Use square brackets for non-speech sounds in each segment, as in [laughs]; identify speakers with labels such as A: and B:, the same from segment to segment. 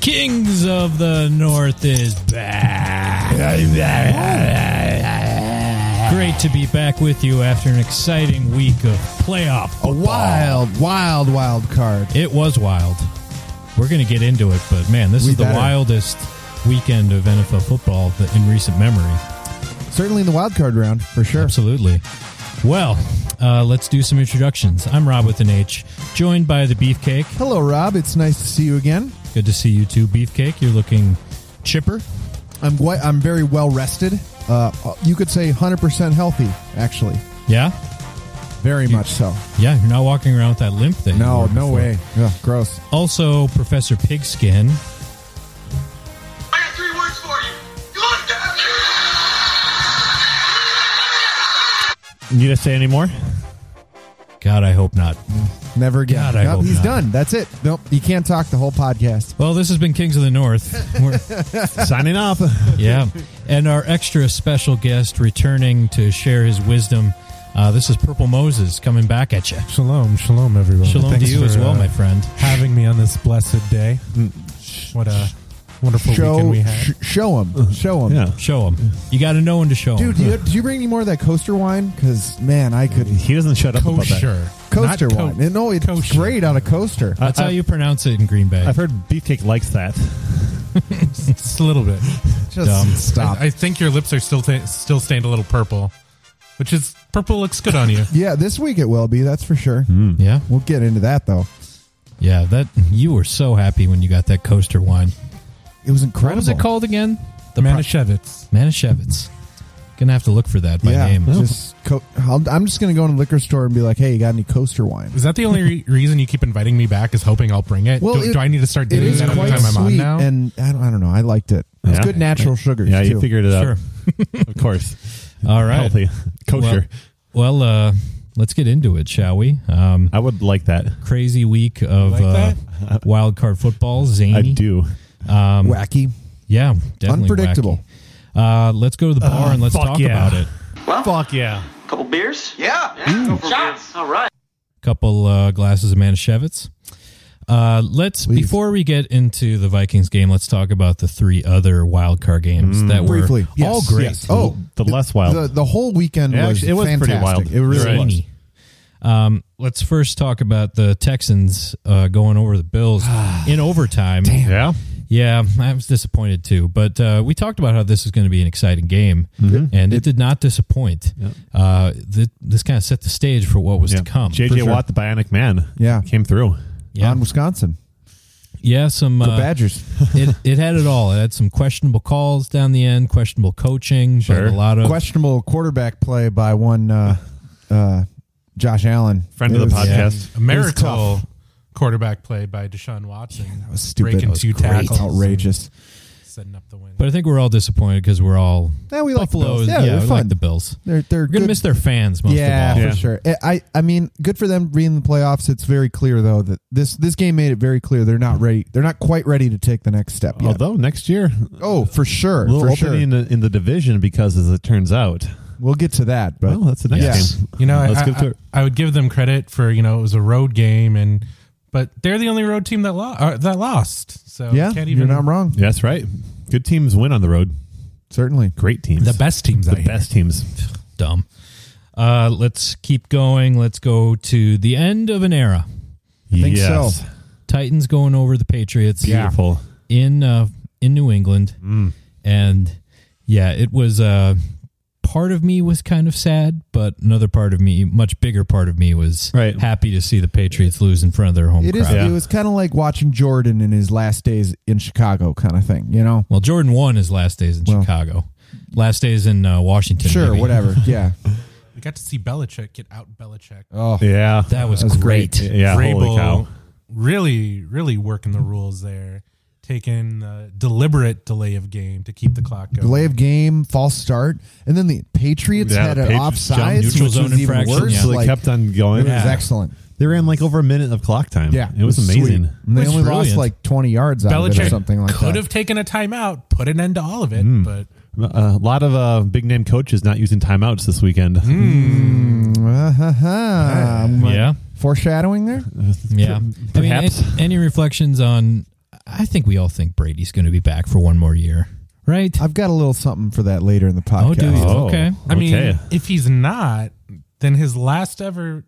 A: Kings of the North is back. Great to be back with you after an exciting week of playoff.
B: A wild, wild, wild card.
A: It was wild. We're going to get into it, but man, this
B: We
A: is the
B: better.
A: wildest weekend of NFL football that- in recent memory.
B: Certainly in the wild card round, for sure.
A: Absolutely. Well, uh, let's do some introductions. I'm Rob with an H, joined by the Beefcake.
B: Hello, Rob. It's nice to see you again.
A: Good to see you too, Beefcake. You're looking chipper.
B: I'm gui- I'm very well rested. Uh, you could say 100% healthy, actually.
A: Yeah,
B: Very much so.
A: yeah. You're not walking around with that limp thing.
B: No, no way. Yeah, gross.
A: Also, Professor Pigskin.
C: I got three words for you. Look at
D: Need to say any more?
A: God, I hope not.
B: Never again.
A: God, I
B: Nope,
A: hope
B: he's
A: not.
B: done. That's it. Nope. You can't talk the whole podcast.
A: Well, this has been Kings of the North. We're-
D: Signing off.
A: yeah, and our extra special guest returning to share his wisdom. Uh, this is Purple Moses coming back at you.
E: Shalom, shalom, everyone.
A: Shalom
E: Thanks
A: to you
E: for,
A: as well,
E: uh,
A: my friend.
E: Having me on this blessed day.
D: Mm.
E: What a wonderful weekend
B: Show,
E: we had.
B: sh- show him. Show him.
D: Yeah.
A: Show him. You got to know when to show him.
B: Dude, do you, do you bring any more of that coaster wine? Because, man, I could.
D: He doesn't shut up about that.
B: Coaster
E: Not co-
B: wine. And no, it's
E: kosher.
B: great out of coaster.
A: That's how you pronounce it in Green Bay.
D: I've heard Beefcake likes that.
A: Just a little bit.
B: Just
A: dumb.
B: stop.
F: I think your lips are still ta still stained a little purple, which is purple looks good on you.
B: yeah, this week it will be. That's for sure.
D: Hmm.
A: Yeah,
B: We'll get into that though.
A: yeah. That you were so happy when you got that coaster wine.
B: It was incredible.
A: What was it called again? The
E: [laughs]
A: pro-
E: Manischewitz.
A: Manischewitz. Gonna have to look for that by
B: yeah,
A: name.
B: just co- I'll, I'm just gonna go in a liquor store and be like, "Hey, you got any coaster wine?"
F: Is that the only re- reason you keep inviting me back? Is hoping I'll bring it?
B: Well,
F: do,
B: it-
F: do I need to start
B: It
F: doing
B: is
F: that every
B: quite
F: time I'm on
B: sweet,
F: now?
B: and I don't, I don't know. I liked it. It's
D: Yeah.
B: good natural sugars.
D: Yeah, you
B: too.
D: figured it out.
A: Sure.
D: Of course.
A: All [laughs] right.
D: Healthy. Kosher.
A: Well, well uh, let's get into it, shall we? Um,
D: I would like that.
A: crazy week of
E: that?
A: uh, wild card football. Zany.
D: I do.
B: wacky.
A: Yeah, definitely
B: Unpredictable.
A: wacky. Uh, let's go to the bar and let's
D: fuck
A: talk
D: yeah.
A: about it.
D: Fuck yeah.
G: Couple beers?
C: Yeah.
G: Shots. All right.
A: couple uh, glasses of Manischewitz. Uh, let's
B: Please.
A: before we get into the Vikings game, let's talk about the three other wild card games that were
B: Briefly, yes,
A: all great.
B: yes. Oh,
D: The less wild.
B: The, the whole weekend
D: Yeah,
B: was
D: actually, it was pretty
B: fantastic.
D: wild.
B: It really
D: Right.
B: was.
A: Zany. Um, let's first talk about the Texans uh, going over the Bills in overtime.
D: yeah.
A: Yeah, I was disappointed too. But uh, we talked about how this is going to be an exciting game, and it, did not disappoint. Uh, th- this kind of set the stage for what was
D: yeah.
A: to come.
D: JJ
A: For sure.
D: Watt, the bionic man.
B: Yeah.
D: Came through.
A: Yeah,
B: On Wisconsin,
A: yeah, some
B: the
A: uh,
B: Badgers.
A: it, it had it all. It had some questionable calls down the end, questionable coaching,
D: Sure.
A: but a lot of
B: Questionable quarterback play by one uh, uh, Josh Allen,
D: Friend
B: It
D: of the
B: was-
D: podcast.
F: A miracle quarterback play by Deshaun Watson,
B: That was stupid.
F: breaking
B: That was
F: two
B: great.
F: tackles,
B: outrageous.
F: and setting up the win.
A: But I think we're all disappointed because we're all
B: Yeah, we like the
A: Buffalo.
B: Bills. Yeah,
A: yeah,
B: they're
A: we
B: fun.
A: like the Bills.
B: They're they're
A: We're gonna
B: good.
A: miss their fans most
B: yeah,
A: of all.
B: for
D: Yeah.
B: sure. Eh, I I mean, good for them being in the playoffs. It's very clear though that this this game made it very clear they're not ready. They're not quite ready to take the next step yet.
D: Although next year,
B: oh, for sure,
D: little
B: for
D: opening
B: sure.
D: in, the, in the division because, as it turns out,
B: We'll get to that, but
D: well, that's the next
B: Yes.
D: game.
F: You know, I,
D: Let's
F: I,
D: give it to-
F: I would give them credit for you know it was a road game, and but they're the only road team that lost. Uh, that lost, so
B: yeah,
F: you can't even
B: you're not wrong.
D: That's right. Good teams win on the road.
B: Certainly,
D: Great teams.
F: The best teams,
D: The
F: I hear.
D: best teams.
A: Dumb. Uh, let's keep going. Let's go to the end of an era.
D: I
B: think
D: yes.
B: so.
A: Titans going over the Patriots
D: Beautiful.
A: in uh, in New England, and yeah, it was. Uh, part of me was kind of sad, but another part of me, much bigger part of me, was
D: Right.
A: happy to see the Patriots lose in front of their home
B: it
A: crowd.
B: is.
D: Yeah.
B: It was kind of like watching Jordan in his last days in Chicago, kind of thing. You know,
A: Well, Jordan won his last days in
B: Well-
A: Chicago. Last days in uh, Washington.
B: sure,
A: maybe.
B: whatever. Yeah.
F: We got to see Belichick get out Belichick.
B: Oh,
D: Yeah.
A: That was,
B: That was
A: great.
B: great.
D: Yeah. Holy
F: Vrabel
D: cow.
F: really, really working the rules there, taking the deliberate delay of game to keep the clock going.
B: delay of game, false start, and then the Patriots
D: Yeah,
B: had
D: the
B: an
D: Patriots jumped
B: offside, which
A: neutral
B: was
A: zone
B: even
A: infraction,
B: worse.
A: yeah.
D: So they
B: Like,
D: kept on
B: it
D: going.
B: was excellent.
D: They ran like over a minute of clock time.
B: Yeah,
D: It was, amazing.
B: sweet. And they
A: It was
B: only lost
A: brilliant.
B: like twenty yards out of it or
F: Belichick
B: something like
F: could
B: that. Mm.
F: have taken a timeout, put an end to all of it, but
D: A lot of uh, big name coaches not using timeouts this weekend.
A: Mm,
B: Uh-huh.
A: Yeah.
B: Foreshadowing there?
A: Yeah. I mean,
D: Perhaps.
A: any, any reflections on I think we all think Brady's going to be back for one more year, right?
B: I've got a little something for that later in the podcast.
A: Oh, do you? Okay.
F: I mean,
D: okay.
F: if he's not, then his last ever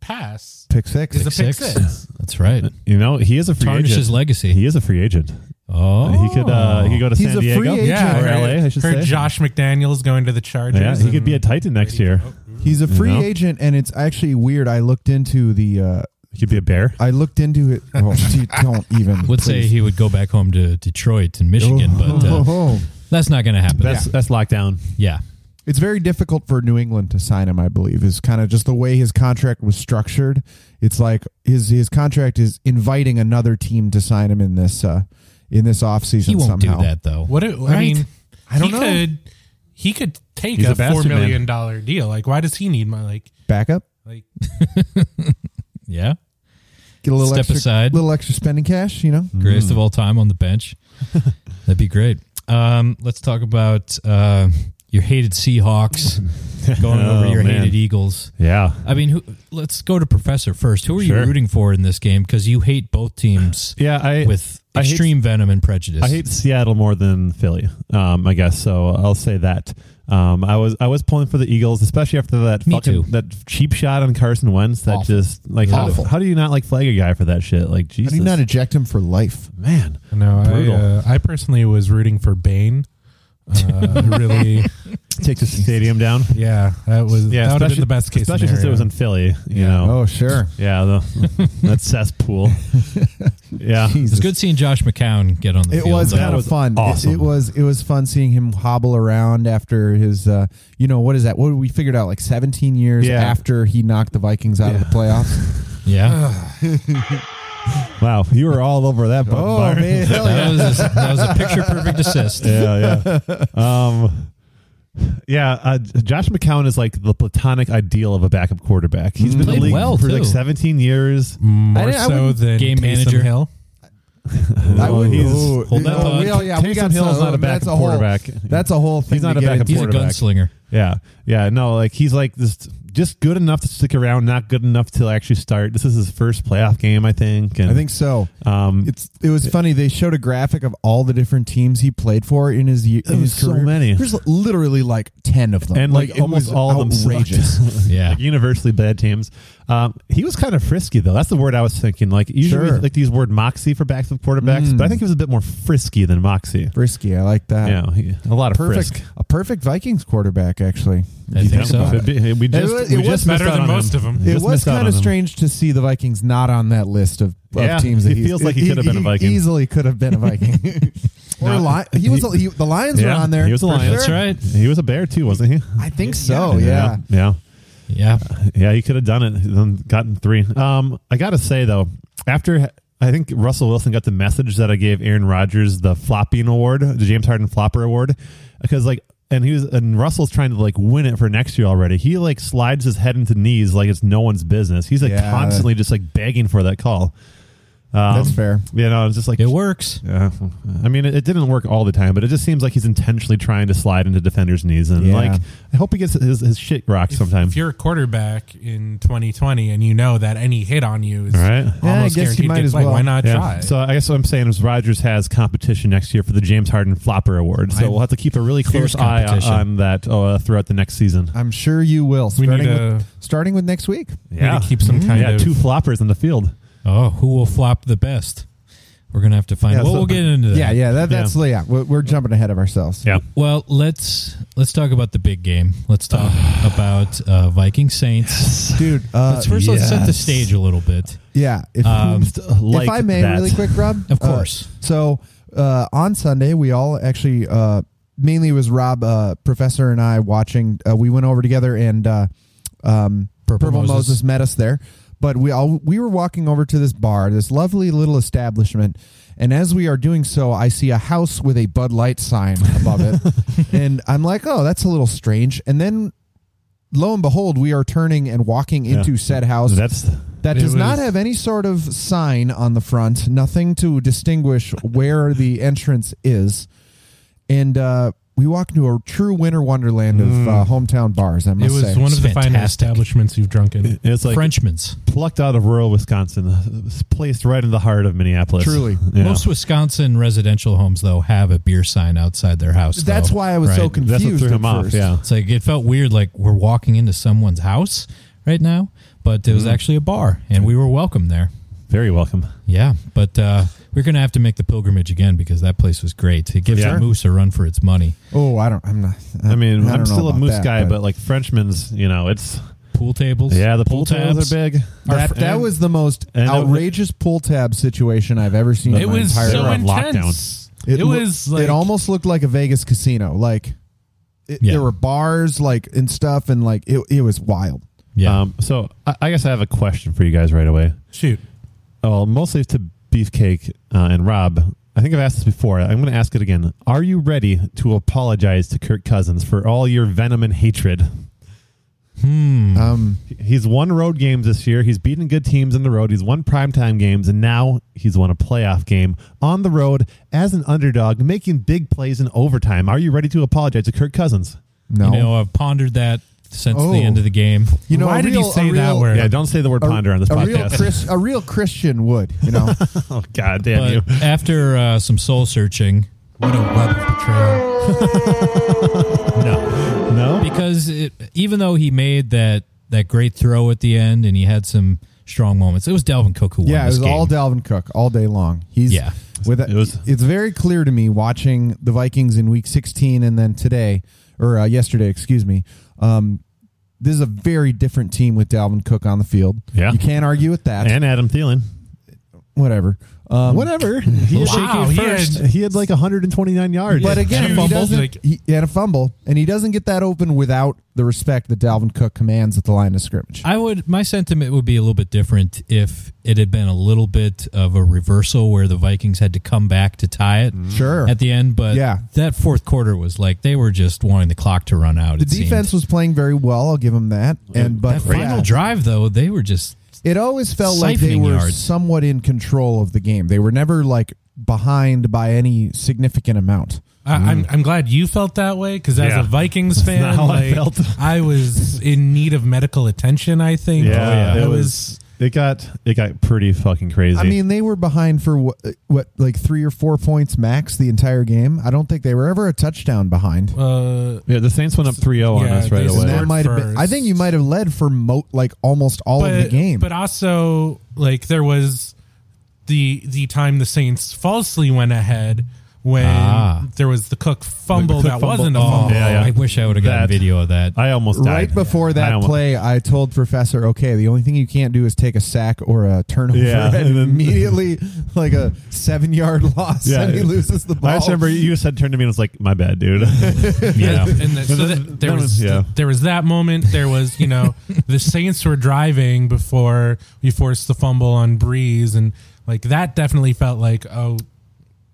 F: pass
B: Pick six.
F: is a pick six.
A: That's right.
D: You know, he is a free
A: Tarnish
D: agent.
A: his legacy.
D: He is a free agent.
A: oh,
D: He could uh, he could go to
B: He's
D: San
B: a free
D: Diego
B: agent.
F: Yeah,
D: or
F: I heard-
D: LA, I should
F: heard
D: say.
F: Josh McDaniels going to the Chargers.
D: yeah, he could
F: and-
D: be a Titan next year.
B: He's a free
D: No.
B: agent, and it's actually weird. I looked into the. Uh,
D: He could be a bear.
B: I looked into it. Oh, [laughs] you don't even.
A: would say
B: please.
A: he would go back home to Detroit and Michigan, but
B: Oh,
A: uh,
B: oh.
A: that's not going to happen.
D: That's that's lockdown.
A: yeah.
B: It's very difficult for New England to sign him, I believe, is kind of just the way his contract was structured. It's like his his contract is inviting another team to sign him in this uh in this offseason
A: He won't
B: somehow.
A: do that though.
F: What it, I
A: Right?
F: mean,
B: I don't
F: he
B: know.
F: Could, he could take
D: He's
F: a,
D: a
F: four
D: bastard man.
F: million dollar deal. Like, why does he need my like
B: Backup?
F: like?
A: Yeah.
B: Get a little
A: Step
B: extra
A: aside.
B: little Hmm. extra spending cash, you know?
A: Greatest of all time on the
B: [laughs]
A: bench. That'd be great. Um, let's talk about uh, your hated
B: [laughs]
A: Seahawks going over
D: Oh,
A: your
D: man.
A: hated Eagles.
D: Yeah.
A: I mean, who, let's go to Professor first. Who are
D: Sure.
A: you rooting for in this game? Because you hate both
B: [sighs]
A: teams
D: Yeah, I
A: with
D: I hate-
A: extreme venom and prejudice.
D: I hate Seattle more than Philly. Um, I guess so. I'll say that. Um, I was I was pulling for the Eagles, especially after that
A: Me
D: fucking
A: too.
D: that cheap shot on Carson Wentz. That
A: Awful.
D: just like how,
B: Awful.
D: how do you not like flag a guy for that shit? Like
B: How
D: Jesus,
B: do you not eject him for life?
D: man.
F: No, I,
D: Brutal.
F: uh, I personally was rooting for Bane. [laughs] Uh, really,
D: Take the [laughs] stadium down.
F: yeah, that was that would have
D: especially-
F: been the best case
D: especially
F: scenario.
D: since it was in Philly. You
F: Yeah.
D: know,
B: Oh, sure.
D: yeah, the,
B: [laughs]
D: that cesspool. yeah,
A: It's
B: Jesus.
A: good seeing Josh McCown get on the
B: It
A: field.
B: was
A: though.
B: kind of
D: was
B: fun. It-
D: awesome.
B: It, was it was fun seeing him hobble around after his uh you know, what is that? What did we figured out like 17 years
D: Yeah.
B: after he knocked the Vikings out of
A: [laughs]
B: the playoffs. [sighs]
A: yeah.
D: wow, you were all over that. button,
B: oh,
D: Byron.
B: man. Hell yeah.
A: That was a, that was a picture
B: [laughs]
A: perfect assist.
D: yeah, yeah. Um, yeah, uh, Josh McCown is like the platonic ideal of a backup quarterback. He's been in
A: Played
D: the league
A: well,
D: for
A: too.
D: like 17 years.
B: I-
F: more
B: I
F: so
B: wouldn't-
F: than
A: Game
F: Taysom
A: manager.
F: Hill.
B: I
D: Oh,
B: wouldn't-
D: he's-
B: ooh,
A: hold that
B: oh,
A: thought.
B: we all- yeah, we
D: Taysom
B: got
D: Hill is
B: some-
D: not a
B: that's
D: backup
B: whole-
D: quarterback.
B: That's a whole thing.
D: He's not
B: to
D: a
B: get
D: backup
B: into.
A: He's a
D: quarterback.
B: [laughs]
A: gunslinger.
D: Yeah, yeah. No, like he's like this, just good enough to stick around, not good enough to actually start. This is his first playoff game, I think. And
B: I think so.
D: um,
B: It's it was funny. They showed a graphic of all the different teams he played for in his ye- in
D: was
B: his
D: so
B: career.
D: many.
B: There's literally like ten of them,
D: and like,
B: it
D: almost
B: was
D: all of them sucked. [laughs]
B: outrageous.
A: Yeah.
D: Like, universally bad teams. Um, he was kind of frisky though. That's the word I was thinking. Like usually
B: Sure.
D: like these word moxie for backup quarterbacks,
B: Mm.
D: but I think he was a bit more frisky than moxie.
B: Frisky, I like that.
D: Yeah, he- a lot of
B: perfect.
D: frisk.
B: A perfect Vikings quarterback, actually.
A: I
B: If you
A: think so.
B: about
D: But
B: It,
D: be- We just,
B: was-
D: we
B: it
D: just
B: was
D: missed
F: better
D: out
F: than
D: on
F: most
D: him.
F: of 'em.
D: We
B: It
D: just
B: was
D: missed out
B: kind
D: on
B: of
D: him.
B: strange to see the Vikings not on that list of, of
D: Yeah,
B: teams. That
D: it
B: he's-
D: feels like he could have been a Viking.
B: He easily could have been a Viking.
D: [laughs]
B: [laughs] or
D: No,
B: Lion. He was.
D: he-
B: he- the Lions
D: Yeah,
B: were on there.
D: He was a
B: for
D: lion.
B: sure.
A: right.
D: He was a bear too, wasn't he?
B: I think so. yeah.
D: yeah.
A: Yeah.
D: Yeah, he could have done it, then gotten three. Um, I gotta say though, after I think Russell Wilson got the message that I gave Aaron Rodgers the flopping award, the James Harden flopper award, because like, and he was, and Russell's trying to like win it for next year already. He like slides his head into knees like it's no one's business. He's like
B: Yeah.
D: constantly just like begging for that call. Um,
B: That's fair.
D: You know, it's just like
A: It works.
D: yeah. [laughs] I mean, it, it didn't work all the time, but it just seems like he's intentionally trying to slide into defenders' knees. And
B: Yeah.
D: like, I hope he gets his, his shit rocked sometime.
F: If you're a quarterback in 2020 and you know that any hit on you is
D: All right.
F: almost
B: Yeah, I guess you
F: guaranteed
B: might
F: to get
B: as
F: played,
B: well.
F: why not
D: Yeah.
F: try?
D: So I guess what I'm saying is Rogers has competition next year for the James Harden Flopper Award. So
F: I'm-
D: we'll have to keep a really
A: Fierce
D: close eye on,
A: competition.
D: on that uh, throughout the next season.
B: I'm sure you will.
F: we
B: Starting
F: need
B: with,
F: to,
B: starting with next week.
F: need to keep some kind
D: yeah,
F: of
D: two floppers on the field.
A: Oh, who will flop the best? We're gonna have to find.
B: Yeah,
A: well,
B: so-
A: we'll get into that.
B: Yeah, yeah. That, that's yeah. we're, we're jumping ahead of ourselves.
D: Yeah.
A: Well, let's let's talk about the big game. Let's
B: [sighs]
A: talk about uh, Viking Saints.
B: dude. Uh,
A: Let's first let's set the
B: yes.
A: stage a little bit.
B: Yeah. [laughs] If,
A: Um,
D: uh,
B: if I may, really quick, Rob.
A: Of
B: uh,
A: course.
B: so uh, on Sunday, we all actually uh, mainly it was Rob, uh, Professor, and I watching. Uh, we went over together, and uh, um,
A: Purple
B: Purple,
A: Moses.
B: Moses. met us there. But we all we were walking over to this bar, this lovely little establishment. And as we are doing so, I see a house with a Bud Light sign above it, and I'm like, "Oh, that's a little strange." And then, lo and behold, we are turning and walking
D: Yeah.
B: into said house
D: That's
B: that
F: It
B: does not
F: was-
B: have any sort of sign on the front, nothing to distinguish where the entrance is. And uh, we walked into a true winter wonderland
D: Mm.
B: of uh, hometown bars. I
F: It
B: must
F: was
B: say,
F: one of the finer
A: Fantastic.
F: establishments you've drunk in.
D: It's like
A: Frenchman's.
D: plucked out of rural Wisconsin, uh, placed right in the heart of Minneapolis.
B: Truly.
D: Yeah.
A: Most Wisconsin residential homes, though, have a beer sign outside their house.
B: that's
A: though,
B: why I was so
A: right?
B: confused.
D: That's what threw
B: at
D: him off.
B: first.
D: Yeah.
A: It's like it felt weird, like we're walking into someone's house right now, but it was
B: Mm-hmm.
A: actually a bar, and we were welcome there.
D: Very welcome.
A: Yeah, but uh, we're gonna have to make the pilgrimage again because that place was great. It gives
D: Yeah.
A: a moose a run for its money.
B: Oh, I don't. I'm not.
D: I mean,
B: I
D: I'm
B: am
D: still a moose guy, but, like Frenchman's, you know, it's
A: Pool tables,
D: yeah, the pool tables
A: tabs.
D: are big.
B: that, that was the most
D: and it-
B: outrageous pull tab situation I've ever seen.
F: It
B: in my
F: was
B: entire
F: so
D: They're
B: life.
D: on lockdown.
F: intense. It,
B: It, loo-
F: was like
B: it almost looked like a Vegas casino. Like it,
A: Yeah.
B: there were bars, like and stuff, and like it, it was wild.
A: Yeah,
D: Um, so I, I guess I have a question for you guys right away.
F: shoot.
D: Well, mostly to Beefcake uh, and Rob. I think I've asked this before. I'm going to ask it again. Are you ready to apologize to Kirk Cousins for all your venom and hatred? Mm.
B: Um,
D: He's won road games this year. He's beaten good teams on the road. He's won primetime games, and now he's won a playoff game on the road as an underdog, making big plays in overtime. Are you ready to apologize to Kirk Cousins?
B: no,
A: you know, I've pondered that since
B: Oh.
A: the end of the game.
B: You know,
F: Why
B: a
F: did he
B: real-
F: say
B: a
F: that
B: real-
F: word?
D: Yeah, don't say the word
B: a-
D: ponder on this
B: a Real
D: podcast.
B: Chris, a real Christian would, you know.
D: [laughs] oh, God damn you. [laughs]
A: But after uh, some soul searching,
F: What a web of betrayal.
D: No. No?
A: because it, even though he made that that great throw at the end and he had some strong moments, it was Dalvin Cook who won.
B: yeah, it
A: this
B: was all
A: game.
B: Dalvin Cook all day long. He's
A: Yeah.
B: With
D: It was-
B: it's very clear to me watching the Vikings in Week 16 and then today or uh, yesterday, excuse me. Um, this is a very different team with Dalvin Cook on the field.
D: Yeah.
B: you can't argue with that.
D: And Adam Thielen.
B: whatever. Um,
D: Whatever. He had,
F: Wow,
D: he
F: he
D: had,
F: had-
D: he had like 129 yards.
B: But
F: Yeah.
B: again,
F: Two
B: he
F: fumbles,
B: doesn't.
F: like-
B: he, he had a fumble, and he doesn't get that open without the respect that Dalvin Cook commands at the line of scrimmage.
A: I would my sentiment would be a little bit different if it had been a little bit of a reversal where the Vikings had to come back to tie
D: Mm.
A: it
B: sure.
A: at the end, but
B: Yeah.
A: that fourth quarter was like they were just wanting the clock to run out.
B: the
A: it seemed.
B: defense was playing very well. I'll give him that. And but
A: that final
B: yeah,
A: drive though, they were just
B: it always felt like they
A: Siphoning
B: were
A: yards.
B: somewhat in control of the game. They were never like behind by any significant amount.
F: I, I'm I'm glad you felt that way because as
D: Yeah.
F: a Vikings fan,
D: not how I
F: like, [laughs] I,
D: felt.
F: was in need of medical attention. I think.
D: Yeah,
F: it,
D: it
F: was.
D: it got it got pretty fucking crazy.
B: I mean, they were behind for what, what like three or four points max the entire game. I don't think they were ever a touchdown behind.
F: Uh,
D: yeah, the Saints went up 3-0 on
F: Yeah,
D: us right
F: they
D: away.
B: And that
F: scored
B: might have been.
F: first.
B: I think you might have led for mo- like almost all
F: but,
B: of the game.
F: but also like there was the the time the Saints falsely went ahead when
A: Ah.
F: there was the Cook fumble
D: Cook
F: that
D: fumble.
F: wasn't a
D: Oh,
F: fumble.
D: yeah, yeah.
A: I wish I would have gotten
D: That-
A: video of
D: [laughs]
A: that.
D: I almost died.
B: Right before
D: I
B: that
D: almost-
B: play, I told Professor, "Okay, the only thing you can't do is take a sack or a turnover." [laughs]
D: Yeah,
B: and,
D: [laughs] and then-
B: immediately like a seven-yard [laughs] loss,
D: Yeah.
B: and he loses the ball.
D: I just remember you said turned to me and was like, "My
B: [laughs]
D: bad, dude." [laughs]
A: yeah.
D: Oh.
F: and that, so
D: But
F: that,
D: that-
F: there
D: that
F: was,
D: was- yeah.
F: there was that moment. There was you
D: [laughs]
F: know the Saints were driving before we forced the fumble on Breeze, and like that definitely felt like oh,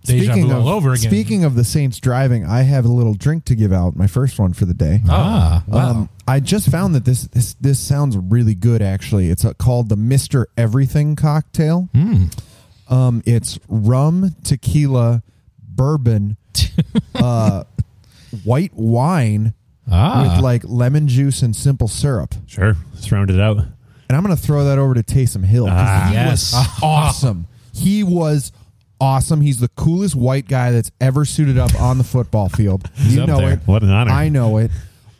F: deja vu all over again.
B: Speaking of the Saints driving, I have a little drink to give out. My first one for the day.
A: ah,
D: Oh,
B: Um, I just found that this, this this sounds really good. Actually, it's uh called the Mister Everything cocktail.
A: Hmm.
B: Um, it's rum, tequila,
D: [laughs]
B: bourbon, uh, white wine
A: ah.
D: Uh-huh.
B: with like lemon juice and simple syrup.
D: sure, just round it out.
B: And I'm going to throw that over to Taysom Hill. 'cause
D: Ah.
B: he
A: Yes.
D: [laughs]
B: was awesome. He was awesome. He's the coolest white guy that's ever suited up on the football
D: [laughs]
B: field. you
D: up
B: know
D: there.
B: it.
D: What an honor.
B: I know it.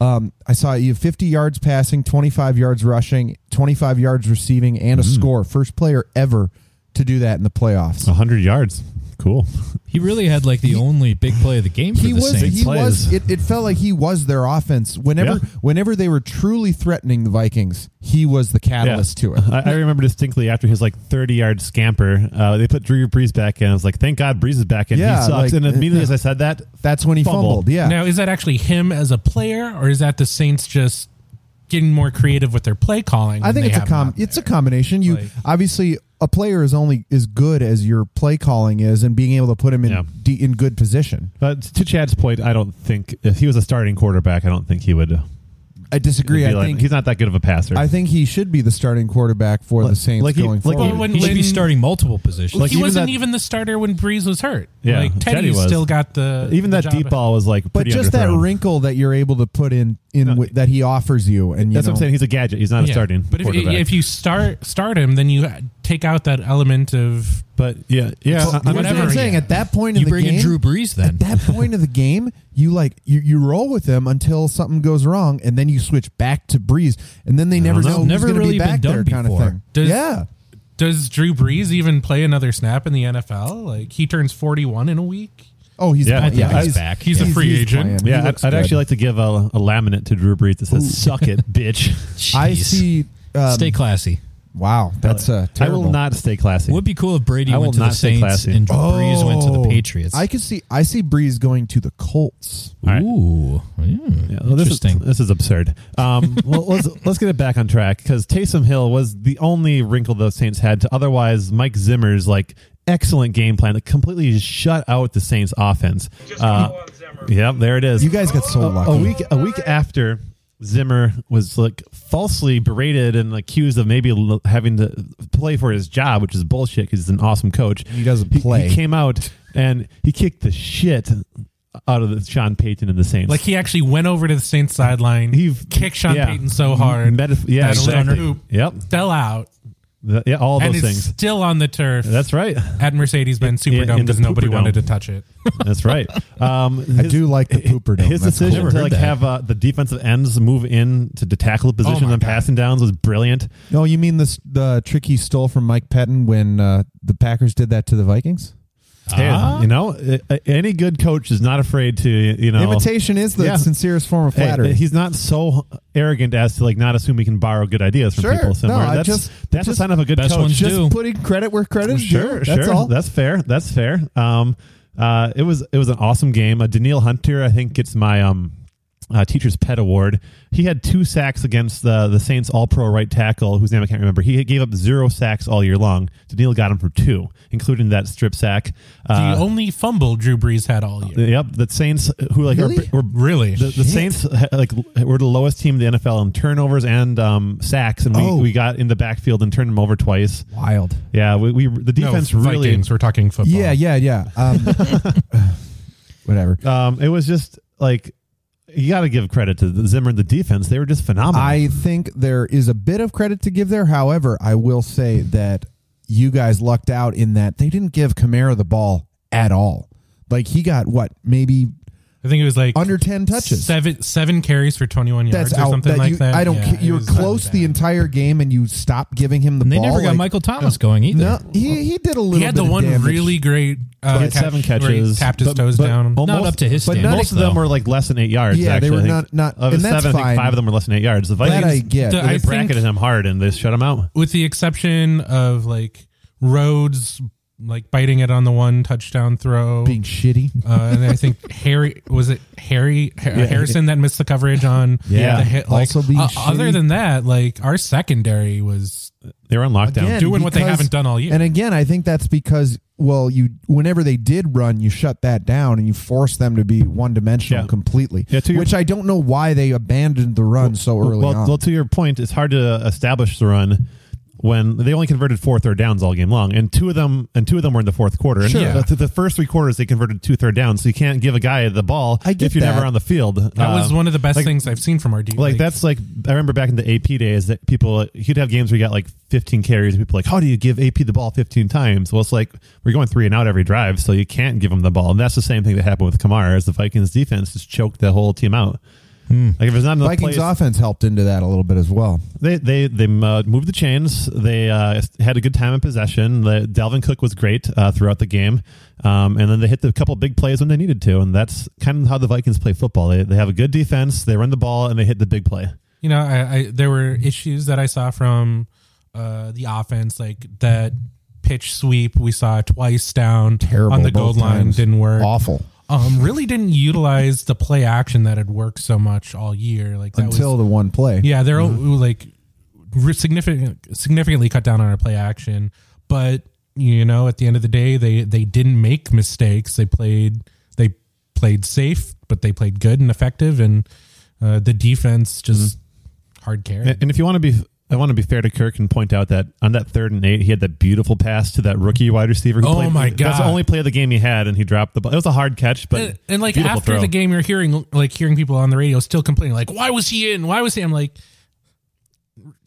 B: Um, I saw you 50 yards passing, 25 yards rushing, 25 yards receiving, and a
D: Mm-hmm.
B: score. First player ever to do that in the playoffs.
D: hundred yards, cool. [laughs]
A: he really had like the only big play of the game for
B: He
A: the
B: was.
A: Saints.
B: He was.
D: plays.
B: It, it felt like he was their offense. Whenever,
D: Yeah.
B: whenever they were truly threatening the Vikings, he was the catalyst to it.
D: I, I remember distinctly after his like thirty-yard scamper, uh, they put Drew Brees back in. I was like, "Thank God Brees is back in.
B: Yeah,
D: he sucks."
B: like-
D: and immediately as I said that,
B: That's when he
D: Fumble.
B: fumbled. Yeah.
F: Now, is that actually him as a player, or is that the Saints just getting more creative with their play calling?
B: I
F: when
B: think
F: they
B: it's a
F: have him
B: com-
F: out
B: it's a
F: there?
B: combination. You
F: Like-
B: obviously a player is only as good as your play calling is, and being able to put him in
D: Yeah.
B: de- in good position.
D: uh, but to Chad's point, I don't think if he was a starting quarterback, I don't think he would.
B: I disagree.
D: It'd
B: I
D: be like-
B: think
D: he's not that good of a passer.
B: I think he should be the starting quarterback for the
D: Like-
B: Saints
D: like he-
B: going
D: like he-
B: forward.
F: Well, when-
A: he should be
F: when-
A: starting multiple positions.
D: Like,
F: he
D: even
F: wasn't
D: that-
F: even the starter when Breeze was hurt.
D: Yeah,
F: like
D: Teddy
F: Teddy
D: was.
F: still got the
D: even
F: the
D: that
F: job
D: deep
F: at-
D: ball was like,
B: but
D: pretty
B: just that
D: underthrown.
B: wrinkle that you're able to put in in
D: No.
B: wi- that he offers you, and you
D: That's
B: know,
D: what I'm saying. He's a gadget. He's not
F: Yeah.
D: a starting.
F: But if,
D: quarterback.
F: if you start start him, then you take out that element of
D: but yeah, yeah,
F: Well,
D: I- I-
B: That's what I'm
F: whatever,
B: saying
F: yeah.
B: at that point in
A: You
B: the
A: bring
B: game,
A: in Drew Brees then.
B: at that point of the game, you like you, you roll with them until something goes wrong, and then you switch back to Breeze, and then they never
D: don't
B: know,
D: know.
B: who's
A: Never
B: going to
A: really
B: be
A: been
B: back
A: done
B: there, kind
A: before.
B: of thing.
F: Does-
B: yeah,
F: does Drew Brees even play another snap in the NFL? Like he turns forty one in a week.
B: oh, he's
D: Yeah,
B: yeah,
D: I think
B: yeah,
D: he's
A: back.
F: He's a free agent.
B: playing. He
D: yeah.
B: looks
D: I'd, I'd
B: good.
D: actually like to give a, a laminate to Drew Brees that says
B: [laughs]
D: "Suck it, bitch."
B: I
A: Jeez.
B: see. Um,
A: Stay classy.
B: wow, that's uh,
D: I
B: terrible.
D: will not stay classy.
A: Would be cool if Brady
D: I will
A: went to the
D: not stay
A: Saints
D: classy.
A: and Drew Brees went to the
B: Oh.
A: Patriots.
B: I could see. I see Breeze going to the Colts.
D: All right.
A: Ooh, Mm.
D: Yeah, well, this is-
A: interesting.
D: This is, absurd.
B: [laughs]
D: Um, well, let's let's get it back on track because Taysom Hill was the only wrinkle the Saints had. To otherwise, Mike Zimmer's like excellent game plan that completely shut out the Saints offense.
C: Just
D: Uh,
C: go on, Zimmer.
D: yep, there it is.
B: You guys got so
D: a,
B: lucky.
D: a week a week after Zimmer was like falsely berated and accused of maybe l- having to play for his job, which is bullshit because he's an awesome coach.
B: He doesn't
D: He-
B: play.
D: He, came out and he kicked the shit out of the Sean Payton and the Saints.
F: Like he actually went over to the Saints sideline. He kicked Sean
D: yeah.
F: Payton so hard
D: Metaf- yeah,
F: that it went
D: exactly.
F: under hoop,
D: Yep.
F: fell out,
D: The- yeah, all
F: and
D: those
F: it's
D: things.
F: still on the turf
D: That's right. [laughs]
F: at Mercedes-Benz
D: in-
F: Superdome
D: in the
F: because nobody
D: Pooperdome.
F: wanted to touch it.
D: That's right. Um,
B: I
D: his-
B: do like the pooper. dome.
D: His
B: That's
D: decision
A: cool.
D: to
A: Never
D: like
A: heard that.
D: have uh, the defensive ends move in to the tackle positions
F: Oh my
D: on
F: God.
D: passing downs was brilliant.
B: cool. No, you mean this the trick he stole from Mike Pettin when uh, the Packers did that to the Vikings?
D: Hey,
B: Ah.
D: you know, uh, any good coach is not afraid to you know
B: Imitation is the
D: Yeah.
B: sincerest form of
D: Hey,
B: flattery.
D: he's not so arrogant as to like not assume he can borrow good ideas from
B: Sure.
D: people somewhere.
B: No, I
D: that's
B: just-
D: that's
B: just-
D: a sign of a good
A: Best
D: coach.
A: ones
B: Just
A: do.
B: putting credit where credit is due.
D: Sure,
B: That's
D: sure.
B: all.
D: That's fair. That's fair. Um, uh, it was it was an awesome game. Uh, Daniil Hunter, I think, gets my um, uh, teacher's pet award. He had two sacks against the the Saints All Pro right tackle, whose name I can't remember. He gave up zero sacks all year long. Daniil got him for two, including that strip sack. Uh,
F: the only fumble Drew Brees had all year.
D: Yep, the Saints uh, who like
B: Really?
D: are, were
F: Really?
D: the, the Saints uh, ha- like were the lowest team in the NFL in turnovers and um, sacks, and we,
B: Oh.
D: we got in the backfield and turned them over twice.
B: wild.
D: Yeah, we, we the
F: No,
D: defense really
F: Vikings. We're talking football.
B: Yeah, yeah, yeah.
F: [laughs]
B: Um, whatever.
D: Um, it was just like you got to give credit to the Zimmer and the defense; they were just phenomenal.
B: I think there is a bit of credit to give there. However, I will say that you guys lucked out in that they didn't give Camaro the ball at all. Like he got what maybe
F: I think it was like
B: under ten touches.
F: Seven seven carries for twenty one yards
B: That's
F: or
B: out.
F: something
B: that
F: like
B: you,
F: that.
B: I don't.
F: Yeah,
B: care. you
F: it
B: were
F: was uh,
B: close the
F: really bad.
B: entire game, and you stopped giving him the
A: And they
B: ball.
A: never got
B: like-
A: Michael Thomas going either.
B: No, he he did a little.
F: He had
B: bit
F: the
B: of
F: one
B: damage.
F: really great uh,
D: He
F: catch
D: had seven
F: where he
D: catches,
F: tapped his
D: but-
F: toes
D: but
F: down.
A: Not up to his
B: but
A: standards.
B: not-
D: most of them
A: though.
D: were like less than eight yards.
B: Yeah, they
D: actually,
B: were
D: I
B: not-
D: think.
B: not-
D: of
B: and
D: the
B: that's
D: seven. I
B: fine.
D: think five of them were less than eight yards. The
B: That I
D: Vikings
B: get.
F: The-
D: they
F: I think-
D: bracketed him hard and they shut him out.
F: with the exception of like Rhodes like biting it on the one touchdown throw.
B: being shitty.
F: uh, and I
B: [laughs]
F: think Harry was it Harry Ha- Harrison that missed the coverage on
D: Yeah.
F: the hit. Like,
B: Also being
F: uh,
B: shitty.
F: other than that, like our secondary was
D: They were on lockdown.
B: Again,
F: doing what they
B: because-
F: haven't done all year.
B: And again, I think that's because well, you whenever they did run, you shut that down and you force them to be one dimensional
D: Yeah.
B: completely.
D: Yeah, to your-
B: which I don't know why they abandoned the run so early
D: well,
B: on.
D: well, to your point, it's hard to establish the run when they only converted four third downs all game long, and two of them and two of them were in the fourth quarter. And
F: Sure.
D: the- the, the first three quarters they converted two third downs, so you can't give a guy the ball
B: I get
D: if you're
B: that.
D: never on the field.
F: that was
B: Um,
D: Uh,
F: one of the best
D: like-
F: things I've seen from our defense.
D: Like, that's like I remember back in the AP days that people he'd have games where you got like 15 carries. And people were like, how do you give AP the ball 15 times? Well, it's like we're going three and out every drive, so you can't give him the ball. And that's the same thing that happened with Kamara. As the Vikings defense just choked the whole team out. Like if it's not
B: Hmm.
D: enough
B: Vikings
D: plays,
B: offense helped into that a little bit as well.
D: they they they uh, moved the chains. They uh, had a good time in possession. The, Dalvin Cook was great uh, throughout the game, um, and then they hit a couple big plays when they needed to. And that's kind of how the Vikings play football. They they have a good defense. They run the ball and they hit the big play.
F: you know, I, I there were issues that I saw from uh, the offense, like that pitch sweep we saw twice down
B: Terrible
F: on the
B: both
F: goal line
B: times.
F: didn't work.
B: Awful
F: Um, really didn't utilize the play action that had worked so much all year. Like that
B: until
F: was,
B: the Mm-hmm. one play.
F: yeah, they're all like re- significant, significantly cut down on our play action, but you know, at the end of the day, they they didn't make mistakes. They played they played safe, but they played good and effective, and Uh, the defense just
B: Mm-hmm.
F: hard carry.
D: And, and if you want to be, I want to be fair to Kirk and point out that on that third and eight, he had that beautiful pass to that rookie wide receiver. Who
F: Oh
D: played,
F: my
D: That's the
F: God.
D: only play of the game he had, and he dropped the ball. It was a hard catch, but
F: and, and, like
D: beautiful
F: after
D: throw.
F: the game, you're hearing like hearing people on the radio still complaining, like, "Why was he in? Why was he?" I'm like,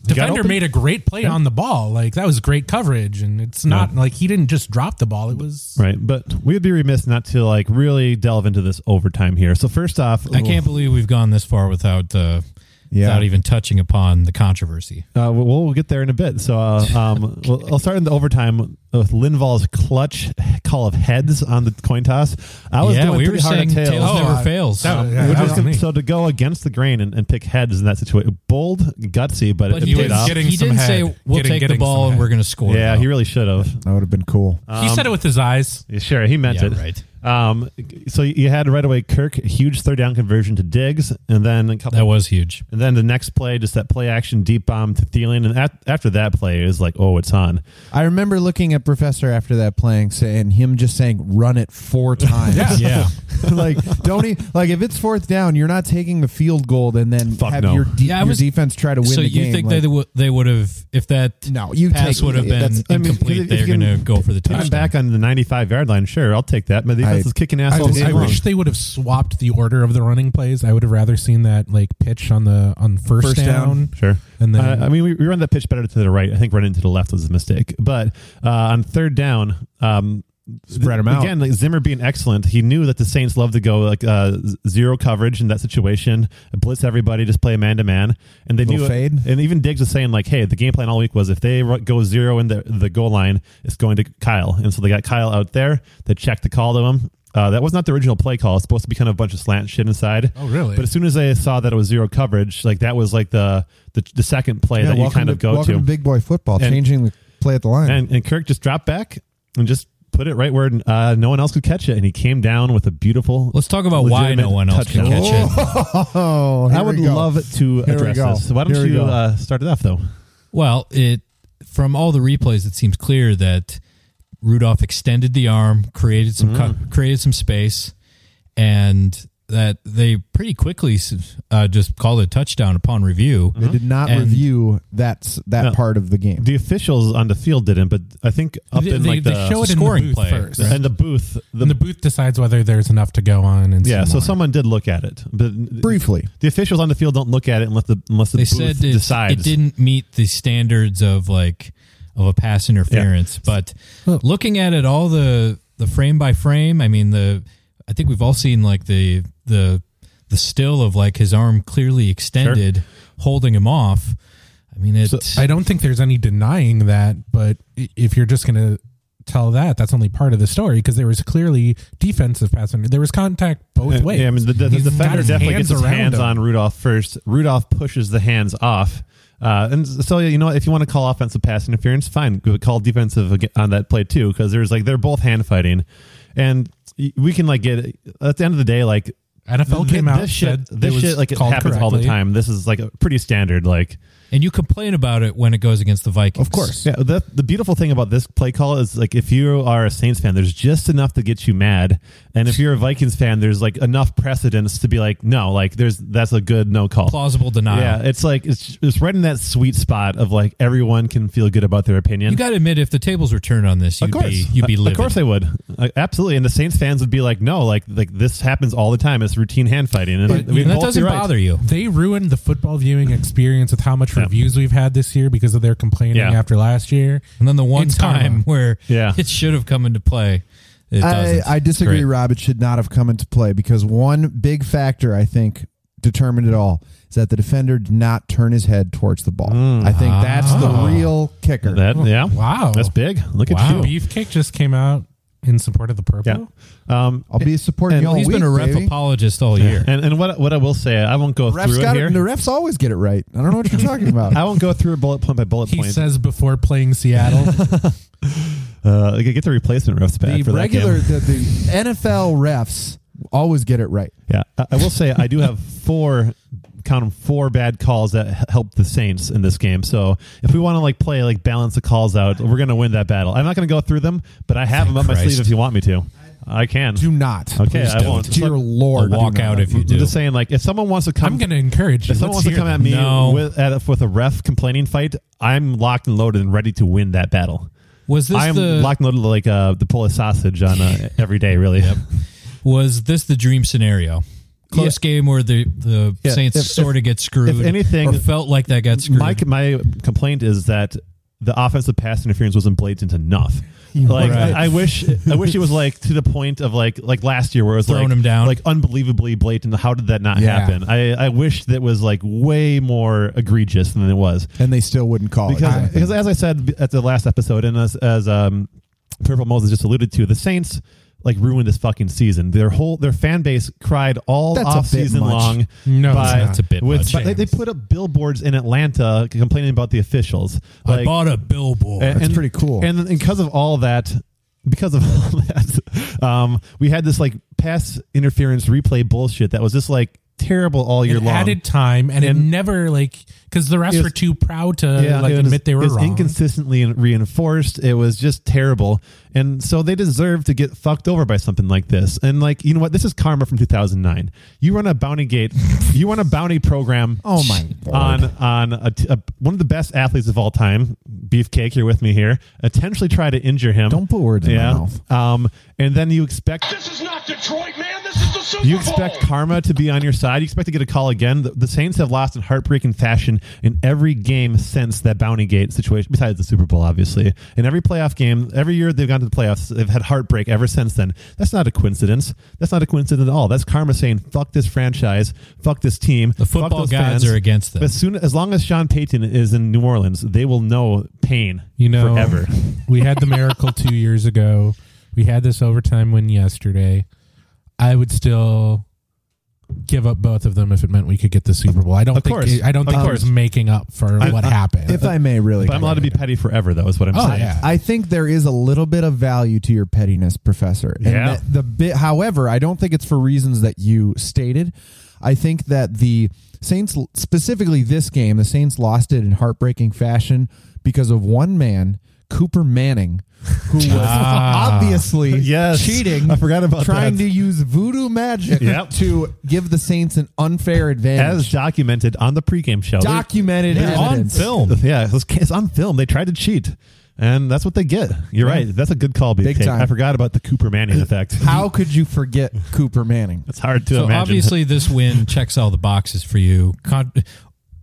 F: defender
D: open?
F: made a great play on the ball. Like that was great coverage, and it's not like he didn't just drop the ball. It was
D: Right, but we'd be remiss not to like really delve into this overtime here. So first off,
A: I can't believe we've gone this far without uh,
B: Yeah.
A: without even touching upon the controversy.
D: Uh, we'll, we'll get there in a bit.
A: [laughs]
D: So uh, um, we'll, I'll start in the overtime with Linval's clutch call of heads on the coin toss. I was
A: yeah,
D: doing
A: we
D: pretty
A: were
D: hard on
A: saying tails,
D: tails.
A: never
F: I-
A: fails.
F: that-
D: Which
F: that
D: was
F: was me.
D: so to go against the grain and, and pick heads in that situation, bold, gutsy, but,
A: but
D: it
A: he,
D: paid
A: did,
D: off.
F: getting
A: he
F: some
A: didn't
F: head.
A: say we'll take
F: Getting-
A: the
F: getting
A: ball
F: some
A: and
F: head."
A: we're going to score.
D: yeah,
A: now.
D: he really should have.
B: That would have been cool.
F: he said it with his eyes.
D: Sure, he meant
A: Yeah,
D: it.
A: right.
D: Um, so you had right away Kirk huge third down conversion to Diggs, and then a couple
A: that was huge.
D: And then the next play, just that play action deep bomb to Thielen. And at, after that play, it was like, oh, it's on.
B: I remember looking at Professor after that playing, saying him just saying, "Run it four [laughs] times."
A: Yeah.
B: [laughs] like don't e- like if it's fourth down, you're not taking the field goal and then
D: Fuck
B: have
D: no.
B: your, de-
A: Yeah, I
B: your
A: was-
B: defense try to win
A: so
B: the
A: you
B: game.
A: think
B: like-
A: they would they would have if that
B: No, you
A: pass
B: take-
A: would have been
B: that's-
D: I mean,
A: incomplete?
D: if you
A: they're
D: can-
A: going to go for the touchdown.
D: Even back on the 95 yard line, sure, I'll take that. My defense
B: I-
D: is kicking ass
B: I
D: all
B: just-
D: game
F: I
D: long.
F: wish they would have swapped the order of the running plays. I would have rather seen that like pitch on the on first,
B: First down.
F: down.
D: Sure.
F: And then-
D: uh, I mean, we, we run that pitch better to the right. I think running to the left was a mistake. But uh, on third down, um,
B: Spread 'em out.
D: again. Like Zimmer being excellent, he knew that the Saints love to go like uh, z- zero coverage in that situation, blitz everybody, just play man to man, and they
B: Little
D: knew.
B: fade.
D: And even Diggs was saying like, "Hey, the game plan all week was if they ru- go zero in the the goal line, it's going to Kyle." And so they got Kyle out there. They checked the call to him. Uh, that was not the original play call. It's supposed to be kind of a bunch of slant shit inside.
F: Oh, really?
D: But as soon as they saw that it was zero coverage, like that was like the the, the second play
B: Yeah,
D: that you
B: welcome
D: kind of
B: to-
D: go
B: welcome
D: to.
B: to big boy football,
D: And-
B: changing the play at the line.
D: and, and Kirk just dropped back and just put it right where uh, no one else could catch it, and he came down with a beautiful.
A: Let's talk about why
D: legitimate
A: no one else
D: touchdown.
A: can catch it.
B: [laughs] oh, here
D: I would
B: we go.
D: love to
B: we
D: address
B: go.
D: this. So why
B: Here
D: don't
B: we
D: you
B: go.
D: uh, start it off though?
A: Well, it from all the replays, it seems clear that Rudolph extended the arm, created some co- created some space, and that they pretty quickly s- uh, just called a touchdown upon review.
B: They did not
A: And-
B: review that's that
D: No.
B: part of the game.
D: The officials on the field didn't, but I think up
F: they,
D: in
F: they-
D: like
F: they
D: the
F: show it in the
A: scoring
F: booth
A: play,
F: first.
D: the- and the booth. The,
F: and the booth decides whether there's enough to go on. And
D: yeah,
F: see
D: so
F: more.
D: someone did look at it, but
B: Briefly,
D: the officials on the field don't look at it unless the unless the
A: They
D: booth
A: said it,
D: decides.
A: it didn't meet the standards of like of a pass interference, but looking at it, all the the frame by frame, I mean the I think we've all seen like the the the still of like his arm clearly extended, holding him off. I mean, it.
F: I don't think there's any denying that, but i- if you're just going to tell that, that's only part of the story because there was clearly defensive pass. inter- There was contact both ways.
D: Uh, Yeah, I mean, the, the, the
F: He's got
D: defender
F: his
D: definitely gets his
F: around
D: hands
F: him.
D: on Rudolph first. Rudolph pushes the hands off. Uh, and so, yeah, you know, what? if you want to call offensive pass interference, fine. Go- Call defensive ag- on that play, too, because there's like, they're both hand fighting. And y- we can, like, get at the end of the day, like,
F: NFL
D: th-
F: came out.
D: this shit,
F: said
D: this
F: was
D: shit, like, it
F: called
D: happens all the
F: correctly.
D: time. This is, like, a pretty standard, like,
A: and you complain about it when it goes against the Vikings,
B: of course.
D: Yeah, the, the beautiful thing about this play call is like if you are a Saints fan, there's just enough to get you mad, and if you're a Vikings fan, there's like enough precedence to be like, no, like there's that's a good no call.
A: Plausible denial.
D: Yeah, it's like it's it's right in that sweet spot of like everyone can feel good about their opinion.
A: You got to admit, if the tables were turned on this, you'd be you'd be
D: Uh,
A: livid.
D: Of course, I would. Uh, absolutely, and the Saints fans would be like, "No, like like this happens all the time. It's routine hand fighting." And
A: But
D: we'd
A: that
D: both be
A: doesn't
D: right.
A: bother you.
F: They ruined the football viewing experience with how much
D: Yeah.
F: reviews we've had this year because of their complaining
D: Yeah.
F: after last year.
A: And then the one
F: It's karma.
A: time where
D: Yeah.
A: it should have come into play, it
B: I,
A: doesn't.
B: I disagree,
A: Great.
B: Rob. It should not have come into play because one big factor I think determined it all is that the defender did not turn his head towards the ball. I think that's
A: Ah.
B: the real kicker.
D: Mm. That yeah,
F: Wow.
D: that's big. Look at
F: Wow.
D: you.
F: Beefcake just came out in support of the
D: Yeah.
F: purple.
D: Um,
B: I'll be supporting
D: And
B: you all
A: He's
B: week,
A: been a ref
B: baby.
A: apologist all
D: [laughs]
A: year.
D: And and what what I will say, I won't go
B: Refs
D: through it
B: got
D: here.
B: it. The refs always get it right. I don't know what you're
D: [laughs]
B: talking about.
D: I won't go through bullet point by bullet
F: He
D: point.
F: says before playing
D: [laughs]
F: Seattle.
D: uh, like, get the replacement refs back
B: the
D: for
B: regular,
D: that game.
B: the, the NFL refs always get it right.
D: Yeah, I, I will say I do have four, count 'em, four bad calls that h- helped the Saints in this game. So if we want to like play like balance the calls out, we're gonna win that battle. I'm not gonna go through them, but I have them up my
A: Christ.
D: sleeve if you want me to. I can.
B: Do not.
D: Okay,
B: Please
D: I
B: don't.
D: won't.
B: Dear Lord.
A: I'll walk
B: do not.
A: out if you
D: I'm
A: do.
D: just saying, like, if someone wants to come,
F: I'm going to encourage you.
D: if someone
F: Let's
D: wants to
F: hear
D: come
F: it.
D: at me
A: No.
D: with at, with a ref complaining fight, I'm locked and loaded and ready to win that battle.
A: Was this
D: I'm
A: the
D: locked and loaded like uh, the pull a sausage on uh, every day. Really,
A: was this the dream scenario? Close game where the the
D: Yeah,
A: Saints
D: if-
A: sort of get screwed.
D: if anything-
A: or felt like that got screwed.
D: my my complaint is that the offensive pass interference wasn't blatant enough. Like
A: Right.
D: I, I wish I wish it was like to the point of like like last year where it was
A: Throwing
D: like,
A: him down.
D: like unbelievably blatant. How did that not
B: Yeah.
D: happen? I I wish that was like way more egregious than it was.
B: And they still wouldn't call
D: because
B: it.
D: because as I said at the last episode, and as as um, Purple Moses just alluded to, the Saints like ruined this fucking season. Their whole their fan base cried all
B: That's a
D: off
B: bit
D: season
B: much.
D: long.
F: No,
D: by-
F: it's not.
A: That's a bit
D: with,
A: much.
D: but they, they put up billboards in Atlanta complaining about the officials.
A: I bought a billboard.
D: and-
B: pretty cool.
D: And because of all that, because of [laughs] all that, um, we had this like pass interference replay bullshit that was just like terrible all year
F: It
D: long.
F: added time and, it
D: And-
F: never like because the refs
D: It was-
F: were too proud to like
D: it was-
F: admit they were
D: it was
F: wrong.
D: inconsistently reinforced. It was just terrible, and so they deserve to get fucked over by something like this. And like, you know what? This is karma from 2009. You run a bounty gate, you run a bounty program.
B: [laughs] Oh my Lord.
D: On on a t- a- one of the best athletes of all time, Beefcake. You're with me here. Intentionally try to injure him.
B: Don't put words in my mouth.
D: Um, and then you expect
C: This is not Detroit, man. This is the Super
D: you expect
C: Bowl.
D: karma to be on your side. You expect to get a call again. The, the Saints have lost in heartbreaking fashion in every game since that Bounty Gate situation, besides the Super Bowl, obviously. In every playoff game, every year they've gone to the playoffs, they've had heartbreak ever since then. That's not a coincidence. That's not a coincidence at all. That's karma saying, fuck this franchise, fuck this team.
A: The football gods are against them.
D: As, soon, as long as Sean Payton is in New Orleans, they will know pain
F: you know,
D: forever.
F: we had the miracle
D: [laughs]
F: two years ago. We had this overtime win yesterday. I would still give up both of them if it meant we could get the Super Bowl. I don't
D: Of
F: think
D: course.
F: I don't
D: Of
F: think it
D: course.
F: was making up for
D: I-
F: what
D: I-
F: happened.
B: if I may, really.
D: But I'm allowed to be petty forever, though, is what I'm
F: oh
D: saying.
F: yeah,
B: I think there is a little bit of value to your pettiness, Professor. And
D: Yeah.
B: that the bit, however, I don't think it's for reasons that you stated. I think that the Saints, specifically this game, the Saints lost it in heartbreaking fashion because of one man, Cooper Manning, who was obviously
D: Ah. Yes.
B: cheating.
D: I forgot about
B: trying
D: that.
B: to use voodoo magic
D: Yep.
B: to give the Saints an unfair
D: As
B: advantage.
D: documented on the pregame show. They-
B: documented
D: Yeah, on
B: evidence.
D: film. [laughs] Yeah, it was- it's on film. They tried to cheat, and that's what they get. You're right. That's a good call, BK.
B: Big time.
D: I forgot about the Cooper Manning effect. [laughs]
B: How could you forget Cooper Manning?
D: It's hard to
A: so
D: imagine.
A: obviously, this win checks all the boxes for you. Con-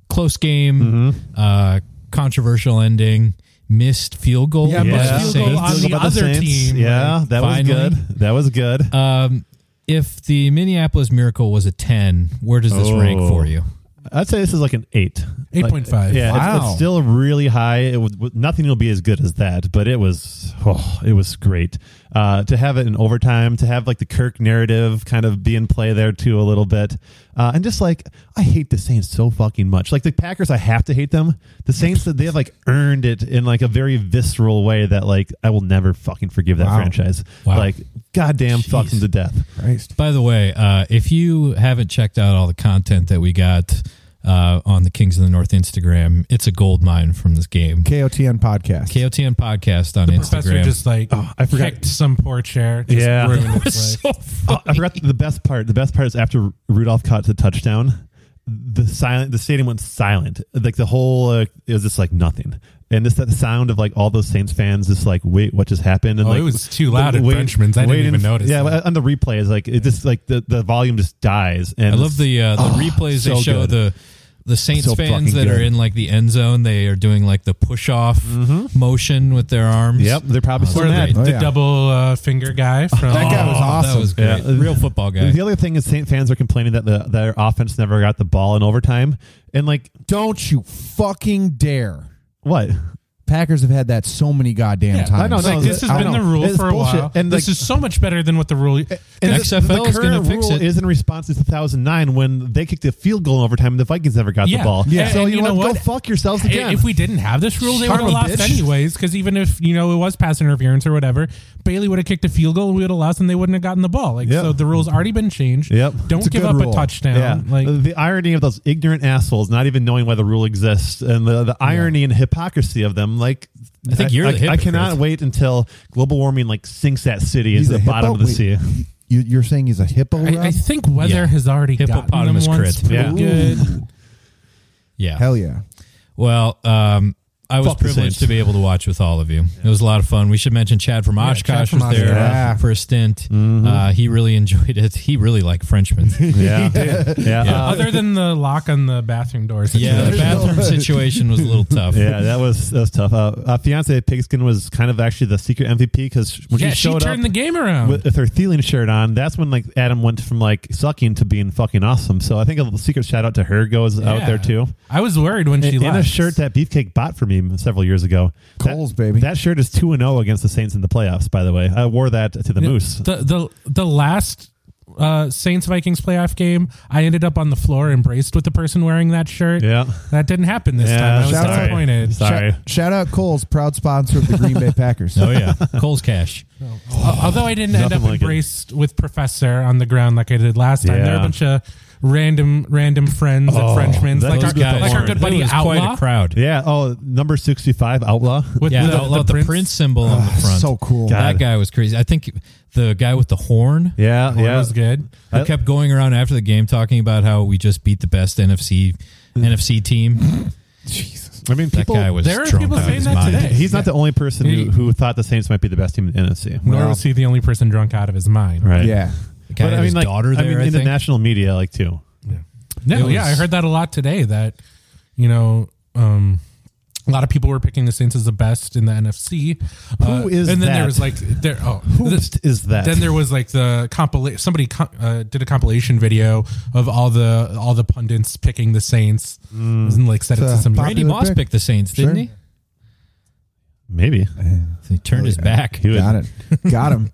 A: close game,
D: Mm-hmm.
A: uh, controversial ending, missed field goal.
B: Yeah,
A: by the
B: missed
D: [laughs] yeah,
F: field
A: Saints.
F: goal on
D: Let's
F: the
D: talk about
F: other
D: Saints.
F: team,
D: Yeah, that
A: finally.
D: was good. That was good.
A: Um, if the Minneapolis Miracle was a ten, where does this
D: Oh.
A: rank for you?
D: I'd say this is like an eight, Like,
F: 8.5.
D: yeah, it's- it's,
B: Wow.
D: still really high. It was, nothing will be as good as that, but it was, oh, it was great uh, to have it in overtime. To have like the Kirk narrative kind of be in play there too a little bit, uh, and just like I hate the Saints so fucking much. Like the Packers, I have to hate them. The Saints that they have like earned it in like a very visceral way that like I will never fucking forgive that
B: Wow.
D: franchise.
A: Wow.
D: Like goddamn, fuck
A: Jeez.
D: them to death.
B: Christ.
A: By the way, uh, if you haven't checked out all the content that we got uh, on the Kings of the North Instagram, it's a gold mine from this game.
B: KOTN podcast.
A: KOTN podcast on
F: professor
A: Instagram.
F: just like
D: Oh, I forgot.
F: kicked some poor chair. Just [laughs]
D: Yeah. [laughs]
F: ruined
A: It was
F: its life.
A: so
D: Oh, I forgot the best part. The best part is after Rudolph caught the touchdown, the silent, the stadium went silent. Like the whole, uh, it was just like nothing. And just that sound of like all those Saints fans, just like wait, what just happened? And
F: Oh,
D: like
F: it was too loud at
D: wait-
F: Frenchman's. I didn't
D: waiting
F: even
D: f-
F: notice
D: Yeah,
F: that.
D: on the replay is like it just like the, the volume just dies. And
A: I love the uh, the replays they
D: Oh, so
A: show
D: good.
A: the the Saints
D: So
A: fans
D: fucking
A: that are
D: good.
A: in like the end zone. They are doing like the push off
F: Mm-hmm.
A: motion with their arms.
D: Yep, they're probably
A: Oh,
D: still
A: they're
D: mad.
A: great.
B: Oh,
F: the
B: yeah.
F: double uh, finger guy
D: [laughs]
F: from
B: That guy was
A: Oh, That
B: awesome.
A: was great.
D: Yeah.
A: Real football guy.
D: The other thing is Saint fans are complaining that the their offense never got the ball in overtime. And like
B: Don't you fucking dare.
D: what?
B: Packers have had that so many goddamn
F: Yeah,
B: times.
D: I know,
F: Like,
D: no,
F: this has
D: Oh, I
F: been
D: know.
F: the rule
D: It's
F: for a
D: bullshit.
F: while,
D: And,
F: and this
D: like-
F: is so much better than what the rule. eh,
D: And
A: And XFL
D: the
A: is gonna
D: current
A: fix
D: rule
A: it.
D: is in response to 2009 when they kicked a field goal in overtime and the Vikings never got
F: Yeah.
D: the ball.
F: Yeah.
D: So
F: And
D: you,
F: you
D: know
F: know
D: what? Go
F: what?
D: fuck yourselves again.
F: If we didn't have this rule, they would have
B: Charlotte,
F: lost
B: bitch.
F: anyways. Because even if you know it was pass interference or whatever, Bailey would have kicked a field goal. We would have lost, and they wouldn't have gotten the ball. Like
D: Yep.
F: so, the rule's already been changed.
D: Yep.
F: Don't
B: It's a
F: give
B: good
F: up
B: rule.
F: a touchdown.
D: yeah,
F: Like
D: the, the irony of those ignorant assholes not even knowing why the rule exists, and the, the irony and hypocrisy of them. I'm like,
A: I think you're
D: I,
A: the
D: I cannot
A: hypocrite.
D: wait until global warming like sinks that city
B: He's
D: into the
B: a
D: bottom of
B: hippo?
D: the sea.
B: Wait,
D: [laughs]
B: You, you're saying he's a hippo? Rob?
F: I, I think weather
A: Yeah.
F: has already gotten them
A: Hippopotamus
F: once
A: crit.
F: pretty
D: Yeah.
F: good.
A: Yeah.
B: Hell yeah!
A: Well, um, I was
D: Fuck the Saints.
A: privileged to be able to watch with all of you. It was a lot of fun. We should mention Chad from Oshkosh
B: Chad from
A: was there
B: Oshkosh. Yeah.
A: for a stint.
D: Mm-hmm.
A: Uh, he really enjoyed it. He really liked
D: [laughs]
A: Frenchmen.
D: Yeah, yeah.
A: Yeah.
D: Uh,
F: Other than the lock on the bathroom doors.
A: yeah, the bathroom situation was a
D: [laughs]
A: little tough.
D: yeah, that was that was tough. Uh, uh, fiance Pigskin was kind of actually the secret MVP because when
F: Yeah,
D: she
F: she
D: showed up
F: turned the game around.
D: with, with her Thielen shirt on, that's when like Adam went from like sucking to being fucking awesome. So I think a little secret shout out to her goes out
F: Yeah.
D: there too.
F: I was worried when she
D: in
F: left.
D: a shirt that Beefcake bought for me several years ago. That-
B: Coles, baby.
D: That shirt is 2 and 0 against the Saints in the playoffs, by the way. I wore that to the Moose.
F: the the the last uh, Saints Vikings playoff game, I ended up on the floor embraced with the person wearing that shirt.
D: Yeah.
F: That didn't happen this
D: Yeah,
F: time. I was
B: shout out.
F: disappointed.
D: Sorry.
B: Shout, shout out Coles, proud sponsor of the Green Bay
A: [laughs]
B: Packers.
A: Oh yeah, Cole's cash.
F: Al- Although I didn't end
D: Nothing
F: up
D: like it.
F: embraced with Professor on the ground like I did last time. There were
D: Yeah.
F: a bunch of random random friends
D: Oh,
F: and Frenchmen's
D: that
F: like
D: was
F: our,
D: good
F: like our
D: porn.
F: good buddy
A: It was quite
F: Outlaw
A: a crowd.
D: Yeah. Oh, number 65, Outlaw.
F: with
A: yeah, the, the, prince. symbol on
D: Ah,
A: the front.
B: Ah, so cool.
D: God.
A: That guy was crazy. I think the guy with the horn
D: Yeah.
F: That
D: yeah.
F: was good.
A: who kept going around after the game talking about how we just beat the best NFC
D: Hmm.
A: NFC team.
D: I mean,
A: That
D: people.
A: guy was
F: there are
A: drunk
F: people
A: out of
F: saying
A: his
F: that
A: mind.
F: today.
D: He's not the only person who, who thought the Saints might be the best team in the NFC.
F: Nor
B: Wow.
F: was he the only person drunk out of his mind.
D: Right.
B: Yeah.
A: The guy had his
D: like,
A: daughter there.
D: I
A: I,
D: mean, in the
A: think.
D: national media, like, too.
F: No,
A: It
F: yeah, I
A: was-
F: heard that a lot today. That you know, um, a lot of people were picking the Saints as the best in the NFC. Uh,
D: Who is
F: And then
D: that?
F: there was like there. Oh,
D: Who
F: this-
D: is that?
F: then there was like the compilation. Somebody co- uh, did a compilation video of all the all the pundits picking the Saints and like said it
B: So,
F: to some.
B: Bob-
A: Randy
B: popular
A: Moss
B: pick.
A: picked the Saints, didn't
B: Sure.
A: he?
D: Maybe.
A: So he
D: Oh,
A: turned his back.
D: He was-
B: Got it. Got him.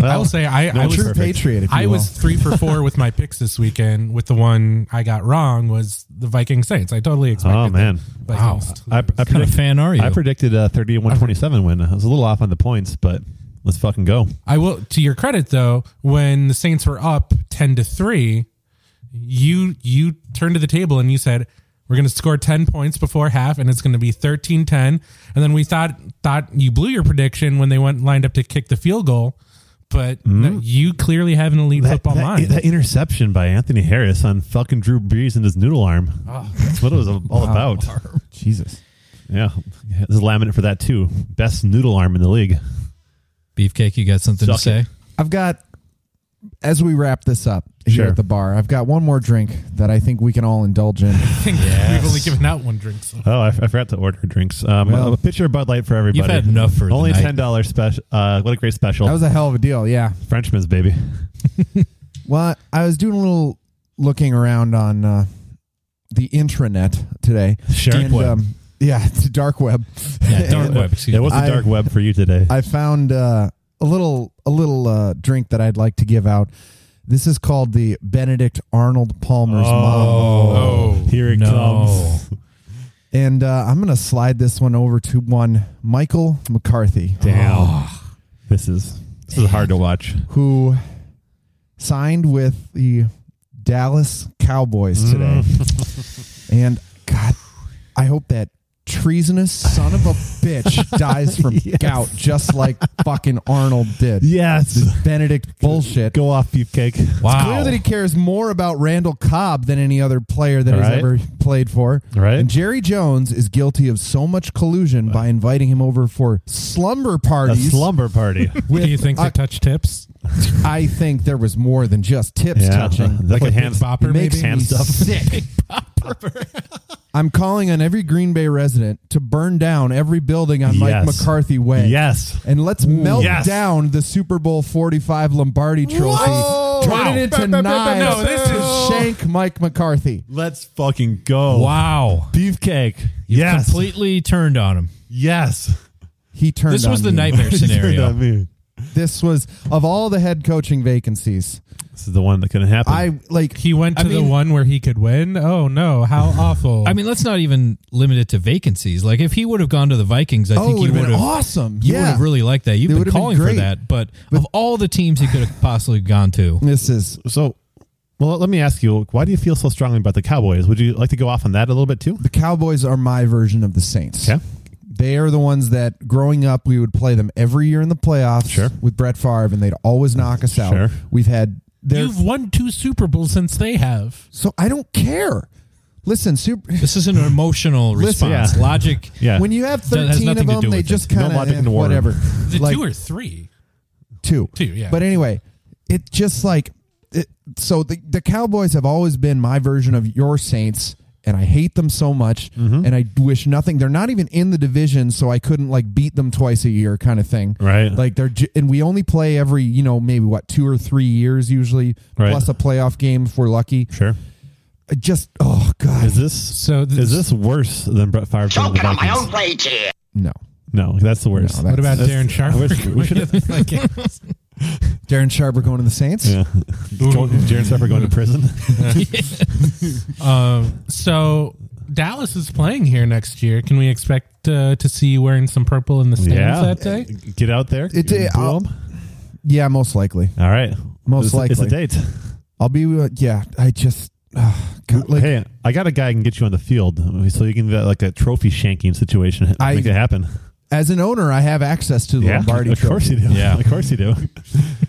F: I will say I, I was
B: True patriot. If you
F: I was
B: will.
F: three for four with my picks this weekend. With the one I got wrong was the Viking Saints. I totally expected.
D: Oh, man.
F: the Vikings to
D: I, I
F: lose.
A: What kind of
D: predict-
A: fan are you?
D: I predicted uh, a 31-27 win. uh, I was a little off on the points, but let's fucking go.
F: I will to your credit though, when the Saints were up ten to three, you you turned to the table and you said, We're gonna score ten points before half and it's gonna be 13-10. And then we thought thought you blew your prediction when they went lined up to kick the field goal. But no, you clearly have an elite football
D: that,
F: mind.
D: that interception by Anthony Harris on fucking Drew Brees and his noodle arm.
A: Ah.
D: That's what it was all about.
B: Jesus.
D: Yeah. There's a laminate for that, too. Best noodle arm in the league.
A: Beefcake, you got something to
D: Suck
A: say?
D: it.
B: I've got. As we wrap this up here
D: Sure.
B: at the bar, I've got one more drink that I think we can all indulge in.
F: I think [laughs] we've only given out one drink. So.
D: Oh, I, I forgot to order drinks. Um,
B: Well-
D: a picture of Bud Light for everybody.
A: You've had enough for
D: Only
A: tonight.
D: $10 special. Uh, what a great special.
B: That was a hell of a deal. Yeah.
D: Frenchman's, baby.
B: Well, I was doing a little looking around on uh, the intranet today.
D: Sure.
B: And, um, yeah, [laughs] it's the dark web.
A: Yeah, dark
B: And,
A: web. Excuse
D: Yeah,
A: me.
D: what's the
B: I-
D: dark web for you today?
B: I found uh, a little a little uh, drink that I'd like to give out. This is called the Benedict Arnold Palmer's mom,
A: Oh,
D: Here it
A: no.
D: comes.
B: and uh, I'm gonna slide this one over to one Michael McCarthy,
D: Damn. Oh, This is this is hard to watch.
B: who signed with the Dallas Cowboys today, [laughs]
D: Mm.
B: and God, I hope that treasonous son of a
D: [laughs]
B: bitch dies from gout just like fucking Arnold did.
D: Yes.
B: Benedict bullshit.
D: Go off, beefcake.
B: It's
A: Wow.
B: clear that he cares more about Randall Cobb than any other player that
D: Right.
B: he's ever played for.
D: Right.
B: And Jerry Jones is guilty of so much collusion by inviting him over for slumber
D: A
B: parties.
D: slumber [laughs] party.
B: with-
F: Do you think
B: I,
F: they touch tips?
B: I think there was more than just tips touching.
D: Like a hand
B: It
F: bopper,
B: makes
F: maybe?
B: me
D: hand stuff.
B: sick. I'm calling on every Green Bay resident to burn down every building on Mike
D: Yes.
B: McCarthy Way.
D: Yes.
B: And let's melt
D: Yes.
B: down the Super Bowl 45 Lombardi trophy. Turn
F: Wow.
B: it into
F: No,
B: knives.
F: this
B: [laughs]
F: is-
B: shank Mike McCarthy.
D: Let's fucking go.
A: wow.
D: Beefcake. Yes.
A: Completely turned on him.
D: yes.
B: He turned
A: This was
B: on
A: the
B: you.
A: nightmare
D: I
A: scenario.
D: mean,
B: [laughs] This was of all the head coaching vacancies.
D: this is the one that couldn't happen.
B: I like
F: He went to
A: I
F: the
A: mean-
F: one where he could win. Oh no! How
A: [laughs]
F: awful!
A: I mean, let's not even limit it to vacancies. Like, if he would have gone to the Vikings, I
B: Oh, it
A: think
B: would
A: he
B: have
A: would
B: been
A: have
B: awesome.
A: You
B: yeah.
A: would have really liked that. You've
B: It
A: been
B: would have been
A: calling for
B: great.
A: that, but, of all the teams he could have possibly gone to,
B: this is
D: so, well, let me ask you, why do you feel so strongly about the Cowboys? Would you like to go off on that a little bit too?
B: the Cowboys are my version of the Saints.
D: Okay.
B: They are the ones that growing up we would play them every year in the playoffs
D: Sure.
B: with Brett Favre and they'd always knock us out.
D: Sure.
B: We've had their
F: You've won two Super Bowls since they have.
B: so I don't care. Listen, super
A: This is an emotional
B: Listen,
A: response.
D: yeah.
A: Logic.
B: [laughs]
D: Yeah.
B: when you have
A: That has
B: 13
A: nothing
B: of
A: to
B: them
A: do
B: they
A: with
B: just
A: it.
D: No
B: kind of
D: logic in the world.
B: whatever.
F: Is it
B: Like-
F: two or three?
B: two.
F: Two, yeah.
B: But anyway, it just like it, so the the Cowboys have always been my version of your Saints, and I hate them so much,
D: Mm-hmm.
B: and I wish nothing. They're not even in the division, so I couldn't like beat them twice a year, kind of thing.
D: Right.
B: Like they're ju- and we only play every you know maybe what two or three years usually,
D: Right.
B: plus a playoff game if we're lucky.
D: Sure.
B: I Just oh god,
D: Is this
F: So th-
D: is this worse than Brett Favre? being the
C: Choking on my
D: Vikings?
C: own rage here.
B: no.
D: No, that's the worst.
B: No, that-
F: What about
D: That's-
F: Darren Sharp?
D: I wish- we
F: [laughs]
D: should have
B: Darren Sharper going to the Saints.
D: yeah. Go- Darren Sharp going to prison. [laughs]
F: Um, so Dallas is playing here next year. Can we expect uh, to see you wearing some purple in the stands that day?
D: Get out there.
B: It- it-
D: Blow
B: I'll-
D: 'em.
B: Yeah, most likely.
D: All right.
B: Most
D: It's- It's a
B: likely.
D: date.
B: I'll be. uh, Yeah, I just. ah, God, like,
D: hey, I got a guy who can get you on the field so you can do that, like a trophy shanking situation.
B: I-
D: Make it happen.
B: as an owner, I have access to the Lombardi
D: of course
B: Trophy.
D: you do.
A: Yeah.
D: [laughs] of course
B: [laughs]
D: you do.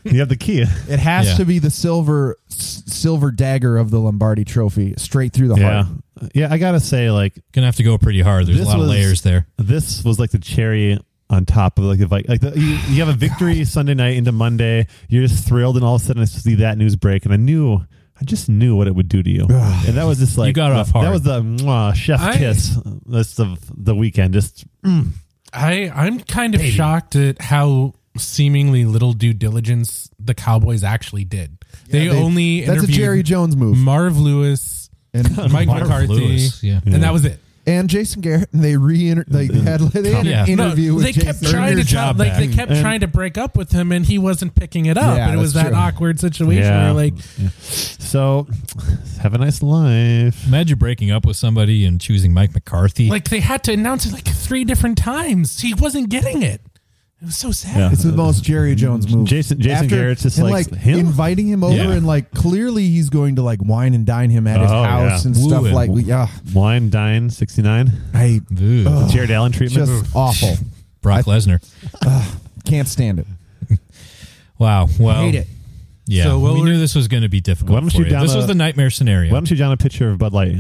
D: you have the key.
B: It has
A: Yeah.
B: to be the silver s- silver dagger of the Lombardi Trophy, straight through the
D: Yeah,
B: heart.
D: uh, yeah. I gotta say, like
A: Gonna have to go pretty hard. There's
D: This
A: a lot
D: was-
A: of layers there.
D: this was like the cherry on top of like the Vi- like the, you, you have a victory Sunday night into Monday. You're just thrilled, and all of a sudden I see that news break, and I knew. I just knew what it would do to you, and that was just like
A: got
D: the-
A: off hard.
D: That was the mwah, chef
F: I-
D: kiss. That's the the weekend. Just
F: I I'm kind of shocked at how seemingly little due diligence the Cowboys actually did.
B: They-
F: they, only
B: that's a
F: interviewed
B: Jerry Jones move, [laughs]
F: Marv Lewis,
B: and
F: [laughs] Mike
A: Marv
F: McCarthy,
A: Lewis, yeah.
F: and that was it.
B: and Jason Garrett. And they re they had they had
A: Yeah.
B: an
F: No,
B: interview with
F: they kept
B: Jason.
F: trying to tell,
A: job
F: like they
A: back.
F: kept trying to break up with him, and he wasn't picking it up.
B: Yeah,
F: and it was
B: that's
F: that
B: true.
F: awkward situation
D: Yeah.
F: where like
D: so [sighs] have a nice life.
A: Imagine breaking up with somebody and choosing Mike McCarthy.
F: like they had to announce it like three different times. He wasn't getting it. It was so sad.
D: Yeah.
B: It's the most Jerry Jones move.
D: Jason- Jason Garrett's just
B: and,
D: like,
B: like,
D: him?
B: inviting him over,
D: Yeah.
B: and like clearly he's going to like wine and dine him at his
D: Oh,
B: house
D: yeah.
B: and stuff
A: Woo him.
B: like yeah.
D: Wine dine sixty nine.
B: I
A: Ooh,
D: Jared Allen treatment.
B: just awful.
A: Brock Lesnar.
B: Can't stand it.
A: Wow. Well,
B: Hate it.
A: yeah.
F: So
A: we
F: we'll-
A: knew this was going to be difficult.
D: Why don't
A: for
D: you
A: you.
D: down
A: This
D: a-
A: was the nightmare scenario.
D: Why don't you down a picture of Bud Light?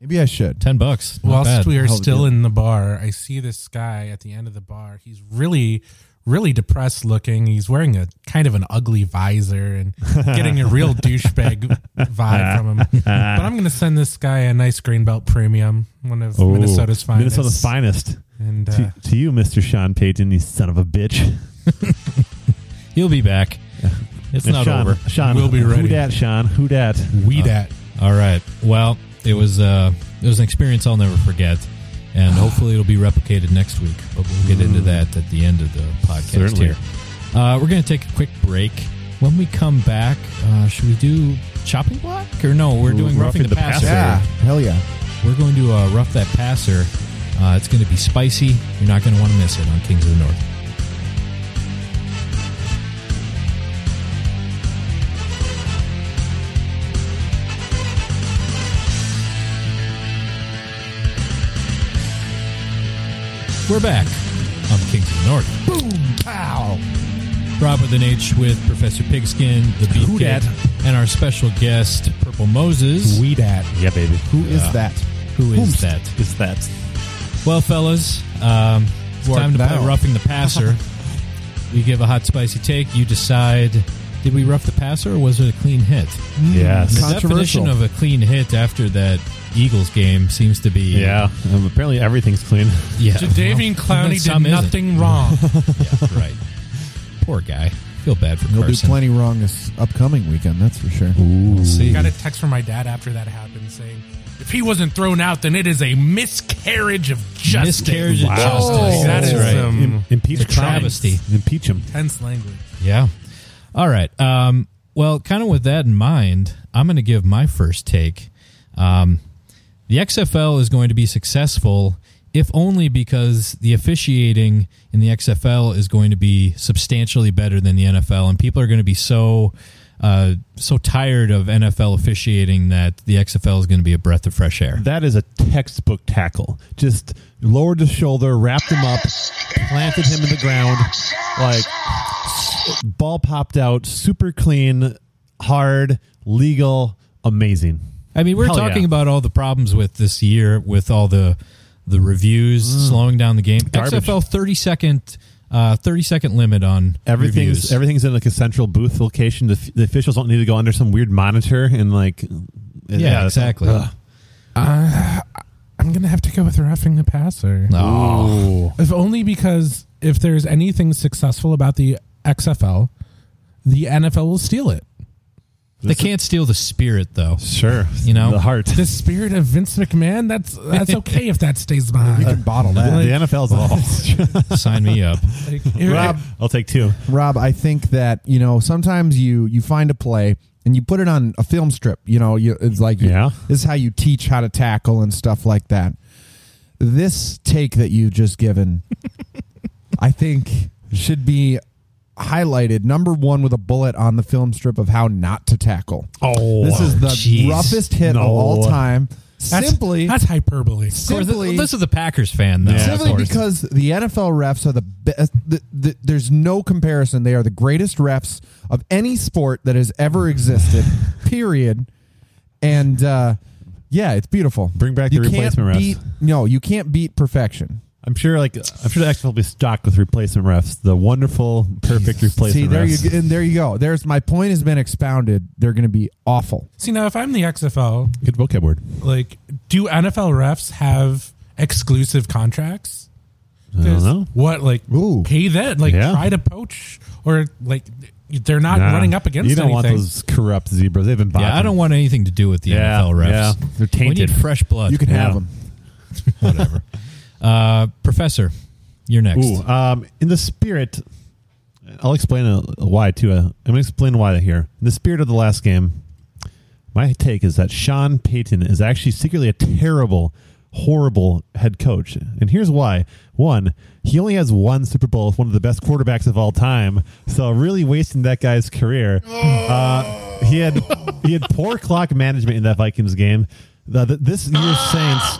B: Maybe I
D: [laughs]
B: should.
A: Ten bucks. Not
F: Whilst
A: bad.
F: we are
B: Hell of a
F: still
B: deal.
F: in the bar, I see this guy at the end of the bar. He's really, really depressed looking. He's wearing a kind of an ugly visor and getting a real douchebag vibe from him. But I'm going to send this guy a nice Greenbelt Premium, one of
D: Oh,
F: Minnesota's finest.
D: Minnesota's finest.
F: And uh,
D: To, to you, Mr. Sean Payton, you son of a bitch.
A: He'll be
D: [laughs]
A: back. It's
D: And
A: not
D: Sean,
A: over.
D: Sean,
F: We'll be
D: Who
F: ready.
D: dat, Sean? Who dat?
F: we that.
A: All right. Well, it was uh, it was an experience I'll never forget, and hopefully it'll be replicated next week. But we'll get into that at the end of the podcast
D: Certainly.
A: here. Uh, we're going to take a quick break. When we come back, uh, should we do chopping block or no? We're doing roughing, the, passer.
B: Yeah, hell yeah.
A: We're going to uh, rough that passer. Uh, it's going to be spicy. You're not going to want to miss it on Kings of the North. We're back on Kings of the North. Boom! Pow! Rob with an H with Professor Pigskin, the Beef
D: Who dat?
A: Kid, and our special guest, Purple Moses.
D: We dat. Yeah, baby. Who
B: Is that?
A: Who is
D: Whomst
A: that?
D: Is that?
A: Well, fellas, um, it's
B: Work
A: time to
B: now.
A: play roughing the passer. we give a hot, spicy take. You decide: did we rough the passer, or was it a clean hit?
D: Yes.
A: The definition
B: Controversial.
A: of a clean hit after that Eagles game seems to be
D: Yeah. Um, apparently everything's clean.
A: yeah.
F: Jadavian
A: well,
F: Clowney
A: some
F: did
A: isn't.
F: nothing wrong.
A: yeah, right. Poor guy. Feel bad for
B: They'll do
A: Carson.
B: plenty wrong this upcoming weekend, that's for sure.
A: See.
F: Got a text from my dad after that happened saying, if he wasn't thrown out, then it is a miscarriage of justice.
A: Miscarriage of justice.
F: Oh. That
A: That's
F: is
A: right.
F: um,
D: Im- impeach
A: a
D: Clowney.
A: travesty.
D: Impeach him.
F: tense language.
A: Yeah. All right. Um, well, kind of with that in mind, I'm going to give my first take. Um, the XFL is going to be successful if only because the officiating in the XFL is going to be substantially better than the NFL, and people are going to be so uh, so tired of NFL officiating that the XFL is going to be a breath of fresh air.
D: That is a textbook tackle. Just lowered his shoulder, wrapped him up, planted him in the ground, like ball popped out, super clean, hard, legal, amazing.
A: I mean, we're
D: Hell
A: talking
D: yeah.
A: about all the problems with this year, with all the the reviews slowing down the game.
D: Mm. Garbage.
A: XFL thirty second, uh, thirty second limit on
D: Everything's
A: reviews.
D: everything's in like a central booth location. The, f- the officials don't need to go under some weird monitor and like.
A: yeah, exactly.
D: Ugh.
F: Uh, I'm gonna have to go with roughing the passer.
A: Oh,
F: If only because if there's anything successful about the XFL, the NFL will steal it.
A: they can't steal the spirit though. [laughs]
D: Sure,
A: You know? [laughs]
D: the heart.
F: The spirit of Vince McMahon. That's that's okay if that stays behind.
B: You can bottle
D: The,
B: that.
D: NFL's
A: [laughs]
D: all.
A: Sign me up.
F: Like,
D: Rob, I'll take two.
B: Rob, I think that you know sometimes you you find a play and you put it on a film strip. You know, you, it's like
D: Yeah.
B: this is how you teach how to tackle and stuff like that. This take that you just
A: [laughs]
B: given, I think, should be highlighted number one with a bullet on the film strip of how not to tackle.
D: [laughs] Oh,
B: this is the
A: jeez.
B: roughest hit
D: No.
B: of all time.
F: that's-
B: simply,
F: that's hyperbole.
A: Of course,
B: simply,
A: this is the Packers fan though.
D: Yeah.
A: of
B: Simply
A: course.
B: because the NFL refs are the best. The, the, there's no comparison. They are the greatest refs of any sport that has ever
D: [laughs]
B: existed. period. And uh, yeah, it's beautiful.
D: Bring back the
B: You can't
D: replacement refs.
B: beat, No, you can't beat perfection.
D: I'm sure, like I'm sure the XFL will be stocked with replacement refs. The wonderful, perfect replacement
B: See there
D: refs.
B: you and there you go. There's my point has been expounded. They're going to be awful.
F: See now, if I'm the XFL,
D: Good vocab word.
F: like, do NFL refs have exclusive contracts?
D: I don't know.
F: What like
B: Ooh.
F: pay that? Like
D: Yeah.
F: try to poach or like they're not
D: Nah.
F: running up against
D: You don't want
F: anything.
D: those corrupt zebras. They've been.
A: Yeah, I don't want anything to do with the
D: Yeah,
A: NFL
D: yeah.
A: refs.
D: They're tainted.
A: We need fresh blood.
B: You can
D: Yeah.
B: have them.
A: [laughs] whatever. uh, professor, you're next.
D: Ooh, um, in the spirit, I'll explain uh why too. Uh, I'm gonna explain why here. In the spirit of the last game, my take is that Sean Payton is actually secretly a terrible, horrible head coach, and here's why. One, he only has one Super Bowl with one of the best quarterbacks of all time, so really wasting that guy's career. Uh, he had he had poor clock management in that Vikings game. The, the, this year's Saints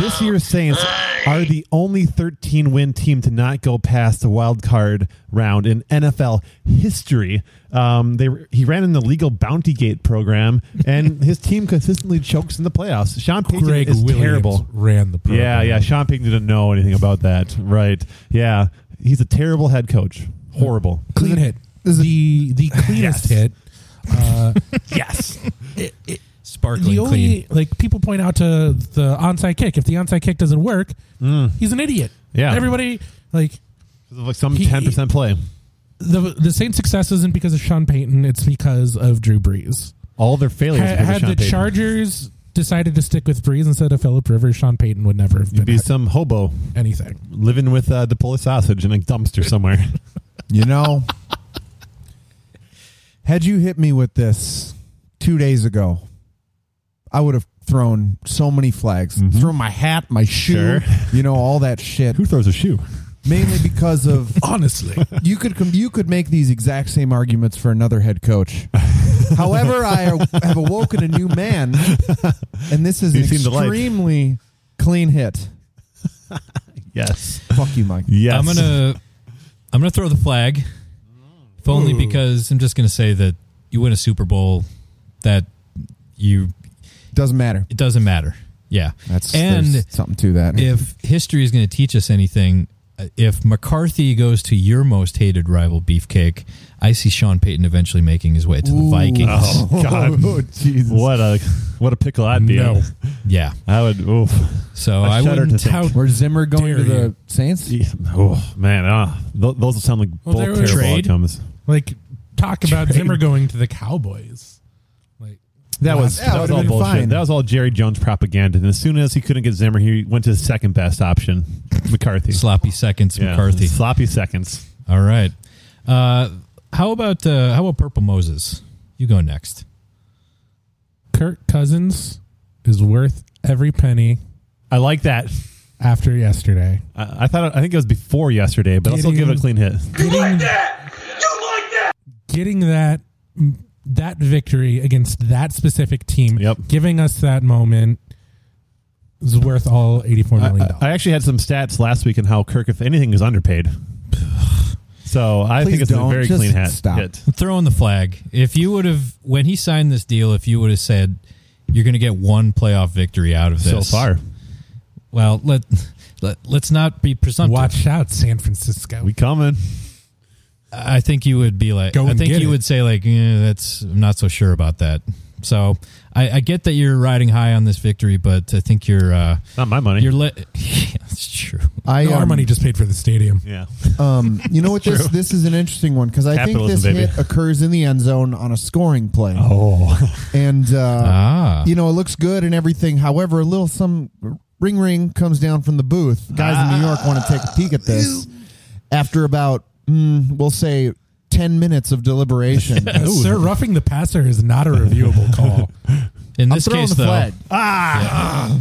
D: this year's Saints are the only 13 win team to not go past the wild card round in NFL history. Um, they he ran in the legal bounty gate program,
F: [laughs]
D: and his team consistently chokes in the playoffs. Sean Payton
F: Greg
D: is
F: Williams
D: terrible.
F: ran the program.
D: Yeah, yeah. Sean Payton didn't know anything about that, right? Yeah, he's a terrible head coach. Horrible.
F: clean hit. the the cleanest
D: Yes.
F: hit. Uh,
D: [laughs] Yes.
A: Sparkling
F: the
A: clean.
F: only like people point out to the onside kick. If the onside kick doesn't work, he's an idiot.
D: Mm. Yeah.
F: everybody like
D: like some
F: He-
D: 10% play.
F: the the Saints' success isn't because of Sean Payton. It's because of Drew Brees.
D: All their failures.
F: Had,
D: because of
F: had
D: Sean
F: the
D: Payton.
F: Chargers decided to stick with Brees instead of Philip Rivers, Sean Payton would never have
D: You'd
F: been
D: be
F: at
D: some hobo
F: anything.
D: living with uh, the Polish sausage in a dumpster somewhere.
B: You know, had you hit me with this two days ago, I would have thrown so many flags, thrown my hat, my shoe,
D: Sure.
B: you know, all that shit.
D: Who throws a shoe?
B: Mainly because of
F: Honestly,
B: you could com- you could make these exact same arguments for another head coach. However, I have awoken a new man, and this is an
D: You've seen the light.
B: extremely clean hit.
D: Yes.
B: Fuck you, Mike.
D: Yes.
A: I'm gonna I'm gonna throw the flag. If only because I'm just gonna say that you win a Super Bowl that you
B: Doesn't matter.
A: it doesn't matter. Yeah.
B: That's
A: and
B: there's something to
D: Mm-hmm.
B: that.
A: if history is gonna teach us anything, uh, if McCarthy goes to your most hated rival Beefcake, I see Sean Payton eventually making his way to the
B: Ooh.
A: Vikings.
D: [laughs] [laughs] Oh God.
B: Oh, Jesus.
D: What a what a pickle I'd be.
F: No.
D: in.
A: Yeah.
D: I would. Oof.
A: So
D: I
A: Oh, I,
D: shudder to
A: wouldn't
D: think.
A: tout
B: Where's Zimmer going
F: Dare
B: to the
F: you.
B: Saints?
D: Yeah. Oh man. ah, th- those sound like
F: Well, there
D: both terrible
F: was-
A: Trade?
D: outcomes.
F: like talk about Zimmer going to the Cowboys. Like
D: That was
B: Yeah,
D: that was
B: would've
D: all
B: been
D: bullshit.
B: fine.
D: That was all Jerry Jones propaganda. And as soon as he couldn't get Zimmer, he went to the second best option, McCarthy.
A: sloppy seconds
D: Yeah.
A: McCarthy.
D: Sloppy seconds.
A: All right. Uh, how about uh, how about Purple Moses? You go next.
F: Kirk Cousins is worth every penny
D: I like that.
F: after yesterday.
D: I, I thought I think it
F: [laughs]
D: was before yesterday, but I'll still give it a clean hit.
C: You like that? You like that?
F: Getting that that victory against that specific team,
D: Yep.
F: giving us that moment, is worth all eighty-four
D: I,
F: million
D: I- I actually had some stats last week on how Kirk, if anything, is underpaid. So I
B: Please
D: think it's
B: don't.
D: a very
B: Just
D: clean hat.
B: stop.
D: hit.
A: throwing the flag. If you would have, when he signed this deal, if you would have said you're going to get one playoff victory out of this
D: so far.
A: well, let, let let's not be presumptive.
F: Watch out, San Francisco.
D: We coming.
A: I think you would be like,
F: Go
A: I
F: and
A: think
F: get
A: you
F: it.
A: would say like, eh, that's I'm not so sure about that. So I, I get that you're riding high on this victory, but I think you're uh,
D: Not my money.
A: you're let. [laughs] yeah, that's true.
B: I
F: Our
B: um,
F: money just paid for the stadium.
D: yeah.
B: Um, you
F: [laughs]
B: know what? This this is an interesting one because I
D: Capitalism,
B: think
D: baby.
B: this hit occurs in the end zone on a scoring play,
F: [laughs]
D: Oh.
B: and uh,
A: Ah.
B: you know it looks good and everything. However, a little some ring ring comes down from the booth. Guys in New York want to take a peek at this
F: Ah.
B: after about mm, we'll say ten minutes of
F: [laughs]
B: deliberation.
F: Sir, roughing the passer is not a reviewable
B: [laughs]
F: call.
A: In
B: I'm
A: this
B: throwing
A: case, though,
B: the flag. Ah.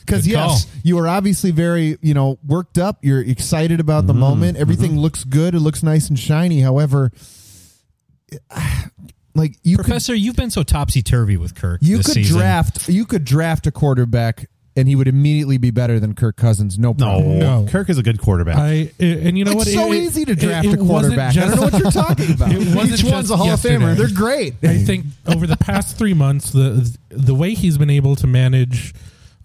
B: Because
A: Good call.
B: yes, you are obviously very you know worked up. You're excited about the moment. Everything looks good. It looks nice and shiny. However, [sighs] like you could
A: Professor, you've been so topsy turvy with Kirk.
B: you
A: this
B: could
A: season.
B: draft you could draft a quarterback and he would immediately be better than Kirk Cousins. No
D: No.
B: problem.
F: No.
D: Kirk is a good quarterback.
F: I and you know what?
B: It's so
F: It- it-
B: easy to
F: it-
B: draft
F: it
B: a
F: wasn't
B: quarterback. I don't
F: just-
B: know what you're talking about.
F: It wasn't
B: Each one's
F: just
B: a Hall of Famer.
F: yesterday.
B: They're great.
F: I think over the past three months, the the way he's been able to manage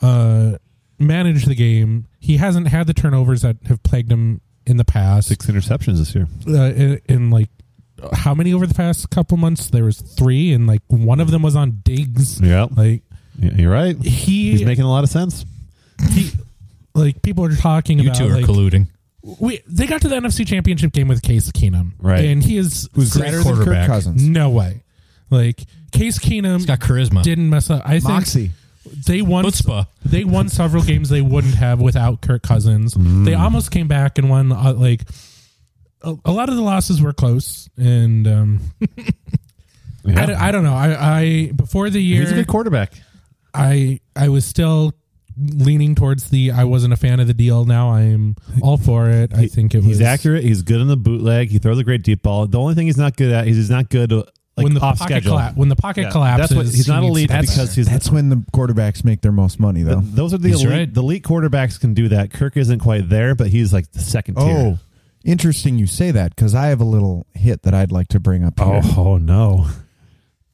F: uh, manage the game, he hasn't had the turnovers that have plagued him in the past.
D: Six interceptions this year.
F: Uh, in, in like how many over the past couple months? There was three, and like one of them was on digs.
D: Yeah.
F: Like
D: Yeah, You're right.
F: he,
D: He's making a lot of sense.
F: he- like people are talking
A: You
F: about
A: two are
F: like,
A: colluding.
F: we they got to the NFC Championship game with Case Keenum,
D: Right.
F: And he is
B: Who's
F: great
B: better than Kirk
A: quarterback.
B: Cousins?
F: No way, like Case Keenum
A: He's got charisma.
F: didn't mess up. I think
B: Moxie.
F: they won.
A: Chutzpah.
F: They won several games they wouldn't have without Kirk Cousins. They
D: Mm.
F: almost came back and won. Uh, like a, a lot of the losses were close, and um, I, don't-
D: Yeah.
F: I don't know. I, I before the
D: He's
F: year,
D: a good quarterback.
F: I I was still leaning towards the I wasn't a fan of the deal. Now I'm all for it. I think it was
D: He's accurate. He's good in the bootleg. He throws a great deep ball. The only thing he's not good at is he's not good uh, like
F: when the
D: off
F: pocket
D: schedule.
F: colla- when the pocket
D: Yeah,
F: collapses.
D: That's what he's
F: he
D: not
F: needs
D: elite
F: to be
D: because
F: better.
D: he's
B: That's when the quarterbacks make their most money, though.
D: Those are the
A: He's
D: elite.
A: right.
D: The elite quarterbacks can do that. Kirk isn't quite there, but he's like the second
B: Oh,
D: tier.
B: interesting you say that because I have a little hit that I'd like to bring up. Here.
D: oh no!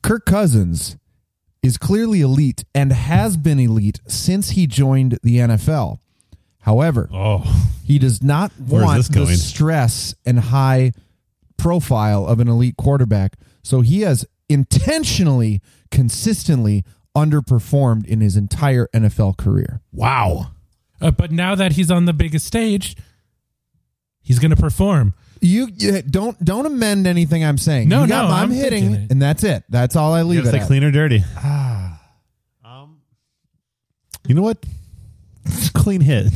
B: Kirk Cousins is clearly elite and has been elite since he joined the NFL. However,
D: Oh,
B: he does not
D: Where is this
B: want the
D: going?
B: stress and high profile of an elite quarterback. So he has intentionally, consistently underperformed in his entire NFL career.
D: wow!
F: Uh, but now that he's on the biggest stage, he's going to
D: [laughs]
F: perform.
B: You, you don't don't amend anything I'm saying.
F: No,
B: You got-
F: no,
B: I'm,
F: I'm
B: hitting,
F: thinking it.
B: and that's it. That's all I leave
D: It's
B: it.
D: like
B: at.
D: clean or dirty.
A: Ah.
D: Um, you know what? clean hit.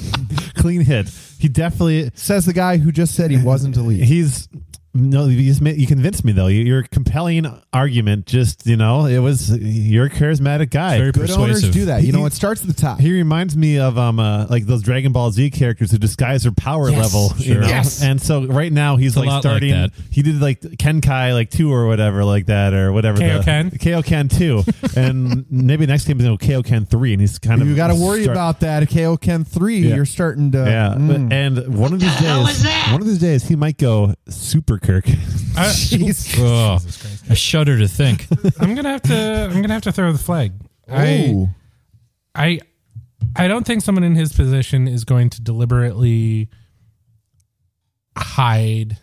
D: [laughs] clean hit. He definitely.
B: Says the guy who just said he wasn't elite.
D: He's no. You just ma- you convinced me though. You, your compelling argument. Just you know, it was you're a charismatic guy.
A: Very
B: Good owners
A: persuasive.
B: do that. You know,
D: He-
B: it starts at the top.
D: He reminds me of um uh, like those Dragon Ball Z characters who disguise their power level. You
A: Sure.
D: know?
A: Yes.
D: And so right now he's
A: a
D: like
A: lot like
D: starting.
A: that.
D: he did like Ken Kai like two or whatever like that or whatever.
F: KO
D: the-
F: Ken?
D: KO
A: [laughs]
D: Ken two, and maybe next game is going KO Ken three, and he's kind of
B: you got to worry
D: start-
B: about that. KO Ken three,
D: Yeah.
B: you're starting to.
D: Yeah,
B: Mm.
D: and one of these
C: hell
D: days,
C: was that?
D: one of these days he might go super Kirk. [laughs]
F: I, [laughs]
A: Oh, I shudder to think.
F: I'm gonna have to. I'm gonna have to throw the flag. I,
B: Ooh.
F: I, I don't think someone in his position is going to deliberately hide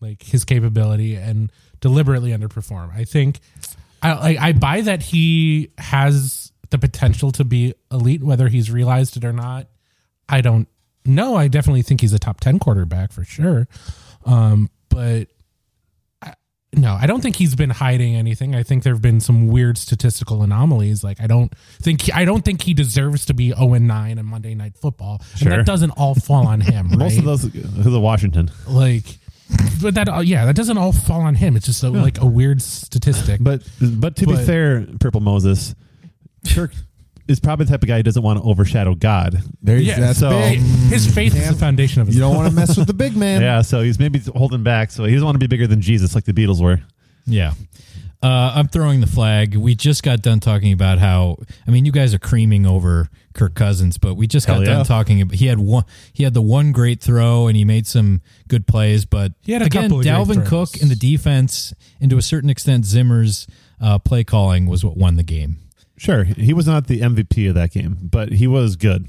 F: like his capability and deliberately underperform. I think I, I, I buy that he has the potential to be elite, whether he's realized it or not. I don't know. I definitely think he's a top ten quarterback for sure. Um, but no, I don't think he's been hiding anything. I think there have been some weird statistical anomalies. Like I don't think he, I don't think he deserves to be zero and nine on Monday Night Football, and
D: Sure.
F: that doesn't all fall on him. Right?
D: [laughs] Most of those, who's the Washington?
F: like, but that uh, yeah, that doesn't all fall on him. It's just a, like a weird statistic.
D: But but to be
F: But-
D: fair, Purple Moses, Kirk is probably the type of guy who doesn't want to overshadow God.
B: There you
F: yeah,
B: that's
D: so-
B: big.
F: his faith is the foundation of his.
D: [laughs]
B: You don't want to mess with the big man.
D: Yeah, so he's maybe holding back. So he doesn't want to be bigger than Jesus, like the Beatles were.
A: Yeah. Uh, I'm throwing the flag. We just got done talking about how I mean, you guys are creaming over Kirk Cousins, but we just got
D: Hell yeah.
A: done talking about he had one he had the one great throw and he made some good plays, but
F: He had a
A: again,
F: couple of great
A: Dalvin
F: throws.
A: Cook and the defense and to a certain extent Zimmer's uh, play calling was what won the game.
D: Sure, he was not the MVP of that game, but he was good.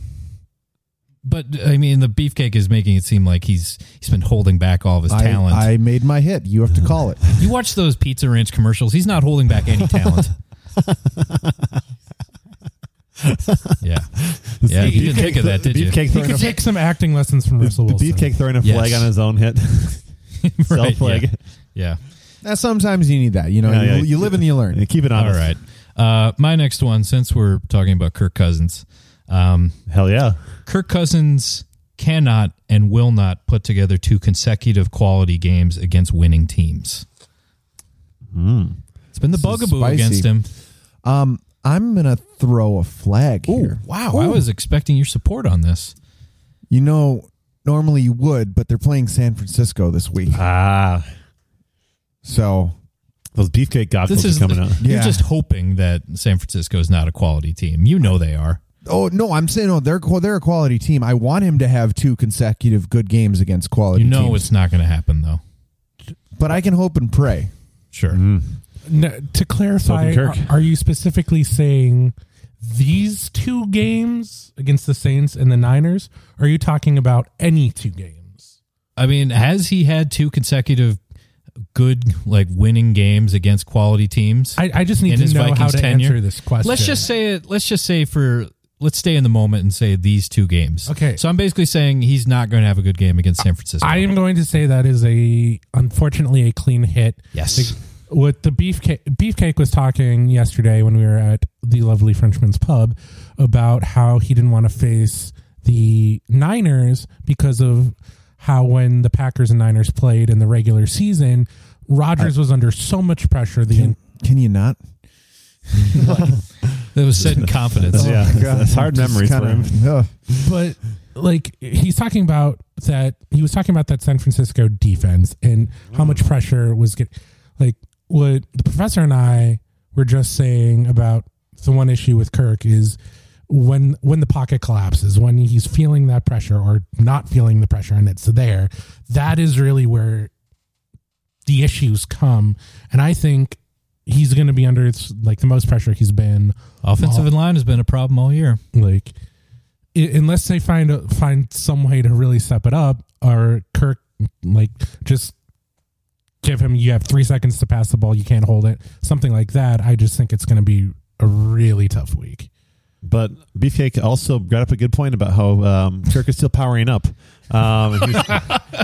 A: But I mean, the beefcake is making it seem like he's he's been holding back all of his
B: I,
A: talent.
B: I made my hit. You have to call it.
A: you watch those Pizza Ranch commercials; he's not holding back any
B: [laughs]
A: talent. yeah, [laughs] yeah. You didn't think of that, did you?
D: Beefcake
F: He
D: throwing
F: could
D: a,
F: take some acting lessons from Russell Wilson.
D: beefcake throwing a
A: Yes.
D: flag on his
A: [laughs]
D: own hit, [laughs]
A: Right,
D: self flag.
A: yeah. yeah.
B: Now, sometimes you need that. You know,
D: Yeah,
B: you,
D: yeah.
B: you live and you learn.
D: [laughs] And keep it
A: All
D: honest.
A: right. Uh, my next one, since we're talking about Kirk Cousins, um,
D: Hell yeah.
A: Kirk Cousins cannot and will not put together two consecutive quality games against winning teams. It's been the
B: Hmm. This is
A: bugaboo
B: spicy.
A: against him.
B: Um, I'm gonna throw a flag here.
A: Wow, I was expecting your support on this.
B: You know, normally you would, but they're playing San Francisco this week,
D: Ah,
B: so
D: those beefcake goggles
A: This is
D: are coming out.
A: You're
B: Yeah.
A: just hoping that San Francisco is not a quality team. You know they are.
B: Oh no, I'm saying no. They're qu- they're a quality team. I want him to have two consecutive good games against quality.
A: You know
B: teams.
A: it's not going to happen though.
B: but I can hope and pray.
A: Sure.
D: Mm.
F: No, to clarify,
D: Talking Kirk.
F: are, are you specifically saying these two games against the Saints and the Niners? Or are you talking about any two games?
A: I mean, has he had two consecutive good like winning games against quality teams?
F: I, I just need
A: In
F: to
A: his
F: know how
A: Vikings
F: to
A: tenure?
F: answer this question.
A: let's just say it. Let's just say for let's stay in the moment and say these two games.
F: Okay.
A: So I'm basically saying he's not going to have a good game against San Francisco.
F: I am going to say that is a unfortunately a clean hit.
A: Yes.
F: Like, what the beefcake beefcake was talking yesterday when we were at the lovely Frenchman's pub about how he didn't want to face the Niners because of how when the Packers and Niners played in the regular season, Rodgers was under so much pressure. The
B: Can you not?
A: that was said in confidence.
D: [laughs] Yeah, it's hard
B: Oh, Just
D: memories for him.
B: kinda, [laughs] ugh.
F: but like he's talking about that he was talking about that San Francisco defense and how much pressure was getting like what the professor and I were just saying about the one issue with Kirk is when when the pocket collapses when he's feeling that pressure or not feeling the pressure and it's there that is really where the issues come and I think he's going to be under like the most pressure he's been
A: Offensive line has been a problem all year.
F: like i- unless they find a, find some way to really step it up or kirk like just give him you have three seconds to pass the ball you can't hold it something like that i just think it's going to be a really tough week
D: But Beefcake also brought up a good point about how um, Kirk is still powering up. Um, he's-
A: [laughs]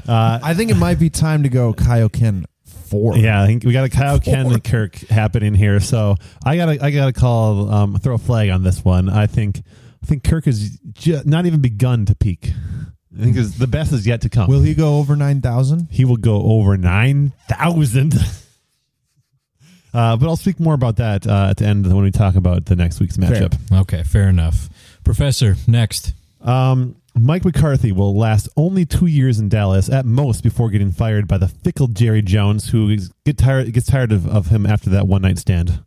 B: I think it might be time to go Kaioken four.
D: yeah, I think we got a Kyle Ken and Kirk happening here. So I gotta, I gotta call, um, throw a flag on this one. I think, I think Kirk has ju- not even begun to peak. I think is- the best is yet to come.
B: Will he go over nine thousand?
D: He will go over nine thousand. [laughs] Uh, but I'll speak more about that uh, at the end when we talk about the next week's matchup.
A: Okay, fair enough. Professor, next.
D: Um, Mike McCarthy will last only two years in Dallas at most before getting fired by the fickle Jerry Jones, who is, get tired gets tired of, of him after that one night stand.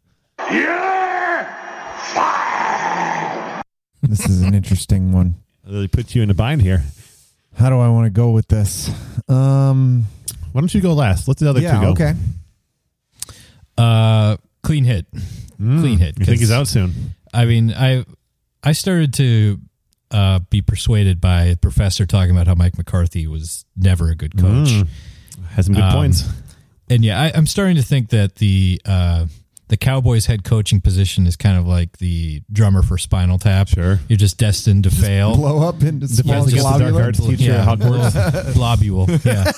B: This is an interesting one.
D: Really puts you in a bind here.
B: How do I want to go with this? Um,
D: Why don't you go last? Let the other
B: yeah,
D: two go.
B: okay.
A: Uh, clean hit. Clean hit.
D: Mm. You think he's
A: 'cause-
D: out soon?
A: I mean, I I started to uh, be persuaded by a professor talking about how Mike McCarthy was never a good coach,
D: Mm. Has some good
A: Um,
D: points.
A: and yeah, I, I'm starting to think that the uh, the Cowboys head coaching position is kind of like the drummer for Spinal Tap.
D: Sure.
A: you're just destined to fail.
B: Blow up into small
D: Defense against the dark
B: globular.
D: arts teacher
A: Yeah,
D: at Hogwarts.
A: little [laughs] globule. Yeah.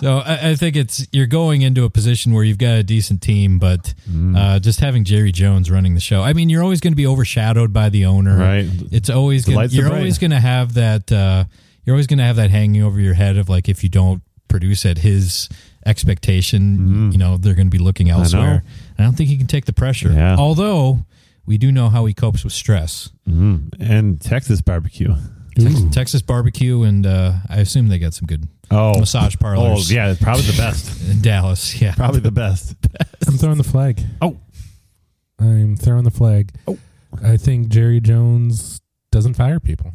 A: So I, I think it's you're going into a position where you've got a decent team, but
D: Mm.
A: uh, just having Jerry Jones running the show. I mean, you're always going to be overshadowed by the owner.
D: Right.
A: It's always gonna,
D: lights are
A: you're
D: bright.
A: always going to have that. Uh, you're always going to have that hanging over your head of like if you don't produce at his
D: Mm-hmm.
A: expectation, you know they're going to be looking elsewhere. I, don't think he can take the pressure.
D: Yeah.
A: Although we do know how he copes with stress.
D: Mm. Mm-hmm. And Texas barbecue.
A: Texas, Texas barbecue, and uh, I assume they got some good
D: Oh,
A: Massage parlors.
D: Oh, yeah, probably the best.
A: in Dallas. Yeah.
D: [laughs] probably the best.
F: I'm throwing the flag.
D: Oh.
F: I'm throwing the flag.
D: Oh.
F: I think Jerry Jones doesn't fire people.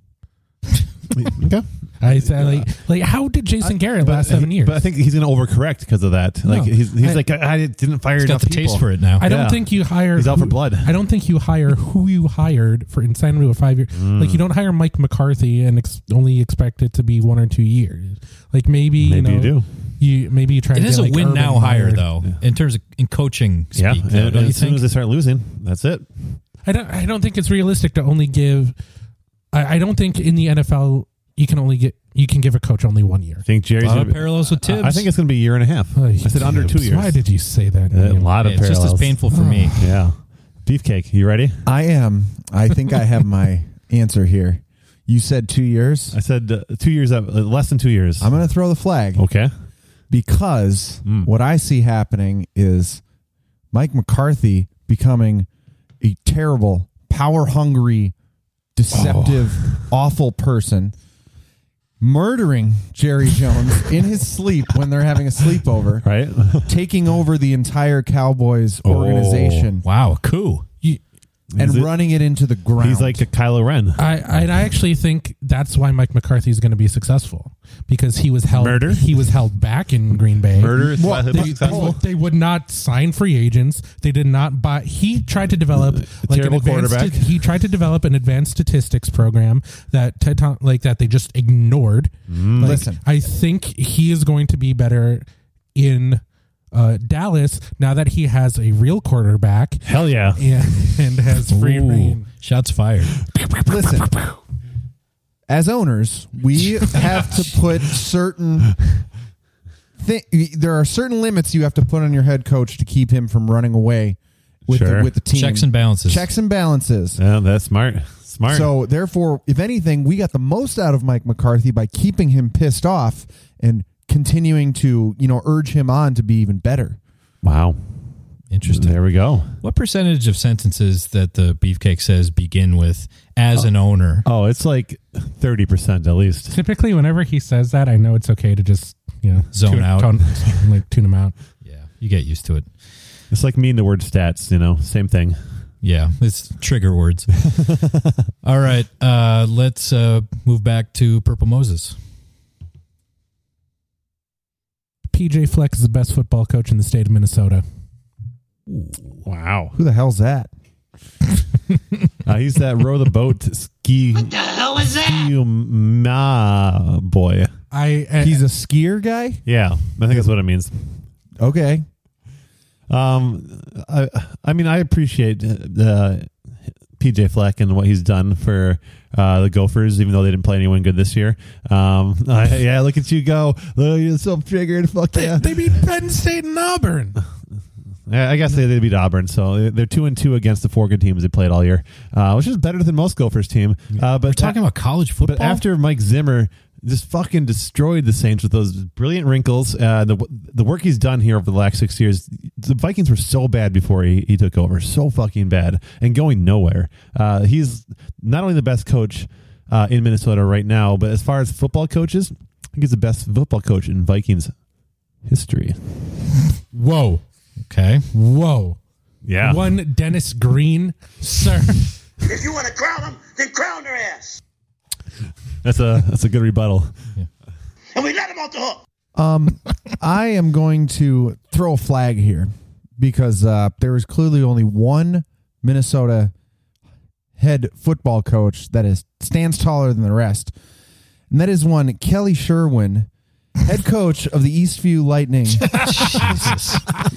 D: [laughs] okay.
F: I said, like, like how did Jason Garrett last seven years?
D: But I think he's going to overcorrect because of that. Like
F: No.
D: he's, he's
F: I-
D: like I, I didn't fire
A: He's got
D: enough
A: the
D: people.
A: taste for it now.
F: I don't
D: Yeah.
F: think you hire.
D: He's out
F: who-
D: for blood.
F: I don't think you hire who you hired for insanity of five years.
D: Mm.
F: Like you don't hire Mike McCarthy and ex- only expect it to be one or two years. Like maybe
D: Maybe
F: you, know,
D: you do.
F: You maybe you try.
A: it
F: to
A: is
F: get,
A: a
F: like,
A: win
F: Urban
A: now hire
F: hired.
A: though in terms of in coaching. Speak,
D: Yeah,
A: though,
D: and,
A: don't
D: and
A: you
D: as soon
A: think?
D: as they start losing, that's it.
F: I don't. I don't think it's realistic to only give. I, I don't think in the NFL you can only get you can give a coach only one year.
D: I think Jerry's.
A: a lot
D: gonna
A: of
D: be-
A: parallels with Tibbs.
D: I think it's going to be a year and a half.
F: Oh,
D: I said under two
F: Tibbs.
D: years. Uh,
F: Why did you say that?
D: a
F: Ian?
D: lot of
A: it's just
D: parallels. Oh.
A: as painful for me.
D: Yeah, beefcake. You ready?
B: I am. I think I have
D: [laughs]
B: my answer here. You said two years.
D: I said uh, two years. Up, uh, less than two years.
B: I'm going to throw the flag
D: okay.
B: because
D: Mm.
B: what I see happening is Mike McCarthy becoming a terrible, power hungry, deceptive,
D: Oh.
B: awful person, murdering Jerry Jones in his sleep when they're having a
D: [laughs]
B: sleepover,
D: Right.
B: taking over the entire Cowboys
D: Oh.
B: organization
A: Wow, a coup.
F: You-
B: and
D: Is it-
B: running it into the ground.
D: He's like a Kylo Ren.
F: I, I I actually think that's why Mike McCarthy is going to be successful because he was held
D: Murder?
F: he was held back in Green Bay.
D: Murder. is
B: Well,
D: not-
F: They, they, would, they would not sign free agents. They did not buy. He tried to develop like an
D: terrible
F: advanced,
D: quarterback.
F: He tried to develop an advanced statistics program that Ted Thom- like that they just ignored. Like,
B: Listen.
F: I think he is going to be better in uh, Dallas now that he has a real quarterback
D: Hell yeah.
F: and, [laughs] and has free
A: Ooh,
F: reign.
A: Shots fired.
B: listen. As owners, we have [laughs] to put certain thi- there are certain limits you have to put on your head coach to keep him from running away with
D: Sure.
B: the, with the team.
A: Checks and balances.
B: Checks and balances.
D: Yeah, that's smart. Smart.
B: So therefore, if anything, we got the most out of Mike McCarthy by keeping him pissed off and continuing to, you know, urge him on to be even better.
D: wow.
A: Interesting.
D: There we go.
A: What percentage of sentences that the beefcake says begin with as an owner?
D: Oh, it's like thirty percent at least.
F: typically whenever he says that i know it's okay to just you know
A: Zone
F: tune, [laughs]
A: out.
F: tone- like tune him out
A: Yeah, you get used to it.
D: It's like me and the word stats. You know, same thing.
A: Yeah, it's trigger words. All right, uh, let's uh, move back to Purple Moses.
F: pj fleck is the best football coach in the state of minnesota
D: Wow.
B: Who the hell's that?
D: Uh, he's that row the [laughs] boat ski
C: The hell is that?
D: ma boy.
F: i
B: He's a skier guy?
D: Yeah, I think that's what it means.
B: Okay.
D: Um, I, I mean, I appreciate uh, PJ Fleck and what he's done for uh, the Gophers, even though they didn't play anyone good this year. Um, [laughs] I- yeah, look at you go. Look, you're so triggered. Fuck yeah.
F: they beat penn state and auburn
D: Yeah, I guess they did beat Auburn, so they're two and two against the four good teams they played all year, uh, which is better than most Gophers team. Uh, but
A: We're talking about college football.
D: But after Mike Zimmer just fucking destroyed the Saints with those brilliant wrinkles, uh, the the work he's done here over the last six years, the Vikings were so bad before he, he took over, so fucking bad and going nowhere. Uh, he's not only the best coach uh, in Minnesota right now, but as far as football coaches, I think he's the best football coach in Vikings history.
F: whoa
A: okay,
F: whoa
D: Yeah,
F: one dennis green sir
C: If you want to crown them, then crown their ass.
D: that's a that's a good rebuttal. [laughs]
C: And we let them off the hook.
B: Um, [laughs] I am going to throw a flag here because uh, there is clearly only one Minnesota head football coach that is stands taller than the rest, and that is one Kelly Sherwin, head coach of the
A: [laughs]
B: Eastview Lightning,
A: Jesus,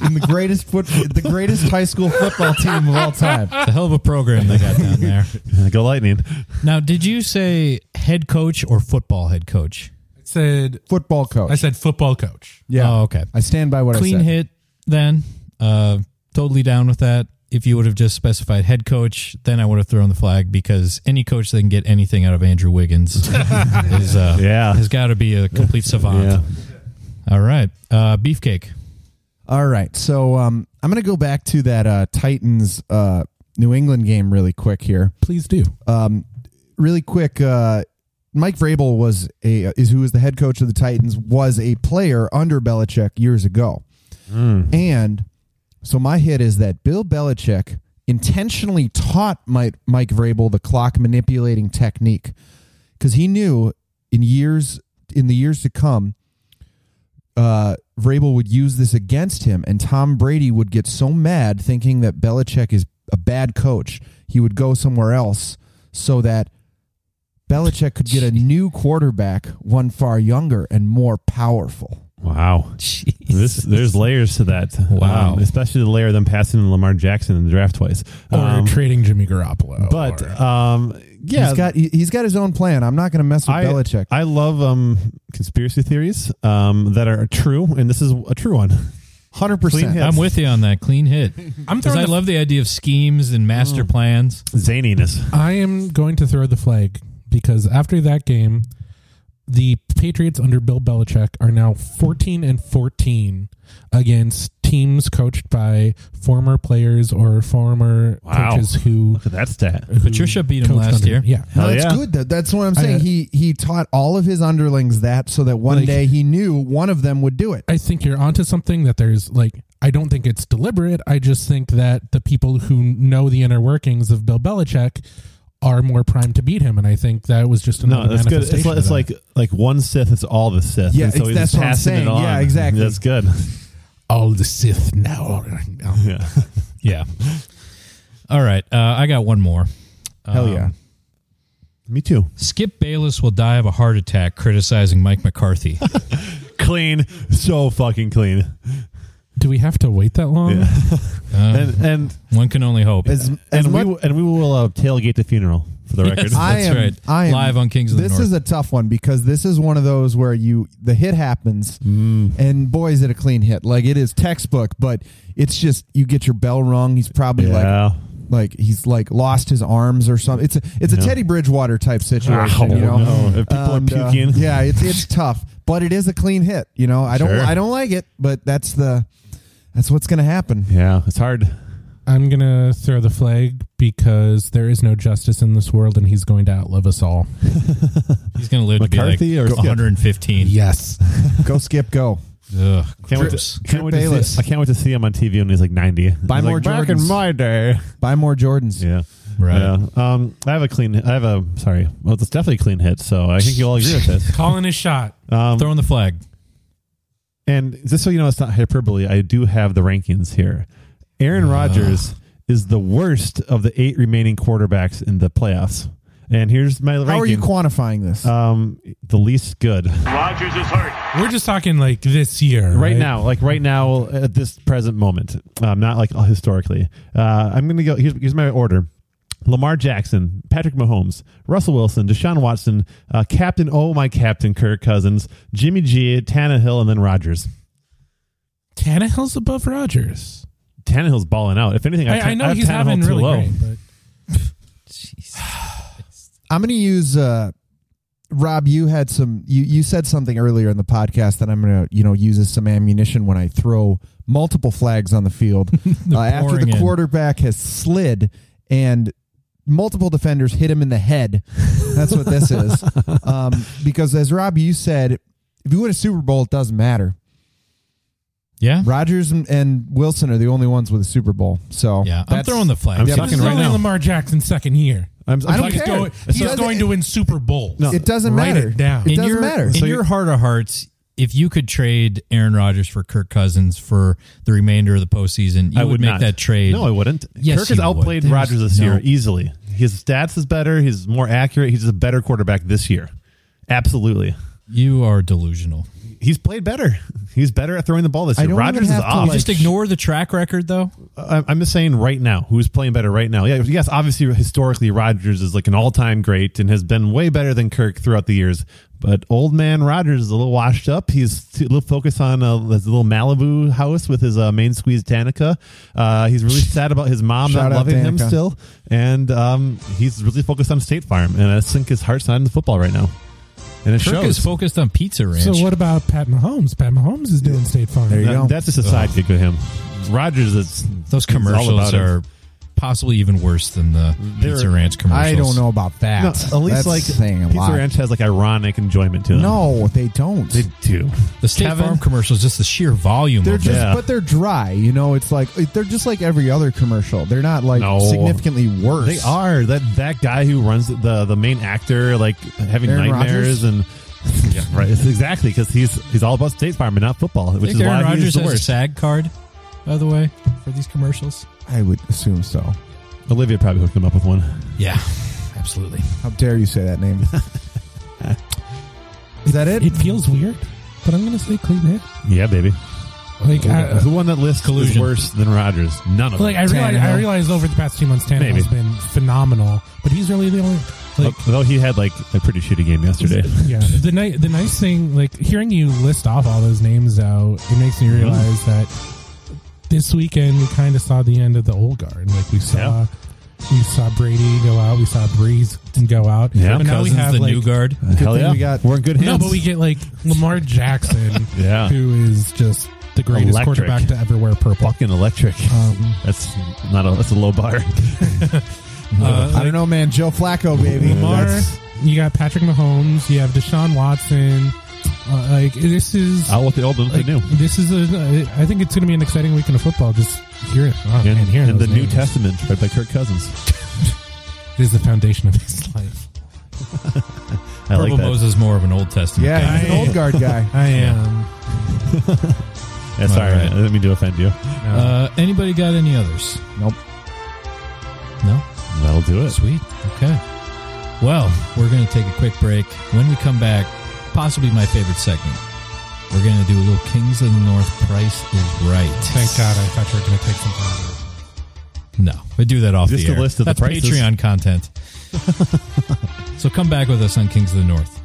B: in the greatest foot, the greatest high school football team of all time.
A: it's a hell of a program they got down there.
D: Go Lightning.
A: Now, did you say head coach or football head coach?
F: i said
B: Football coach.
F: i said football coach
B: yeah.
A: Oh, okay.
B: I stand by what I
A: Clean
B: said.
A: hit then. Uh, totally down with that. If you would have just specified head coach, then I would have thrown the flag because any coach that can get anything out of Andrew Wiggins is uh,
D: Yeah.
A: has got to be a complete savant.
D: Yeah.
A: All right, uh, beefcake.
B: All right. So um, I'm going to go back to that uh, Titans uh, New England game really quick here.
F: please do
B: Um, really quick, uh, Mike Vrabel was a is who is the head coach of the Titans was a player under Belichick years ago, and so my hit is that Bill Belichick intentionally taught Mike Mike Vrabel the clock manipulating technique because he knew in years in the years to come, uh, Vrabel would use this against him, and Tom Brady would get so mad thinking that Belichick is a bad coach, he would go somewhere else so that Belichick could get a new quarterback, one far younger and more powerful.
D: Wow. This there's layers to that.
A: Wow.
D: Um, especially the layer of them passing to Lamar Jackson in the draft twice.
E: or
D: Um,
E: trading Jimmy Garoppolo.
D: but
A: uh,
E: or-
D: um yeah,
B: he's got he- he's got his own plan. I'm not going to mess with
D: I,
B: Belichick.
D: I love um conspiracy theories um that are true and this is a true one.
B: Hundred
D: Clean hit.
B: percent.
A: I'm with you on that clean hit.
F: I'm
A: Because
F: throwing.
A: I
F: the-
A: love the idea of schemes and master plans.
D: Zaniness.
F: I am going to throw the flag because after that game, the Patriots under Bill Belichick are now 14 and 14 against teams coached by former players or former
D: Wow.
F: coaches who.
D: Look at that stat.
F: who
A: Patricia beat him
F: coached
A: last
F: under-
A: year.
F: Yeah.
D: Hell
B: that's
D: yeah.
B: good. That, that's what I'm saying.
F: I-
B: he he taught all of his underlings that so that one
F: Like-
B: day he knew one of them would do it.
F: I think you're onto something that there's like I don't think it's deliberate. I just think that the people who know the inner workings of Bill Belichick are more primed to beat him, and I think that was just another
D: No, that's good.
F: manifestation
D: It's, like-
F: of
D: it's
F: that.
D: like like one Sith is all the Sith.
B: Yeah,
D: And so
B: it's-
D: he's
B: that's what I'm
D: passing it
B: saying.
D: on.
B: Yeah, exactly.
D: That's good. [laughs]
F: all the Sith now. are- now.
D: Yeah.
A: Yeah. All right. Uh, I got one more.
B: Hell yeah.
D: Me too.
A: Skip Bayless will die of a heart attack criticizing Mike McCarthy.
D: Clean. So fucking clean.
F: Do we have to wait that long?
D: Yeah.
A: Uh,
D: And and
A: one can only hope.
B: As, as
D: and we
B: much-
D: will- and we will uh, tailgate the funeral for the
A: Yes.
D: record.
A: I- That's
B: am,
A: right.
B: I am,
A: Live on Kings of the
B: This
A: North.
B: is a tough one because this is one of those where you the hit happens,
A: Mm.
B: and boy is it a clean hit. Like it is textbook, but it's just you get your bell rung. He's probably
D: yeah.
B: like like he's like lost his arms or something. It's a it's a
D: Yeah.
B: Teddy Bridgewater type situation.
D: Ow,
B: you know,
D: no. If people are
B: And, uh, [laughs]
D: puking.
B: yeah, it's it's tough, but it is a clean hit. You know, I don't
D: Sure.
B: I don't like it, but that's the that's what's gonna happen.
D: yeah. It's hard.
F: [laughs] I'm gonna throw the flag because there is no justice in this world, and he's going to outlive us all.
A: He's going to live
D: McCarthy
A: to
D: or
A: be like
D: Skip?
A: 115.
F: Yes,
B: [laughs] go skip go.
A: Ugh,
D: Can't wait,
A: gross.
D: to, can't, wait to
B: Bayless.
D: see, I can't wait to see him on TV when he's like 90.
B: Buy
D: He's
B: more
D: like, Back in
B: Jordans."
D: my day.
B: Buy more Jordans.
D: Yeah.
A: Right.
D: Yeah. Um, I have a clean. I have a sorry. Well, it's definitely a clean hit. So I think you all agree
B: [laughs]
D: with this.
F: calling his shot.
D: Um,
A: Throwing the flag.
D: and just so you know, it's not hyperbole. I do have the rankings here.
B: Ah.
D: Aaron Rodgers is the worst of the eight remaining quarterbacks in the playoffs. And here's my ranking.
B: How are you quantifying this?
D: um, the least good
C: Rogers is hurt.
F: We're just talking like this year, right,
D: right, now, like right now at this present moment, um, not like historically. Uh, I'm gonna go. Here's, here's my order: Lamar Jackson, Patrick Mahomes, Russell Wilson, Deshaun Watson, uh, Captain Oh my Captain Kirk Cousins, Jimmy G, Tannehill, and then Rogers.
F: Tannehill's above Rogers.
D: Tannehill's balling out. If anything, I,
F: I, I know
D: have
F: he's
D: Tannehill
F: having
D: too
F: really
D: low.
F: great, but
B: I'm going to use uh, Rob. You had some. You you said something earlier in the podcast that I'm going to you know use as some ammunition when I throw multiple flags on
A: [laughs]
B: the field uh, after
A: pouring
B: the
A: in.
B: quarterback has slid and multiple defenders hit him in the head. That's what
A: [laughs]
B: this is. Um, because as Rob, you said, if you win a Super Bowl, it doesn't matter.
A: Yeah.
B: Rodgers and, and Wilson are the only ones with a Super Bowl. So
A: Yeah. I'm
B: that's-
A: throwing the flag.
D: I'm
A: Yeah,
F: this
D: talking
F: is
D: right
F: only
D: now.
F: Lamar Jackson's second year.
D: I'm, I'm
B: I don't
D: talking-
F: He's,
B: care.
F: going,
B: It
F: he's
B: doesn't-
F: going to win Super Bowls.
D: No.
B: It doesn't
F: Write
B: matter.
F: it down.
B: It
F: In
B: doesn't
A: your,
B: matter.
A: In your heart of hearts, if you could trade Aaron Rodgers for Kirk Cousins for the remainder of the postseason, you
D: I
A: would,
D: would
A: make
D: not.
A: that trade.
D: No, I wouldn't.
A: Yes,
D: Kirk has
A: you would.
D: outplayed
A: There's
D: Rodgers this
A: no-
D: year easily. His stats is better. He's more accurate. He's a better quarterback this year. Absolutely.
A: you are delusional.
D: He's played better. He's better at throwing the ball this
B: I
D: year.
B: don't even
D: Rodgers is
B: have to,
D: off.
B: like-
A: Just ignore the track record, though.
D: I- I'm just saying right now, who's playing better right now? Yeah, yes, obviously historically Rodgers is like an all-time great and has been way better than Kirk throughout the years. But old man Rodgers is a little washed up. He's t- a little focused on uh, his little Malibu house with his uh, main squeeze Danica. Uh,
B: [laughs]
D: he's really sad about his mom
B: Shout
D: not
B: out
D: loving him
B: Danica.
D: still, and um, he's really focused on State Farm. And I think his heart's not in the football right now, and it
A: Kirk
D: shows.
A: is focused on Pizza Ranch.
F: So what about Pat Mahomes? Pat Mahomes is doing State Farm.
B: There you
D: That-
B: go.
D: that's just a sidekick of him. Rodgers is
A: Those
D: he's all
A: commercials
D: about it.
A: are possibly even worse than the
D: They're-
A: Pizza Ranch commercials.
B: I don't know about that.
D: No, at least
B: That's
D: like
B: saying a
D: Pizza
B: lot.
D: Ranch has like ironic enjoyment to them.
B: No, they don't.
D: they do.
A: The State
D: Kevin?
A: Farm commercials, just the sheer volume.
B: They're
A: of
B: just,
D: Yeah.
B: but they're dry. You know, it's like they're just like every other commercial. They're not like
D: No.
B: significantly worse.
D: They are that that guy who runs the the main actor like having
B: Aaron Rodgers?
D: nightmares and. [laughs] Yeah, right. It's exactly because he's he's all about State Farm and not football,
A: Think
D: which is
A: Aaron
D: why
A: Rodgers
D: he's the
A: has a
D: worst.
A: SAG card, by the way, for these commercials.
B: I would assume so.
D: Olivia probably hooked him up with one.
A: Yeah, absolutely.
B: How dare you say that name? Is that it?
F: It feels weird, but I'm going to say clean hit.
D: Yeah, baby.
F: Like, I,
D: the one that lists Uh, collusion is worse than Rodgers. None of
F: like I
D: them.
F: realize, I
B: Tannehill.
F: realize over the past two months,
D: Maybe.
F: Tannehill's been phenomenal, but he's really the only. Like,
D: Though he had like a pretty shitty game yesterday.
F: [laughs] yeah. The night, the nice thing, like hearing you list off all those names, though, it makes me realize that this weekend we kind of saw the end of the old guard. Like we saw,
D: Yeah.
F: we saw Brady go out, we saw Breeze go out.
D: Yeah.
F: but now we
A: Cousins,
F: have
A: the
F: like,
A: new guard.
D: Hell
B: thing
D: yeah,
B: we got-
D: we're in good hands.
F: no, but we get like Lamar Jackson,
D: Yeah.
F: who is just the greatest
D: Electric.
F: quarterback to ever wear purple.
D: fucking electric.
F: Um,
D: That's not a that's a low bar.
F: uh,
B: I don't know, man. Joe Flacco, baby.
F: Lamar,
B: That's-
F: you got Patrick Mahomes, you have Deshaun Watson. Uh, like this is,
D: Out with the old, and with
F: like,
D: the new.
F: this is a. I think it's going to be an exciting week in football. Just hearing, oh,
D: And,
F: man, hearing
D: and the
F: those
D: New
F: names
D: Testament, right by Kirk Cousins.
F: is the foundation of his [laughs] life.
D: I
A: Purple
D: like that.
A: Mose is more of an Old Testament.
B: yeah, he's an old guard guy.
F: I am.
D: Yeah, sorry,
A: All right.
D: I didn't mean to offend you.
A: guy. Uh, anybody got any others?
B: Nope.
A: No.
D: That'll do it.
A: Sweet. Okay. Well, we're going to take a quick break. When we come back, possibly my favorite segment. We're going to do a little Kings of the North. Price is right.
F: Thank God, I thought you were going to take some time.
A: No, we do that off
D: Just
A: the
D: a
A: air.
D: list of the
A: That's
D: prices.
A: Patreon
D: [laughs]
A: content. so come back with us on Kings of the North.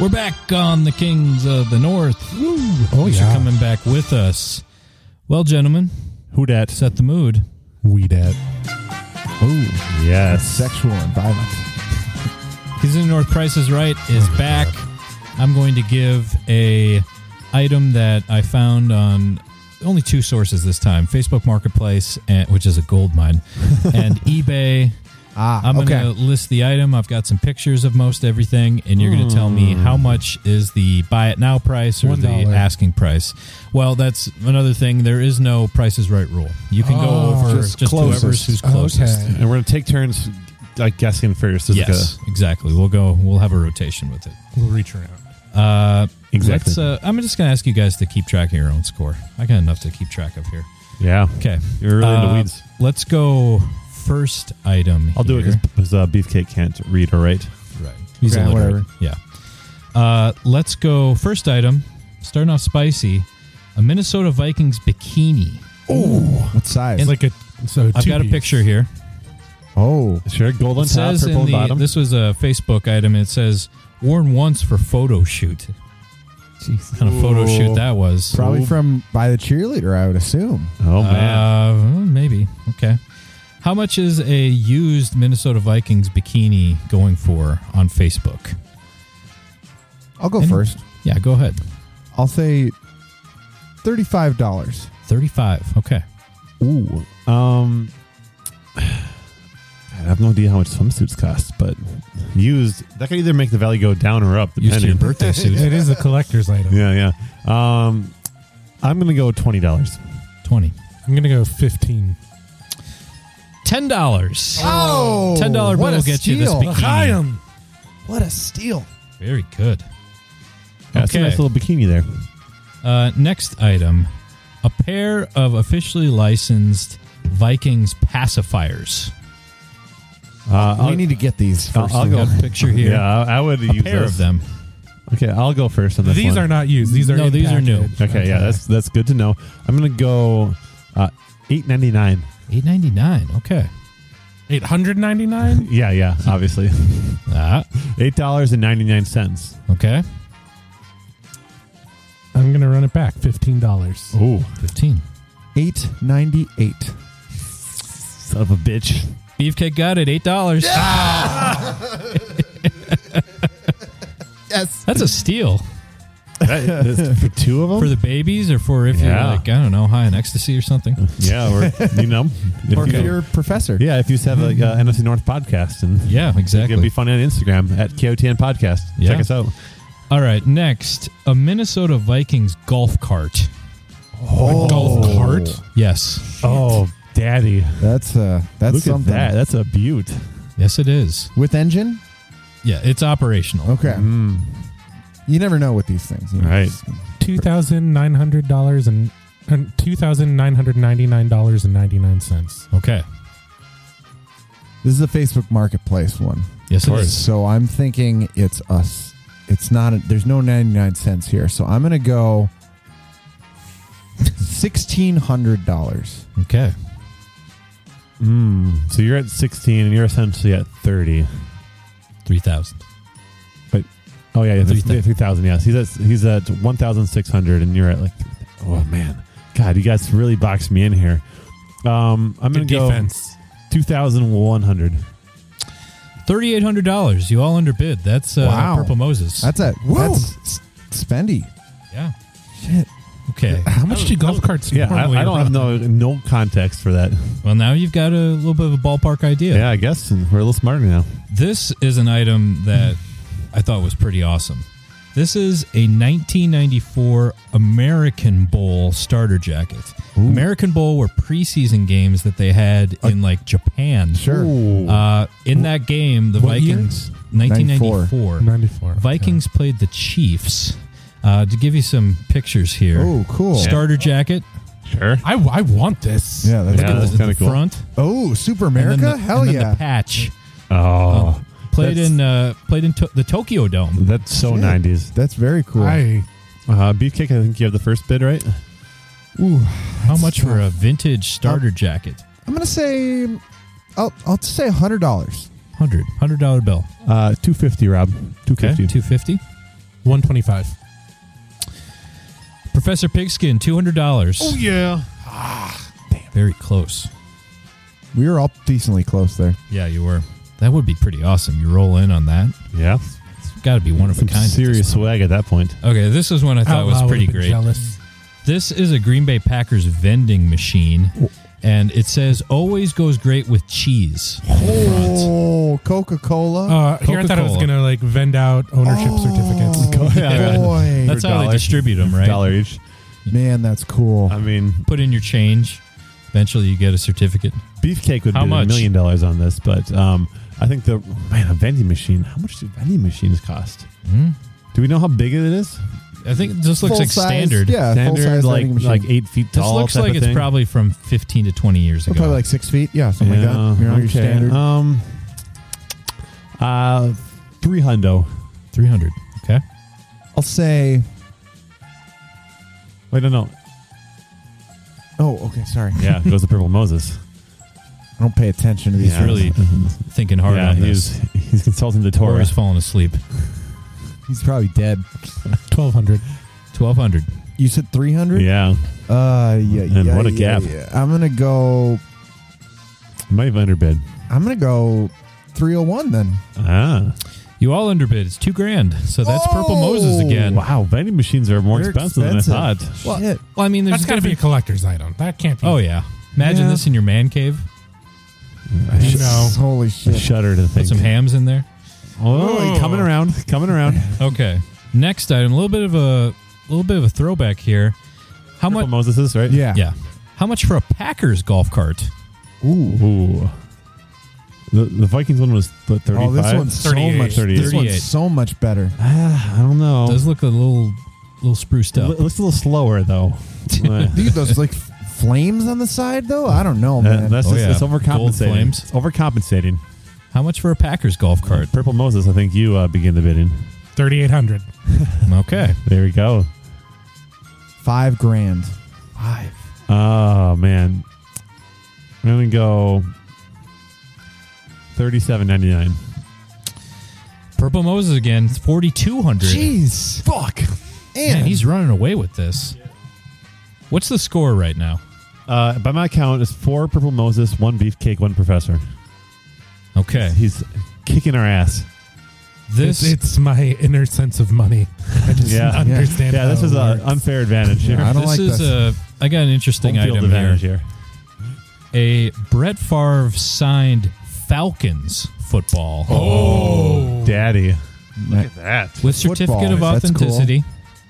A: We're back on the Kings of the North. Woo.
F: Oh
A: Thanks
F: yeah,
A: for coming back with us. Well, gentlemen,
D: Who dat?
A: set the mood.
F: we did.
B: Oh,
D: Yes.
B: sexual and violent.
A: Because the North Price is Right is back. I'm going to give a item that I found on only two sources this time: Facebook Marketplace, and, which is a gold mine, and eBay.
B: Ah,
A: I'm
B: okay.
A: going to list the item. I've got some pictures of most everything, and you're going to tell me how much is the buy it now price or the
F: $1.
A: asking price. Well, that's another thing. There is no Price is Right rule. You can
F: Oh,
A: go over
B: just
A: just, whoever's
B: closest.
A: who's closest.
F: Okay.
D: And we're gonna take turns like guessing first. It's like
A: Yes, exactly. We'll go. We'll have a rotation with it.
F: We'll reach around.
A: Uh,
D: Exactly.
A: Let's, uh, I'm just going to ask you guys to keep track of your own score. I got enough to keep track of here.
D: a- yeah.
A: Okay.
D: You're really into
A: Uh,
D: weeds.
A: Let's go first item.
D: I'll do it
A: here.
D: because uh, Beefcake can't read or write.
A: Right. He's
B: Okay,
A: illiterate.
B: whatever.
A: Yeah. Uh, let's go first item. Starting off spicy. A Minnesota Vikings bikini.
B: What size?
F: It's like a so.
A: I've got a picture here.
B: oh,
D: Sure, gold on
A: It
D: top,
A: says
D: purple
A: in
D: on
A: the
D: bottom.
A: this was a Facebook item. It says worn once for photo shoot. Jeez. What kind of photo
B: Ooh.
A: shoot that was?
B: probably from by the cheerleader, I would assume.
D: oh man,
A: Uh, well, maybe. Okay. How much is a used Minnesota Vikings bikini going for on Facebook?
B: I'll go
A: Any-
B: first.
A: Yeah, go ahead.
B: I'll say thirty-five dollars.
A: 35. Okay.
D: ooh. Um, [sighs] I have no idea how much swimsuits cost, but used that could either make the value go down or up
A: Used to
D: depending.
A: your birthday suit.
F: It is a collector's item.
D: yeah, yeah. Um, I'm gonna go twenty dollars.
A: 20.
F: I'm gonna go 15.
A: $10.
B: Oh,
A: $10 bill
B: what a
A: will get you this
B: steal.
A: bikini.
B: What a steal!
A: Very good.
D: Yeah, it's a
A: Okay.
D: nice little bikini there.
A: Uh, next item a pair of officially licensed Vikings pacifiers.
D: Uh,
B: we
D: I'll,
B: need to get these.
D: I'll-
B: First
D: I'll
B: thing.
D: go.
A: Got a picture here.
D: Yeah, I I would
A: A
D: use
A: pair
D: this.
A: of them.
D: Okay, I'll go first on this.
F: These
D: one.
F: are not used. These are
A: No,
F: in
A: these are new.
F: package.
D: Okay, yeah, that's that's good to know. I'm gonna go uh, eight ninety nine.
A: 8.99. Okay.
F: 899.
D: Yeah, yeah, obviously [laughs]
A: Ah,
D: eight dollars and ninety nine cents.
A: okay.
F: I'm gonna run it back. Fifteen dollars.
D: Ooh,
A: 15.
B: Eight ninety-eight.
D: Son of a bitch.
A: Beefcake got it, eight dollars. [laughs]
B: Yes.
A: That's a steal
D: That- [laughs] that's for two of them?
A: for the babies, or for if you're
D: Yeah.
A: like I don't know, high on ecstasy or something.
D: [laughs] yeah, or, you know. if
B: Or
D: you-
B: if you're a professor.
D: yeah, if you just have a uh, NFC North podcast and
A: Yeah,
D: It's gonna
A: exactly.
D: be fun on Instagram at KOTN Podcast.
A: Yeah.
D: Check us out.
A: All right, next, a Minnesota Vikings golf cart.
B: Oh,
E: golf cart.
A: Yes,
D: Oh, daddy!
B: That's uh that's
D: Look
B: something.
D: at that. That's a beaut.
A: yes, it is.
B: With engine?
A: Yeah, it's operational.
B: Okay.
D: Mm,
B: You never know with these things. You know,
D: Mm-hmm. Right.
B: just-
E: Two thousand nine hundred dollars and two thousand nine hundred ninety nine dollars and ninety nine cents.
A: Okay,
B: This is a Facebook Marketplace one.
A: yes, it is.
B: So I'm thinking it's us. It's not. there's no 99 cents here. So I'm gonna go sixteen hundred dollars.
A: Okay,
D: Mm. So you're at 16 and you're essentially at 30.
A: three thousand.
D: Oh yeah, yeah,
A: Three
D: three
A: thou-
D: thousand. Yes, he's at he's at 1,600 and you're at like. 3,000. Oh man, God, you guys really boxed me in here. Um, I'm gonna
F: Good defense.
D: go 2,100.
A: Thirty-eight hundred dollars. You all underbid. That's uh,
B: Wow.
A: Purple Moses.
B: That's it.
E: Whoa.
B: That's s- spendy.
A: yeah.
B: Shit.
A: Okay.
E: How much do golf carts?
D: Yeah, I,
E: normally
D: I don't
E: run?
D: have no no context for that.
A: Well, now you've got a little bit of a ballpark idea.
D: Yeah, I guess and we're a little smarter now.
A: This is an item that I thought was pretty awesome. This is a 1994 American Bowl starter jacket. American Bowl were preseason games that they had in like Japan.
B: Sure.
A: Uh, in that game, the
E: What year?
A: Vikings, 1994,
E: 94.
A: Vikings played the Chiefs. Uh, to give you some pictures here.
B: Oh, cool.
A: Starter jacket.
D: Sure.
E: I, I want this.
B: Yeah. That's
D: Yeah,
B: cool.
D: that's
A: in the
D: kinda cool.
A: front.
B: Oh, Super
A: and
B: America.
A: then the-
B: Hell
A: and then
B: yeah.
A: The patch.
D: Oh,
A: Played
D: That's-
A: in uh, played in to- the Tokyo Dome.
D: that's so
B: Shit.
D: 90s.
B: That's very cool.
E: I
D: Uh, Beefcake, I think you have the first bid, right?
B: Ooh,
A: How much for a vintage starter jacket?
B: I'm gonna say, I'll I'll just say hundred dollars.
A: Hundred. Hundred dollar bill.
D: Uh, 250, Rob.
A: Okay.
D: 250.
A: Two fifty.
E: 125.
A: Professor Pigskin, two hundred dollars.
D: Oh, yeah.
A: Very close.
B: We were all decently close there.
A: Yeah, you were. That would be pretty awesome. You roll in on that.
D: Yeah.
A: It's got to be one of
D: Some
A: a kind. at this
D: serious
A: point.
D: swag at that point.
A: Okay, this is one I thought
E: Outlaw
A: was
E: would've
A: pretty
E: been
A: great.
E: Jealous.
A: This is a Green Bay Packers vending machine, and it says always goes great with cheese.
B: Oh, Coca Cola.
E: Uh, here I thought I was
A: Coca-Cola.
E: gonna like vend out ownership certificates.
B: Oh, [laughs] boy,
A: That's how they
D: $100.
A: distribute them, right?
D: Dollar each.
B: man, that's cool.
D: I mean,
A: Put in your change. Eventually, you get a certificate.
D: Beefcake would
A: How
D: be
A: much?
D: a million dollars on this, but um, I think the man a vending machine. How much do vending machines cost?
A: Hmm?
D: Do we know how big it is?
A: I think it just looks
B: Full
A: like
B: size,
A: standard.
B: Yeah, full
D: Standard,
B: size
D: like like eight feet
A: This
D: tall.
A: looks
D: type
A: like
D: of
A: it's
D: thing?
A: probably from 15 to 20 years ago.
B: probably like six feet. Yeah, something
D: yeah,
B: like that. You know, your
D: okay.
B: standard.
D: Um, uh, three hundo.
A: 300. Okay.
B: I'll say.
D: Wait, no, no.
B: Oh, okay. Sorry,
D: Yeah, it goes to Purple Moses.
B: I don't pay attention to these.
A: He's
D: Yeah.
B: rules.
A: really thinking hard
D: yeah,
A: on
D: he's
A: this.
D: he's consulting the
A: Or
D: Torah.
A: he's falling asleep.
B: He's probably dead.
E: 1200.
A: 1200.
B: You said three hundred.
D: Yeah,
B: Uh, yeah.
D: And
B: yeah,
D: what a
B: yeah,
D: gap.
B: yeah. I'm gonna go.
D: might have underbid.
B: I'm gonna go three hundred one then.
D: Ah,
A: You all underbid. It's two grand. So that's Purple
B: Oh!
A: Moses again.
D: wow, vending machines are more
B: They're
D: expensive, than I
B: expensive.
D: thought.
A: Well,
B: Shit.
A: well, I mean, there's
E: That's got to be a
A: different-
E: collector's item. That can't be.
A: Oh, yeah. Imagine
B: Yeah.
A: this in your man cave.
E: you know.
B: Holy
D: I
B: shit.
D: shudder to
A: Put
D: think.
A: some hams in there.
D: Oh, coming around, coming around.
A: [laughs] Okay. Next item. A little bit of a little bit of a throwback here. How
D: Purple
A: much?
D: Moses is right.
B: Yeah.
A: Yeah. How much for a Packers golf cart?
B: Ooh.
D: Ooh. The, the Vikings one was th- 35.
B: Oh, this one's so
E: 38.
B: much. This
A: 38.
B: one's so much better.
D: Ah, I don't know.
A: Does look a little little spruced
D: L-
A: up. Oh,
D: looks a little
A: [laughs]
D: slower though. Eh.
B: Look at those like f- flames on the side, though. I don't know,
D: Uh,
B: man.
D: that's
A: Oh,
D: just,
A: yeah.
D: it's
A: Gold
D: overcompensating.
A: flames.
D: It's overcompensating.
A: How much for a Packers golf cart?
D: Purple Moses, I think you uh, begin the bidding.
E: 3800.
A: Okay.
D: There we go.
B: Five grand.
D: Five. Oh man, I'm gonna go thirty-seven ninety-nine.
A: Purple Moses again, forty two hundred.
B: Jeez. Fuck.
A: Man,
B: And
A: he's running away with this. What's the score right now?
D: Uh, by my count, it's four purple Moses, one beefcake, one professor.
A: Okay.
D: He's kicking our ass.
A: This
E: It's, it's my inner sense of money. I just
D: Yeah.
E: understand.
D: Yeah,
E: how
D: this
E: it
D: is an
E: works.
D: unfair advantage here.
B: [laughs] I don't
A: this
B: like
A: is
B: this.
A: a I got an interesting
D: Home field
A: item here.
D: advantage here.
A: A Brett Favre signed Falcons football
E: Oh,
D: Daddy.
B: Look
D: at that.
A: with
B: Football,
A: certificate of
B: that's cool.
A: authenticity.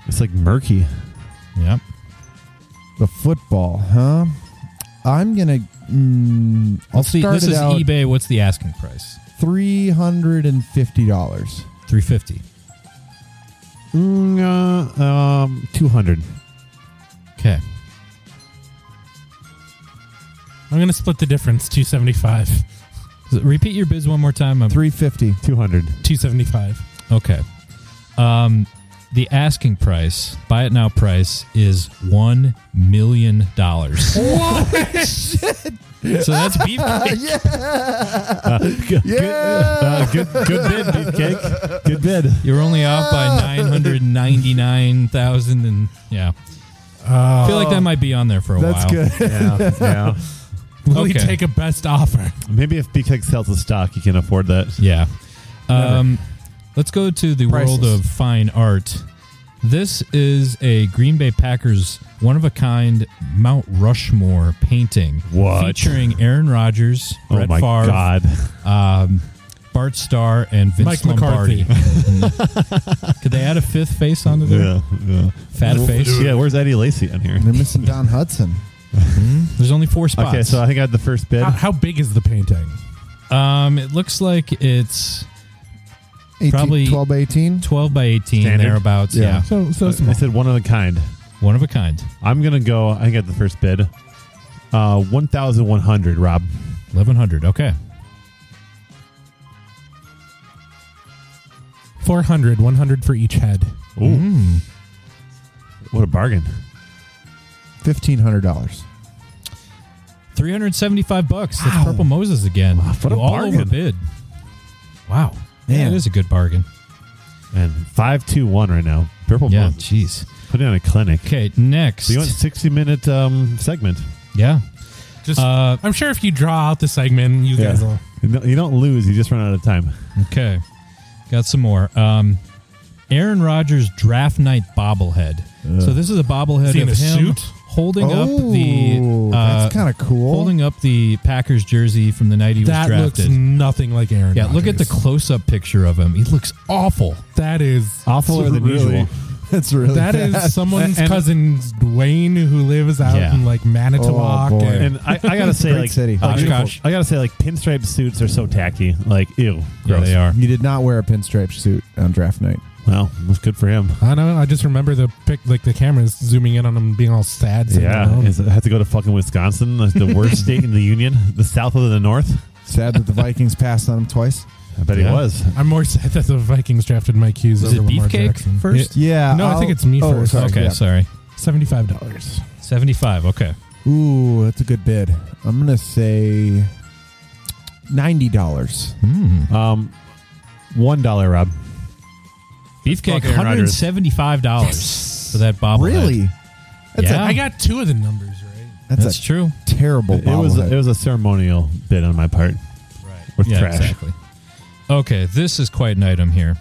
D: It's like murky.
A: Yeah.
B: the football, huh? I'm gonna. Mm, I'll
A: Let's see.
B: start
A: This
B: it
A: is
B: out
A: eBay. What's the asking price?
B: three hundred and fifty dollars.
A: Three fifty.
D: Mm, uh, um, 200.
A: Okay.
E: I'm gonna split the difference. Two seventy five.
A: Repeat your bids one more time. I'm-
B: Three fifty.
D: 200.
E: Two seventy five.
A: Okay. Um, the asking price, buy it now price, is one million
B: [laughs]
A: dollars. What? so that's beef.
B: Yeah.
D: Uh, Good, good bid, beefcake. Good bid.
A: You're only off by
B: [laughs]
A: nine hundred ninety nine thousand, and yeah. I feel like that might be on there for a
B: Oh. That's
A: while.
B: good.
D: Yeah, yeah.
E: Will we
A: Okay.
E: take a best offer?
D: [laughs] Maybe if beefcake sells the stock, you can afford that.
A: Yeah. Um, let's go to the world
B: Priceless.
A: of fine art. This is a Green Bay Packers one of a kind Mount Rushmore painting
D: What?
A: featuring Aaron Rodgers,
D: Oh
A: Brett
D: my
A: Favre,
D: God.
A: um, Bart Starr, and
E: Mike
A: Vince
E: McCarthy.
A: Lombardi.
E: [laughs]
A: Could they add a fifth face onto there?
D: Yeah, yeah.
A: Fat face.
D: Yeah, where's Eddie Lacy on here?
B: They're missing Don Hudson.
A: There's only four spots.
D: Okay, so I think I had the first bid.
E: How, how big is the painting?
A: um, it looks like it's
B: 18,
A: Probably-
B: 12 by 18.
A: 12 by 18
D: Standard?
A: thereabouts.
B: Yeah.
A: Yeah.
E: So so
D: I
E: small.
D: said one of a kind.
A: one of a kind.
D: I'm gonna go. I think I had the first bid. Uh, one thousand one hundred. Rob.
A: 1100. Okay.
E: Four hundred. One hundred for each head.
D: Ooh, what a bargain!
B: $1,500.
A: 375 bucks. That's Purple Moses again.
D: what a
A: You all
D: bargain.
A: overbid.
E: Wow.
A: Yeah,
B: Man.
A: it is a good bargain.
D: And five two one right now. Purple
A: Yeah,
D: yeah.
A: jeez.
D: Putting on a clinic.
A: Okay, next.
D: So you want sixty minute um, segment.
A: yeah.
E: Just
A: Uh,
E: I'm sure if you draw out the segment, you guys will.
D: You don't- You don't lose. You just run out of time.
A: Okay. Got some more. Um, Aaron Rodgers draft night bobblehead. So this is a bobblehead
E: Is he in
A: of
E: a
A: him
E: suit?
A: holding up
B: Oh,
A: the uh,
B: that's kind of cool.
A: holding up the Packers jersey from the night he
E: That
A: was
E: looks
A: drafted.
E: nothing like Aaron.
A: yeah, look at the
E: Rodgers.
A: close up picture of him. He looks awful.
E: that is
D: Awfuler than
B: Really?
D: usual.
B: [laughs] That's really
E: That is
B: [laughs]
E: someone's cousin Dwayne who lives out
A: Yeah.
E: in like Manitowoc.
B: Oh, boy.
E: and-
D: And I, I gotta say,
B: Great
D: like,
B: city.
D: like,
A: Oshkosh.
D: I gotta say, like, pinstripe suits are so tacky. Like, ew.
A: Yeah,
D: Gross.
A: they are.
B: You did not wear a pinstripe suit on draft night.
D: Well, it was good for him.
E: I don't know. I just remember the pic, like the cameras zooming in on him being all sad. sitting
D: Yeah,
E: down.
D: is- I had to go to fucking Wisconsin, like the [laughs] worst state in the union, the south of the north.
B: Sad that the Vikings passed on him twice.
D: I bet
A: Yeah.
D: he was.
E: I'm more [laughs] sad that the Vikings drafted Mike Hughes
A: Is it
E: over Lamar
A: beefcake
E: Jackson.
A: first?
B: Yeah.
E: No, I think it's me
B: oh,
E: first.
B: Sorry,
A: okay,
B: yeah.
A: sorry.
E: Seventy-five dollars.
A: Seventy five, okay.
B: Ooh, that's a good bid. I'm gonna say ninety dollars.
A: Mm.
D: Um, one dollar, Rob.
A: Beefcake,
D: Fuck Aaron
A: one hundred and seventy-five dollars for that bobblehead.
B: Really?
A: That's yeah,
E: I got two of the numbers right.
B: That's,
A: that's, true.
B: a terrible.
D: It was
B: bobblehead.
D: it was a ceremonial bid on my part.
A: Right.
D: With
A: yeah,
D: trash.
A: exactly. Okay, this is quite an item here.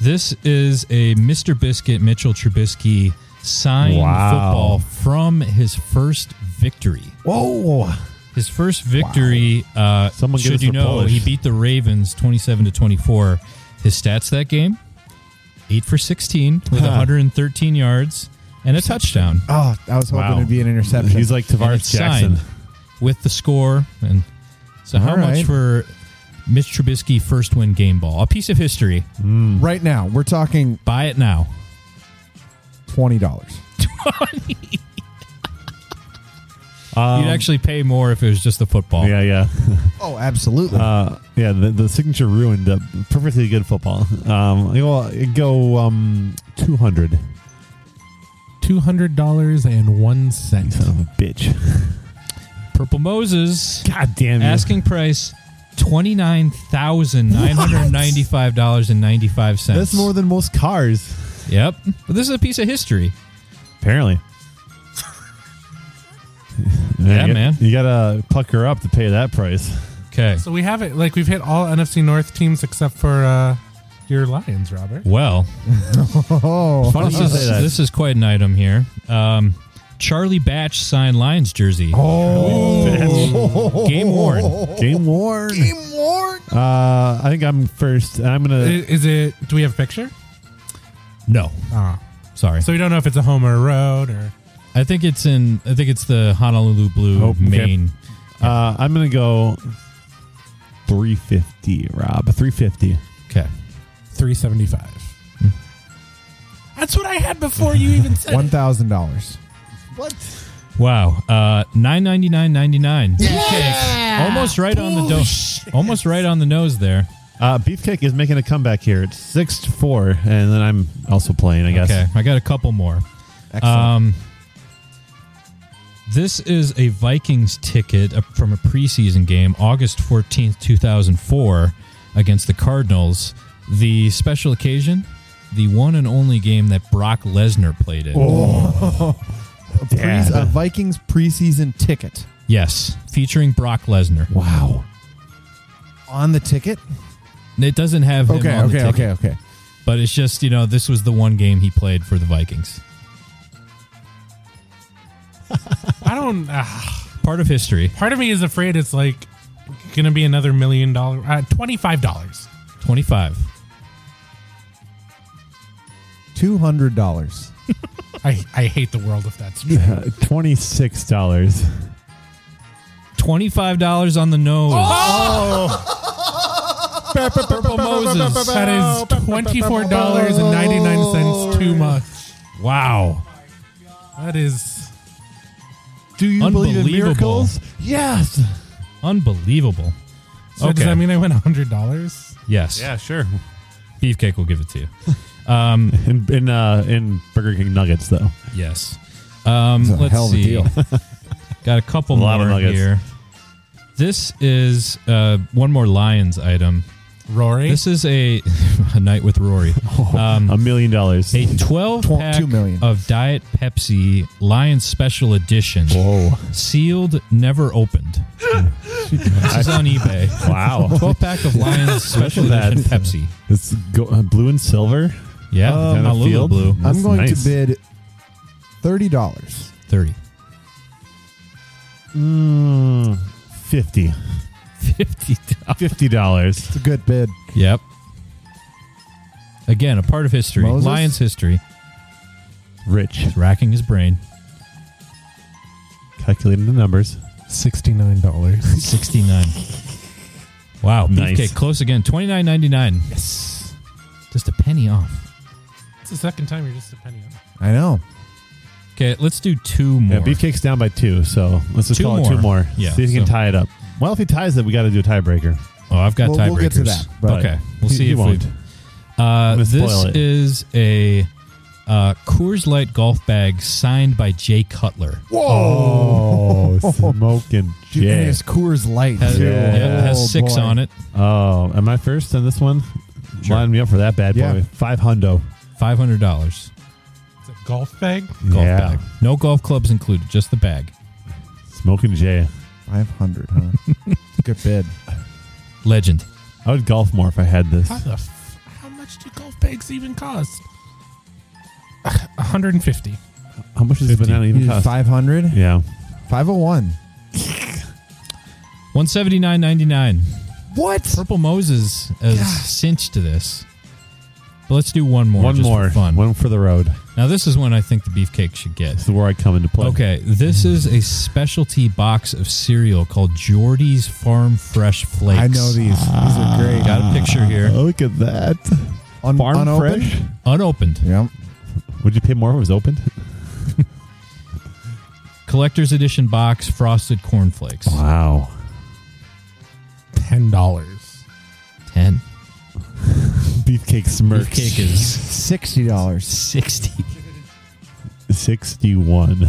A: This is a Mr. Biscuit Mitchell Trubisky signed
D: Wow.
A: football from his first victory.
D: Whoa!
A: His first victory. Uh,
D: Someone give
A: should
D: us
A: you
D: the
A: know
D: Polish.
A: he beat the Ravens twenty-seven to twenty-four. His stats that game: eight for sixteen with
D: Huh.
A: one hundred and thirteen yards and a touchdown.
B: Oh, I was hoping
D: Wow.
B: it'd be an interception.
D: Um, He's like
A: And
D: Tavares
A: it's
D: Jackson.
A: signed with the score. And so, how
B: All
A: much
B: right.
A: for Mitch Trubisky first win game ball? A piece of history.
B: right now. We're talking
A: Buy it now.
B: twenty dollars.
D: Um,
A: You'd actually pay more if it was just the football.
D: yeah, yeah, [laughs]
B: Oh, absolutely.
D: uh, yeah. The, the signature ruined a perfectly good football. Um, I go, I go um two hundred.
E: Two hundred dollars and one cent.
D: Son of a bitch! [laughs]
A: Purple Moses
D: God damn you!
A: asking price twenty nine thousand nine hundred ninety five dollars and ninety five cents.
D: That's more than most cars.
A: Yep. But this is a piece of history.
D: Apparently.
A: Yeah,
D: you-
A: man.
D: You gotta pucker up to pay that price.
A: Okay.
F: So we have it. Like we've hit all NFC North teams except for uh, your Lions, Robert.
A: Well,
B: Oh,
D: Funny
A: this
D: you say
A: is,
D: that.
A: this is quite an item here. Um, Charlie Batch signed Lions jersey.
D: Oh.
A: Game worn.
D: [laughs] Game worn. Game worn. Uh, I think I'm first. I'm
F: I-
D: gonna.
F: Is it? Do we have a picture?
A: No,
F: Oh.
A: sorry.
F: So we don't know if it's a home or a road or.
A: I think it's in. I think it's the Honolulu Blue,
D: Oh, okay.
A: Maine.
D: Uh, I'm gonna go. 350, Rob. 350.
A: Okay.
F: 375. That's what I had before you even said.
B: one thousand dollars.
A: Wow. Uh, nine ninety nine ninety nine. Almost right on the nose. Almost right on the nose there.
D: Uh, Beefcake is making a comeback here. It's six to four, and then I'm also playing. I guess.
A: Okay. I got a couple more.
B: Excellent.
A: Um, this is a Vikings ticket up from a preseason game, August 14th, 2004, against the Cardinals. The special occasion, the one and only game that Brock Lesnar played in.
D: Oh.
B: a, pre-
D: yeah.
B: a uh, Vikings preseason ticket
A: Yes, featuring Brock Lesnar.
D: Wow.
B: on the ticket.
A: It doesn't have him
B: Okay,
A: on the
B: okay,
A: ticket,
B: okay, okay.
A: but it's just, you know, this was the one game he played for the Vikings.
F: I don't.
E: uh,
F: ah.
A: Part of history.
F: part of me is afraid it's like gonna be another million dollar uh, $25
A: 25.
B: Two hundred dollars.
F: I, I hate the world if that's true
D: Uh, [laughs] $26.
A: $25 on the nose.
B: Oh!
A: [laughs] Purple Moses.
F: [laughs] that is $24.99 too much
A: Wow.
F: that is
D: Do you believe in
A: Unbelievable.
D: miracles? Yes.
A: Unbelievable.
F: so
A: Okay.
F: does that mean i win $100
A: Yes.
D: sure.
A: Beefcake will give it to you.
D: In in, uh, in Burger King nuggets though.
A: Yes. Um,
B: It's a
A: let's
B: hell of a
A: see.
B: deal.
A: Got a couple
D: A lot of
A: more
D: nuggets.
A: here. This is uh, one more Lions item.
F: rory
A: This is a [laughs] a night with Rory. Um,
D: A million dollars.
A: a 12
B: Tw-
A: pack
B: two million.
A: of Diet Pepsi Lions Special Edition,
D: Whoa.
A: sealed, never opened. this is on eBay.
D: [laughs] Wow.
A: 12 pack of Lions Special
D: Look at
A: Edition Pepsi.
D: It's go, uh, blue and silver.
A: Yeah,
D: Um,
A: Honolulu
D: field?
A: Blue.
D: That's
B: I'm going
D: nice.
B: to bid thirty dollars.
A: 30.
D: Mm, 50.
A: $50.
D: $50.
B: It's a good bid.
A: Yep. Again, a part of history.
B: Moses?
A: Lions history.
D: Rich.
A: He's racking his brain.
D: [laughs] Calculating the numbers.
F: $69
A: 69. Wow.
D: Nice.
A: Beefcake, close again. Twenty nine ninety nine. Yes. Just a penny off.
F: it's the second time you're just a penny off
B: I know.
A: Okay, let's do two more.
D: Yeah, Beefcake's down by two, so let's just
A: Two
D: call
A: more.
D: it two more.
A: Yeah,
D: See if you can
A: so-
D: tie it up. Well, if he ties it, we got to do a tiebreaker.
A: oh, I've got
B: We'll-
A: tiebreakers.
B: we'll get to that, but-
A: okay, we'll
D: He-
A: see
D: he
A: if
D: won't.
A: we. Uh,
D: gonna spoil
A: this
D: it.
A: is a uh, Coors Light golf bag signed by Jay Cutler.
D: Oh,
A: [laughs]
D: [laughs] smoking
B: Dude,
D: Jay.
B: and it's Coors Light.
A: Has,
B: too.
D: Yeah.
A: yeah,
B: Oh,
A: has six
B: boy.
A: on it.
D: Oh, am I first on this one? Line me up for that bad boy.
B: Yeah.
D: Five hundo.
A: Five hundred dollars.
F: it's a golf bag
A: Golf
D: Yeah.
A: bag. No golf clubs included. Just the bag.
D: Smoking Jay.
B: Five hundred, huh? It's a good bid.
A: Legend.
D: I would golf more if I had this.
F: how the f- how much do golf bags even cost 150
D: How much does a banana even cost?
B: Five hundred.
D: Yeah.
B: Five hundred one.
A: One seventy nine ninety nine.
B: What?
A: Purple Moses has cinched to this. But let's do one more.
D: One
A: just
D: more.
A: For fun.
D: One for the road.
A: Now this is one I think the beefcake should get.
D: This is where I come into play.
A: Okay, this is a specialty box of cereal called Geordie's Farm Fresh Flakes.
B: I know Ah. these. These are great.
A: Got a picture here,
D: Oh, Look at that.
B: Un-
D: Farm
B: unopened?
D: fresh.
A: unopened.
B: Yep.
D: Would you pay more if it was opened?
A: Collector's edition box, frosted cornflakes.
D: Wow.
F: $10
A: Ten.
D: Beefcake smirks.
A: Beefcake is
B: Sixty dollars.
A: sixty.
D: 61.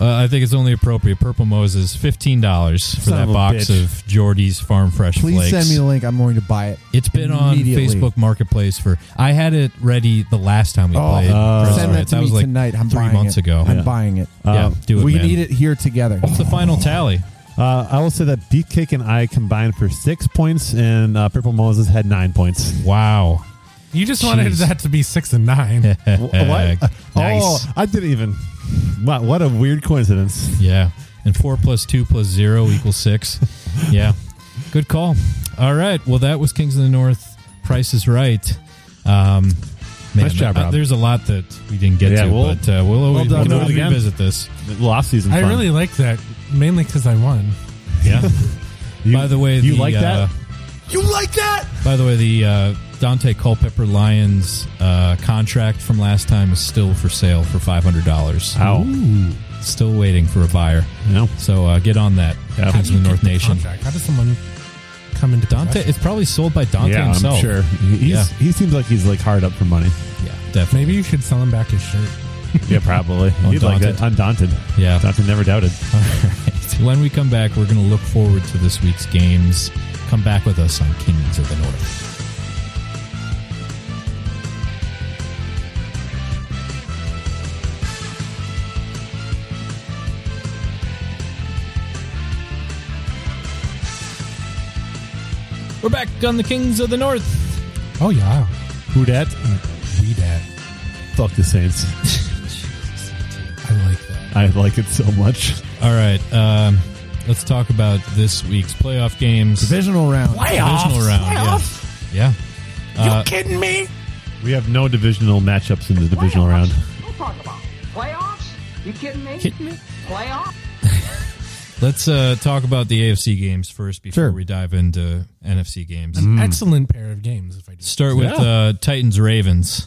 A: Uh, I think it's only appropriate. Purple Moses, fifteen dollars for
D: Son
A: that
D: of a
A: box
D: bitch.
A: of Geordie's Farm Fresh
B: Please
A: Flakes.
B: send me the link. I'm going to buy it.
A: it's been on
B: immediately.
A: Facebook Marketplace for. I had it ready the last time we
B: Oh,
A: played.
D: uh,
A: Press
B: send that
A: Rights.
B: to
A: That
B: me
A: was like
B: tonight. I'm
A: three
B: buying
A: months
B: it.
A: ago.
B: I'm
A: Yeah.
B: buying it.
A: yeah, do it.
B: we
A: man. Oh.
B: need it here together.
A: What's the final tally?
D: [laughs] Uh, I will say that Beat Kick and I combined for six points, and uh, Purple Moses had
A: [laughs]
D: nine points.
A: Wow.
F: You just wanted
A: Jeez.
F: that to be six and nine.
D: Wh- what?
A: [laughs] nice.
D: Oh, I didn't even. Wow, what a weird coincidence.
A: Yeah. And four plus two plus zero equals
D: [laughs]
A: six. yeah. Good call. All right. Well, that was Kings of the North. Price is right. Um, man,
D: Nice job,
A: uh,
D: Rob.
A: there's a lot that we didn't get
D: Yeah,
A: to,
D: we'll-
A: but uh, we'll always
D: done.
A: we'll
D: We'll do it again.
A: revisit
D: [laughs]
A: this.
D: Little off season.
F: I really like that, mainly because I won.
A: Yeah. by the way,
D: you
A: the,
D: like that?
A: uh,
D: You like that?
A: By the way, the uh, Dante Culpepper Lions uh, contract from last time is still for sale for five hundred dollars.
D: How?
A: Still waiting for a buyer.
D: No.
A: So uh, get on that,
D: Yeah.
A: Kings of the North Nation.
F: Contract. How does someone come into
A: Dante,
F: possession?
A: it's probably sold by Dante
D: yeah,
A: himself.
D: I'm sure. He- He's,
A: Yeah.
D: He seems like he's like hard up for money.
A: Yeah, definitely.
F: Maybe you should sell him back his shirt.
D: Yeah, probably. He'd like
A: Undaunted.
D: that. Undaunted.
A: Yeah.
D: Undaunted never doubted.
A: All right. When we come back, we're going to look forward to this week's games. Come back with us on Kings of the North. We're back on the Kings of the North.
F: Oh yeah,
D: Who dat?
F: we dad.
D: Fuck the Saints.
F: I like that.
D: I like it so much.
A: All right, um, let's talk about this week's playoff games.
B: Divisional round.
A: Divisional round, yeah. yeah. Uh,
F: Kidding me?
D: We have no divisional matchups in the divisional round.
C: We'll talk about playoffs. You kidding me?
A: kidding me?
C: Playoffs.
A: Let's uh, talk about the AFC games first before
B: Sure.
A: we dive into NFC games.
F: Excellent pair of games. If I do.
A: Start with uh, Titans Ravens.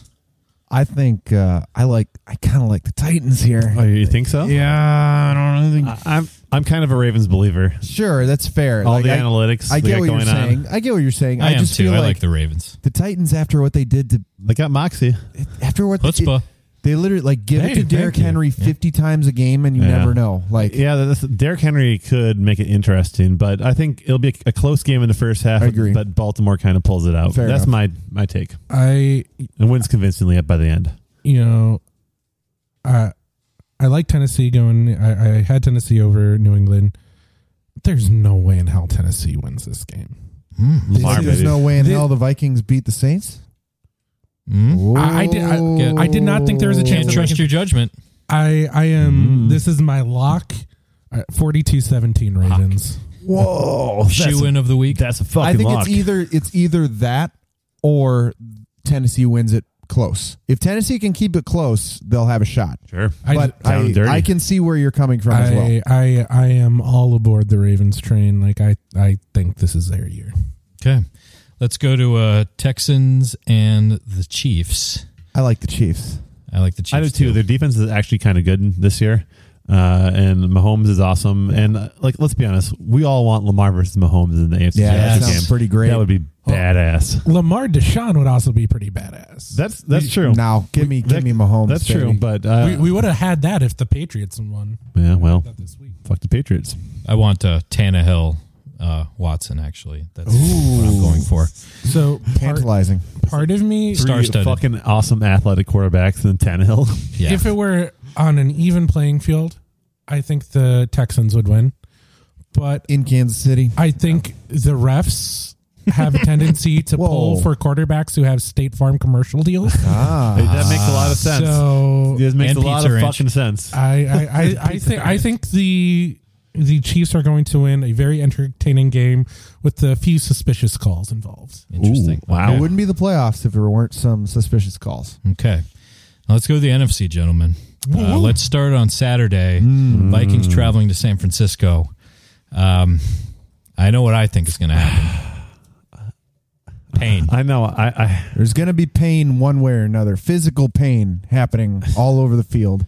B: I think uh, I like. I kind of like the Titans here.
D: Oh, you think so?
B: Yeah, I don't know. I think-
D: I- Uh, I'm I'm kind of a Ravens believer.
B: sure, that's fair.
D: All
B: Like,
D: the
B: I,
D: analytics
B: I
D: they
B: get
D: got
B: what
D: going
B: you're
D: on.
B: saying. I get what you're saying.
A: I,
B: I,
A: am
B: just
A: too.
B: feel
A: I
B: like
A: like the Ravens.
B: the Titans after what they did to
D: They got Moxie.
B: after what
A: Chutzpah.
B: They, they literally like give
D: Hey,
B: it to Derrick
D: thank you.
B: Henry fifty times a game, and you
D: Yeah.
B: never know. Like,
D: Yeah, that's, Derrick Henry could make it interesting, but I think it'll be a, a close game in the first half.
B: I agree.
D: But Baltimore kind of pulls it out.
B: Fair
D: that's
B: enough.
D: my my take,
F: I,
D: and wins convincingly up by the end.
F: you know, I, I like Tennessee going. I, I had Tennessee over New England. There's no way in hell Tennessee wins this game.
B: you
D: Lamar,
B: think there's
D: baby.
B: no way in
F: They-
B: hell the Vikings beat the Saints.
A: Mm?
F: I- I did- I-
B: Whoa.
F: I did not think there was a chance
A: Can't
F: that
A: trust your judgment.
F: I, I am. This is my lock. Uh, 42-17 Ravens.
D: Whoa,
A: Shoe in of the week.
D: That's a fucking
B: I think
D: lock.
B: it's either it's either that or Tennessee wins it close. If Tennessee can keep it close, they'll have a shot.
D: sure.
F: I-
B: but
D: Down
B: I,
D: and dirty.
B: I can see where you're coming from as well.
F: I, I I am all aboard the Ravens train. Like I I think this is their year.
A: Okay. Let's go to uh, Texans and the Chiefs.
B: I like the Chiefs.
A: I like the Chiefs.
D: I do too. Their defense is actually kind of good this year, uh, and Mahomes is awesome. And uh, like, let's be honest, we all want Lamar versus Mahomes in the AFC
B: Yeah, that
D: Championship
B: sounds
D: game.
B: pretty great.
D: That would be badass.
F: Lamar Deshaun would also be pretty badass.
D: That's that's true.
B: Now give me give
D: That-
B: me Mahomes.
D: That's true,
B: baby.
D: but uh,
F: we we would have had that if the Patriots had won
D: yeah, well,
F: that this week.
D: fuck the Patriots.
A: I want uh, Tannehill uh, Watson, actually. That's what I'm going for.
F: So part,
B: tantalizing.
F: part of me,
A: Star- Star-studded.
D: fucking awesome athletic quarterbacks and Tannehill. [laughs]
A: Yeah.
F: if it were on an even playing field, I think the Texans would win. But
B: in Kansas City.
F: I think the refs
D: [laughs]
F: have a tendency to
B: Whoa.
F: pull for quarterbacks who have State Farm commercial deals.
B: Ah,
D: that makes a lot of sense.
F: So
D: this makes
A: And
D: a lot
A: Pizza
D: of
A: Ranch.
D: fucking sense.
F: I, I,
D: [laughs]
F: I, I think I think the the Chiefs are going to win a very entertaining game with a few suspicious calls involved.
A: Interesting.
D: Ooh, wow.
B: it wouldn't be the playoffs if there weren't some suspicious calls.
D: Hmm.
A: Okay. Now let's go to the NFC, gentlemen. Uh, let's start on Saturday. Vikings traveling to San Francisco. Um, I know what I think is going to happen. Pain.
D: I know. I, I
B: There's going to be pain one way or another, physical pain happening all over the field.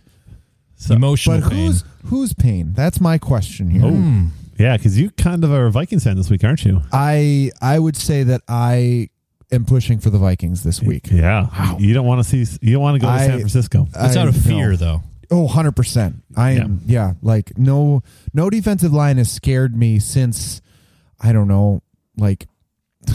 A: Emotional
B: But
A: pain.
B: who's who's pain? That's my question here.
D: Oh. yeah, because you kind of are a Vikings fan this week, aren't you?
B: I I would say that I am pushing for the Vikings this week.
D: Yeah. You don't want to see. You don't want to go to
B: I-
D: San Francisco.
A: It's
B: I-
A: out of fear,
B: no.
A: though.
B: Oh, 100%. I am yeah. like no no defensive line has scared me since I don't know, like [sighs]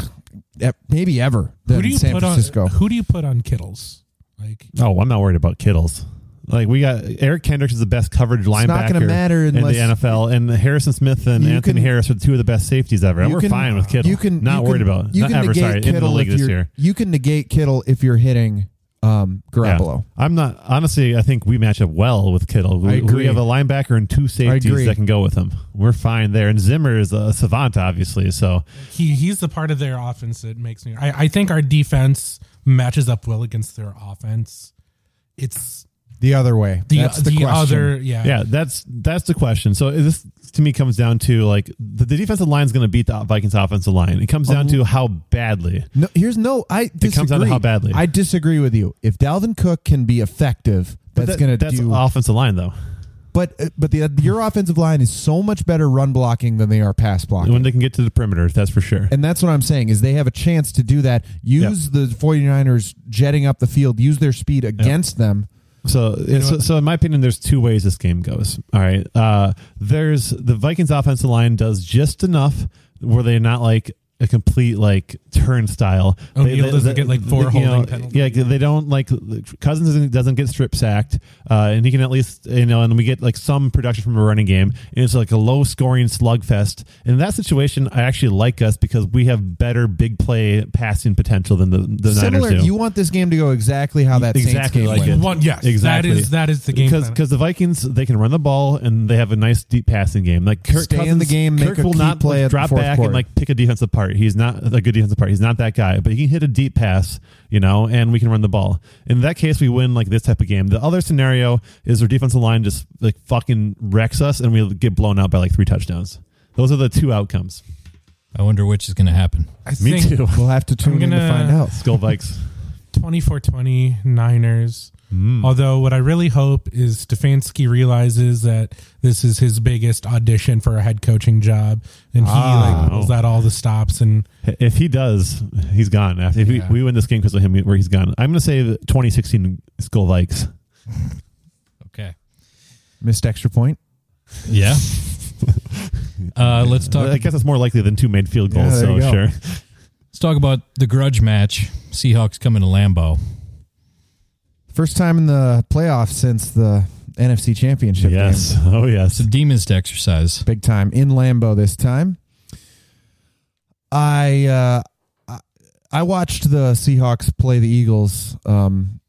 B: e- maybe ever than
E: who do you
B: San
E: put
B: Francisco.
E: on? Who do you put on Kittles? Like
D: Oh, I'm not worried about Kittles. Like we got Eric Kendricks is the best coverage linebacker
B: not gonna matter
D: in the
B: unless-
D: NFL, and Harrison Smith and
B: You
D: Anthony
B: can-
D: Harris are two of the best safeties ever, and
B: You
D: we're
B: can-
D: fine with Kittle.
B: You can
D: not
B: you
D: worried
B: can-
D: about
B: you
D: not
B: can
D: ever.
B: negate
D: Sorry, into the
B: Kittle
D: league
B: if
D: this
B: you're-
D: year.
B: You can negate Kittle if you're hitting um
D: Yeah.
B: Garoppolo.
D: I'm not honestly. I think we match up well with Kittle. We,
B: I agree.
D: we have a linebacker and two
B: agree.
D: safeties that can go with him. We're fine there. And Zimmer is a savant, obviously. So
F: he he's the part of their offense that makes me. I, I think our defense matches up well against their offense. It's
B: The other way.
F: the
B: That's the,
F: the,
B: question.
F: other yeah.
D: yeah, that's that's the question. So this to me comes down to like the, the defensive line is going to beat the Vikings offensive line. It comes
B: Um,
D: down to how badly.
B: No, here's no. I disagree.
D: comes down to how badly.
B: I disagree with you. If Dalvin Cook can be effective,
D: But
B: that's
D: that-
B: going to
D: that's
B: do.
D: offensive line though.
B: But uh, but the, your offensive line is so much better run blocking than they are pass blocking.
D: When they can get to the perimeter, that's for sure.
B: And that's what I'm saying is they have a chance to do that. Use the 49ers jetting up the field, use their speed against them.
D: So, so, so in my opinion, there's two ways this game goes. All right, uh, there's the Vikings' offensive line does just enough where they're not like a complete like turnstile. They-
F: O'Neal
D: they-
F: Oh, doesn't
D: they-
F: get, like, four holding penalties.
D: Yeah, they don't like Cousins doesn't, doesn't get strip sacked, uh, and he can at least you know, and we get like some production from a running game, and it's like a low scoring slugfest. In that situation, I actually like us because we have better big play passing potential than the the
B: Similar,
D: Niners do.
B: you want this game to go exactly how that Saints
D: Exactly
B: game
D: like
B: went.
D: it.
F: One, yes,
D: Exactly.
F: That is that is the game
D: because
F: plan.
D: because the Vikings they can run the ball and they have a nice deep passing game. Like Kirk
B: Stay in
D: Cousins-
B: the game, make
D: Kirk
B: a
D: will
B: key
D: not
B: play
D: like,
B: at the
D: drop
B: fourth
D: back
B: quarter.
D: and like pick a defensive part. He's not a good defensive part. He's not that guy, but he can hit a deep pass, you know, and we can run the ball. In that case, we win like this type of game. The other scenario is their defensive line just like fucking wrecks us and we get blown out by like three touchdowns. Those are the two outcomes.
A: I wonder which is going to happen.
F: I
D: Me
F: think [laughs]
D: too.
B: We'll have to tune in to
F: gonna-
B: find out.
D: Skull Vikes. [laughs]
F: 24-20 Niners.
D: Mm.
F: Although what I really hope is Stefanski realizes that this is his biggest audition for a head coaching job, and he
D: Ah,
F: like
D: oh.
F: pulls out all the stops and
D: If he does, he's gone. If we, we win this game because of him, where he's gone, I'm going to say the 2016 Skull Vikes.
A: Okay.
B: Missed extra point.
A: Yeah. Uh, let's talk.
D: I guess it's more likely than two made field
B: Yeah,
D: goals.
B: there you go.
D: so sure.
A: Let's talk about the grudge match. Seahawks coming to Lambeau.
B: First time in the playoffs since the NFC Championship game.
D: [laughs] Yes. Oh yes.
A: The demons to exercise.
B: Big time in Lambeau this time. I uh, I- I watched the Seahawks play the Eagles. Um,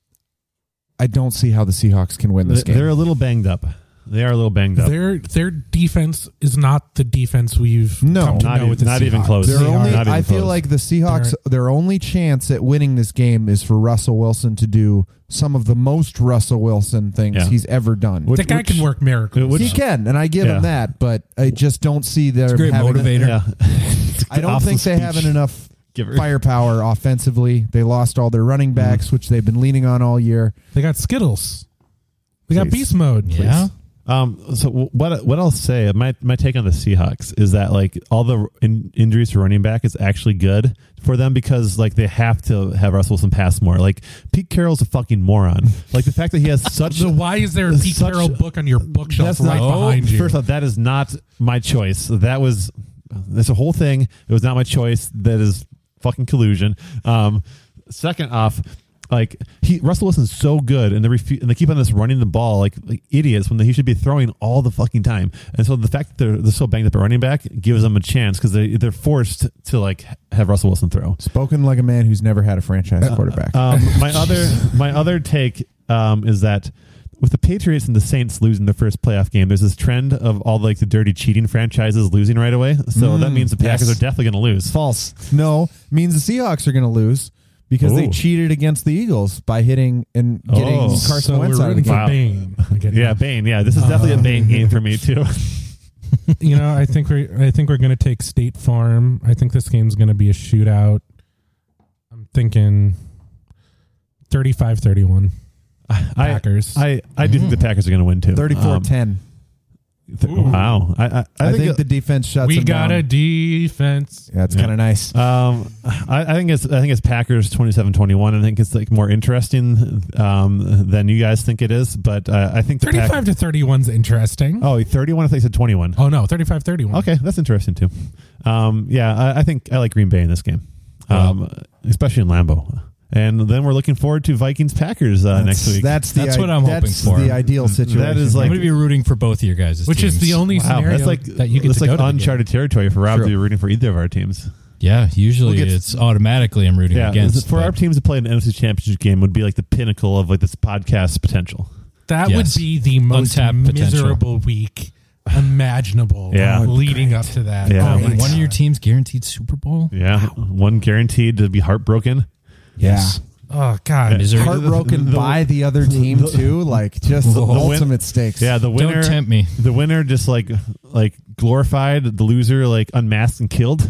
B: I don't see how the Seahawks can win this game.
D: They're a little banged up. They are a little banged up.
F: their their defense is not the defense we've
B: No.
F: come to
D: Not
F: know
D: e-
F: with the
D: not even
F: Seahawks.
D: close.
B: Their
D: They
B: only,
D: are not even
B: I feel
D: close.
B: like the Seahawks, their only chance at winning this game is for Russell Wilson to do some of the most Russell Wilson things
D: Yeah.
B: he's ever done.
F: That guy can work miracles.
D: Which-
B: he can, and I give
D: Yeah.
B: him that, but I just don't see their
A: Great motivator.
D: Yeah.
B: I don't
D: Awesome
B: think they
D: speech
B: have enough
D: giver.
B: firepower offensively. They lost all their running backs, which they've been leaning on all year.
F: They got Skittles. They got
D: Please.
F: beast mode.
A: Yeah.
D: Um. So wh- what? What I'll say. My my take on the Seahawks is that like all the in, injuries to running back is actually good for them because like they have to have Russell Wilson pass more. Like Pete Carroll's a fucking moron. Like the fact that
B: [laughs]
D: he has such.
F: So why is there a Pete
D: Such-
F: Carroll book on your bookshelf
D: That's
F: right
D: not- Oh,
F: behind you?
D: First off, that is not my choice. That was that's a whole thing. It was not my choice. That is fucking collusion. Um, second off, like he Russell Wilson's so good, and they refu- and they keep on this running the ball like, like idiots when he should be throwing all the fucking time. And so the fact that they're, they're so banged up at running back gives them a chance because they they're forced to like have Russell Wilson throw.
B: Spoken like a man who's never had a franchise quarterback.
D: [laughs] Um, my other my other take um, is that with the Patriots and the Saints losing the first playoff game, there's this trend of all like the dirty cheating franchises losing right away. So that means the Packers
B: yes.
D: are definitely going to lose.
B: False. No, means the Seahawks are going to lose because they
D: Ooh.
B: cheated against the Eagles by hitting and getting
D: Oh.
B: Carson
F: so
B: Wentz
F: we're
B: out of the game.
F: rooting for
D: Wow.
F: Bane. I get it.
D: Yeah, Bane. Yeah, this is definitely a [laughs] Bane game for me too.
F: you know, I think we're I think we're gonna take State Farm. I think this game's gonna be a shootout. I'm thinking 35-31
D: I
F: Packers.
D: Mm. I, I do think the Packers are going to win too.
B: 34
D: Um,
B: 10.
D: Th- wow. I, I, I,
B: I, think,
D: think,
B: the defense shuts.
F: We
B: them
F: got a
B: down.
F: defense.
B: Yeah, it's kind of nice.
D: um, I, I think it's I think it's Packers 27-21. I think it's like more interesting um, than you guys think it is, but uh, I think the Pack-
F: 35 to 31's interesting.
D: Oh, 31 I think said 21.
F: Oh, no, 35 31.
D: Okay, that's interesting too. Um, yeah, I, I think I like Green Bay in this game, um, especially in Lambeau. And then we're looking forward to Vikings Packers uh, next
B: That's-
D: week.
B: That's the
A: That's
B: i-
A: what I'm hoping
B: that's
A: for.
B: The ideal situation.
D: that is
A: I'm
D: like
A: going to be rooting for both of your guys.
F: Which is the only
D: wow,
F: scenario
D: that's like
F: that you get
D: that's
F: to
D: like
F: go to the
D: uncharted territory for Rob
B: True.
D: to be rooting for either of our teams.
A: Yeah, usually
D: We'll get-
A: it's automatically I'm rooting
D: Yeah,
A: against.
D: for
A: but
D: our teams to play an NFC Championship game would be like the pinnacle of like this podcast's potential.
F: game. That
A: Yes.
F: would be the most
A: Untapped potential.
F: miserable week imaginable Oh,
D: Yeah.
F: leading up to that.
D: Yeah.
F: Oh,
A: Wait,
F: my
A: one of your
F: God.
A: teams guaranteed Super Bowl.
D: Yeah, one guaranteed to be heartbroken.
B: yeah.
F: Oh, God.
B: [laughs]
A: Misery.
B: Heartbroken
D: The- the-
B: by the other team too. Like just [laughs] the
D: win-
B: ultimate stakes.
D: Yeah, the winner.
A: Don't tempt me. [laughs]
D: The winner just like like glorified, the loser like unmasked and killed.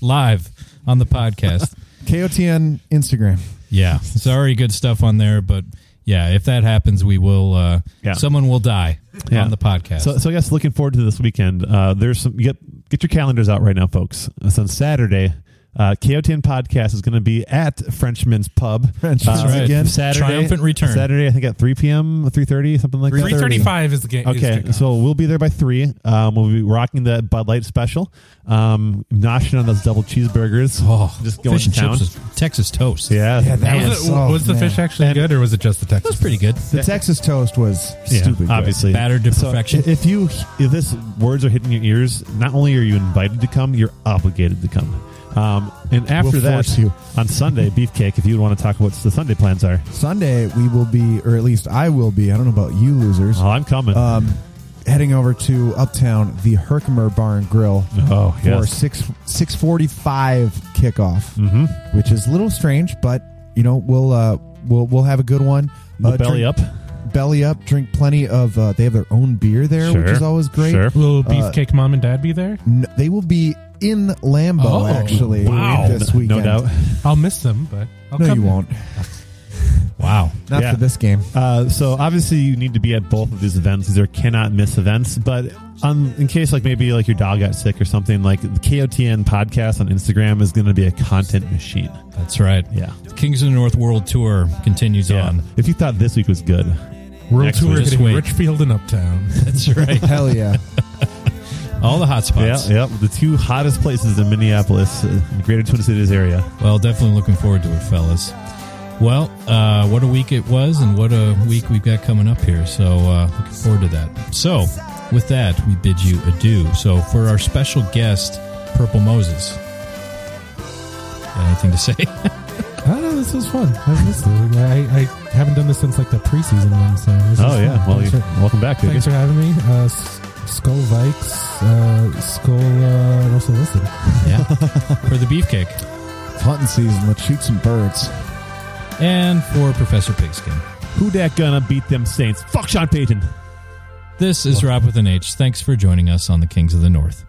A: Live on the
D: [laughs]
A: podcast.
B: KOTN Instagram.
A: yeah, sorry, good stuff on there, but yeah, if that happens, we will. Uh,
D: Yeah.
A: Someone will die
D: Yeah.
A: on the podcast.
D: So, so I guess looking forward to this weekend. Uh, there's some get get your calendars out right now, folks. It's on Saturday. Uh, KOTN podcast is going to be at Frenchman's
A: [laughs]
D: Pub.
B: Frenchman's
D: uh,
A: That's right.
D: again Saturday.
A: Triumphant return.
D: Saturday, I think at 3 p.m., 3:30, something like that.
F: 335 is the game. is
D: Okay,
F: kickoff.
D: so we'll be there by three. Um, we'll be rocking the Bud Light special, um, noshing on those double cheeseburgers.
A: oh,
D: just going
A: fish and
D: to town.
A: chips is Texas toast.
D: Yeah,
B: Yeah, that
F: was,
B: was,
F: it,
B: oh,
F: was the
B: man.
F: fish actually good or was it just the
A: That was
F: Texas?
A: pretty good.
B: The Texas toast was
D: Yeah,
B: stupid. good.
D: obviously
A: Battered to
D: So,
A: perfection.
D: if you if this words are hitting your ears, not only are you invited to come, you're obligated to come. Um, and after
B: We'll
D: that,
B: force you.
D: on Sunday, beefcake. If you would want to talk about what the Sunday plans are,
B: Sunday we will be, or at least I will be. I don't know about you losers.
D: oh, I'm coming.
B: Um, heading over to Uptown, the Herkimer Barn Grill
D: oh
B: for
D: yes,
B: six six forty five kickoff,
D: hmm
B: which is a little strange, but you know we'll uh, we'll we'll have a good one.
D: the
B: Uh,
D: belly
B: drink,
D: up.
B: belly up. Drink plenty of. Uh, they have their own beer there, which
D: Sure,
B: is always great.
D: Sure.
F: Will
B: Uh,
F: Beefcake Mom and Dad be there?
B: N- they will be in Lambo
F: Oh,
B: actually
F: wow.
B: this
D: No-
B: weekend.
D: no doubt.
F: I'll miss them, but I'll
B: No,
F: come.
B: you won't.
A: Wow.
B: Not
D: Yeah.
B: for this
D: [laughs]
B: game.
D: Uh, so obviously you need to be at both of these events. These are cannot miss events. But on, in case like maybe like your dog got sick or something, like the KOTN podcast on Instagram is going to be a content machine.
A: That's right.
D: Yeah.
A: Kings of the North World Tour continues
D: [laughs]
A: on.
D: If you thought this week was good,
F: World
D: Next
F: tour
D: week.
A: This
F: getting
A: week.
F: Richfield and Uptown.
A: That's right.
B: Hell yeah.
A: All the hot
D: Yeah,
A: spots.
D: yeah. The two hottest places in Minneapolis, uh, greater Twin Cities area.
A: Well, definitely looking forward to it, fellas. Well, uh, what a week it was, and what a week we've got coming up here. So, uh, looking forward to that. So, with that, we bid you adieu. So, for our special guest, Purple Moses, got anything to say?
E: I don't know. This was fun. I, missed it. I, I haven't done this since like the preseason one. So this was
D: Oh
E: fun.
D: yeah. Well,
E: thanks,
D: you,
E: for,
D: welcome back. Dude.
E: thanks for having me. Uh, S- Skull Vikes, uh, Skull uh, Russell Wilson.
A: yeah. [laughs] For the beefcake,
B: It's hunting season. Let's shoot some birds.
A: and for Professor Pigskin.
D: Who dat gonna beat them Saints? Fuck Sean Payton.
A: This is Rob with an H. Thanks for joining us on the Kings of the North.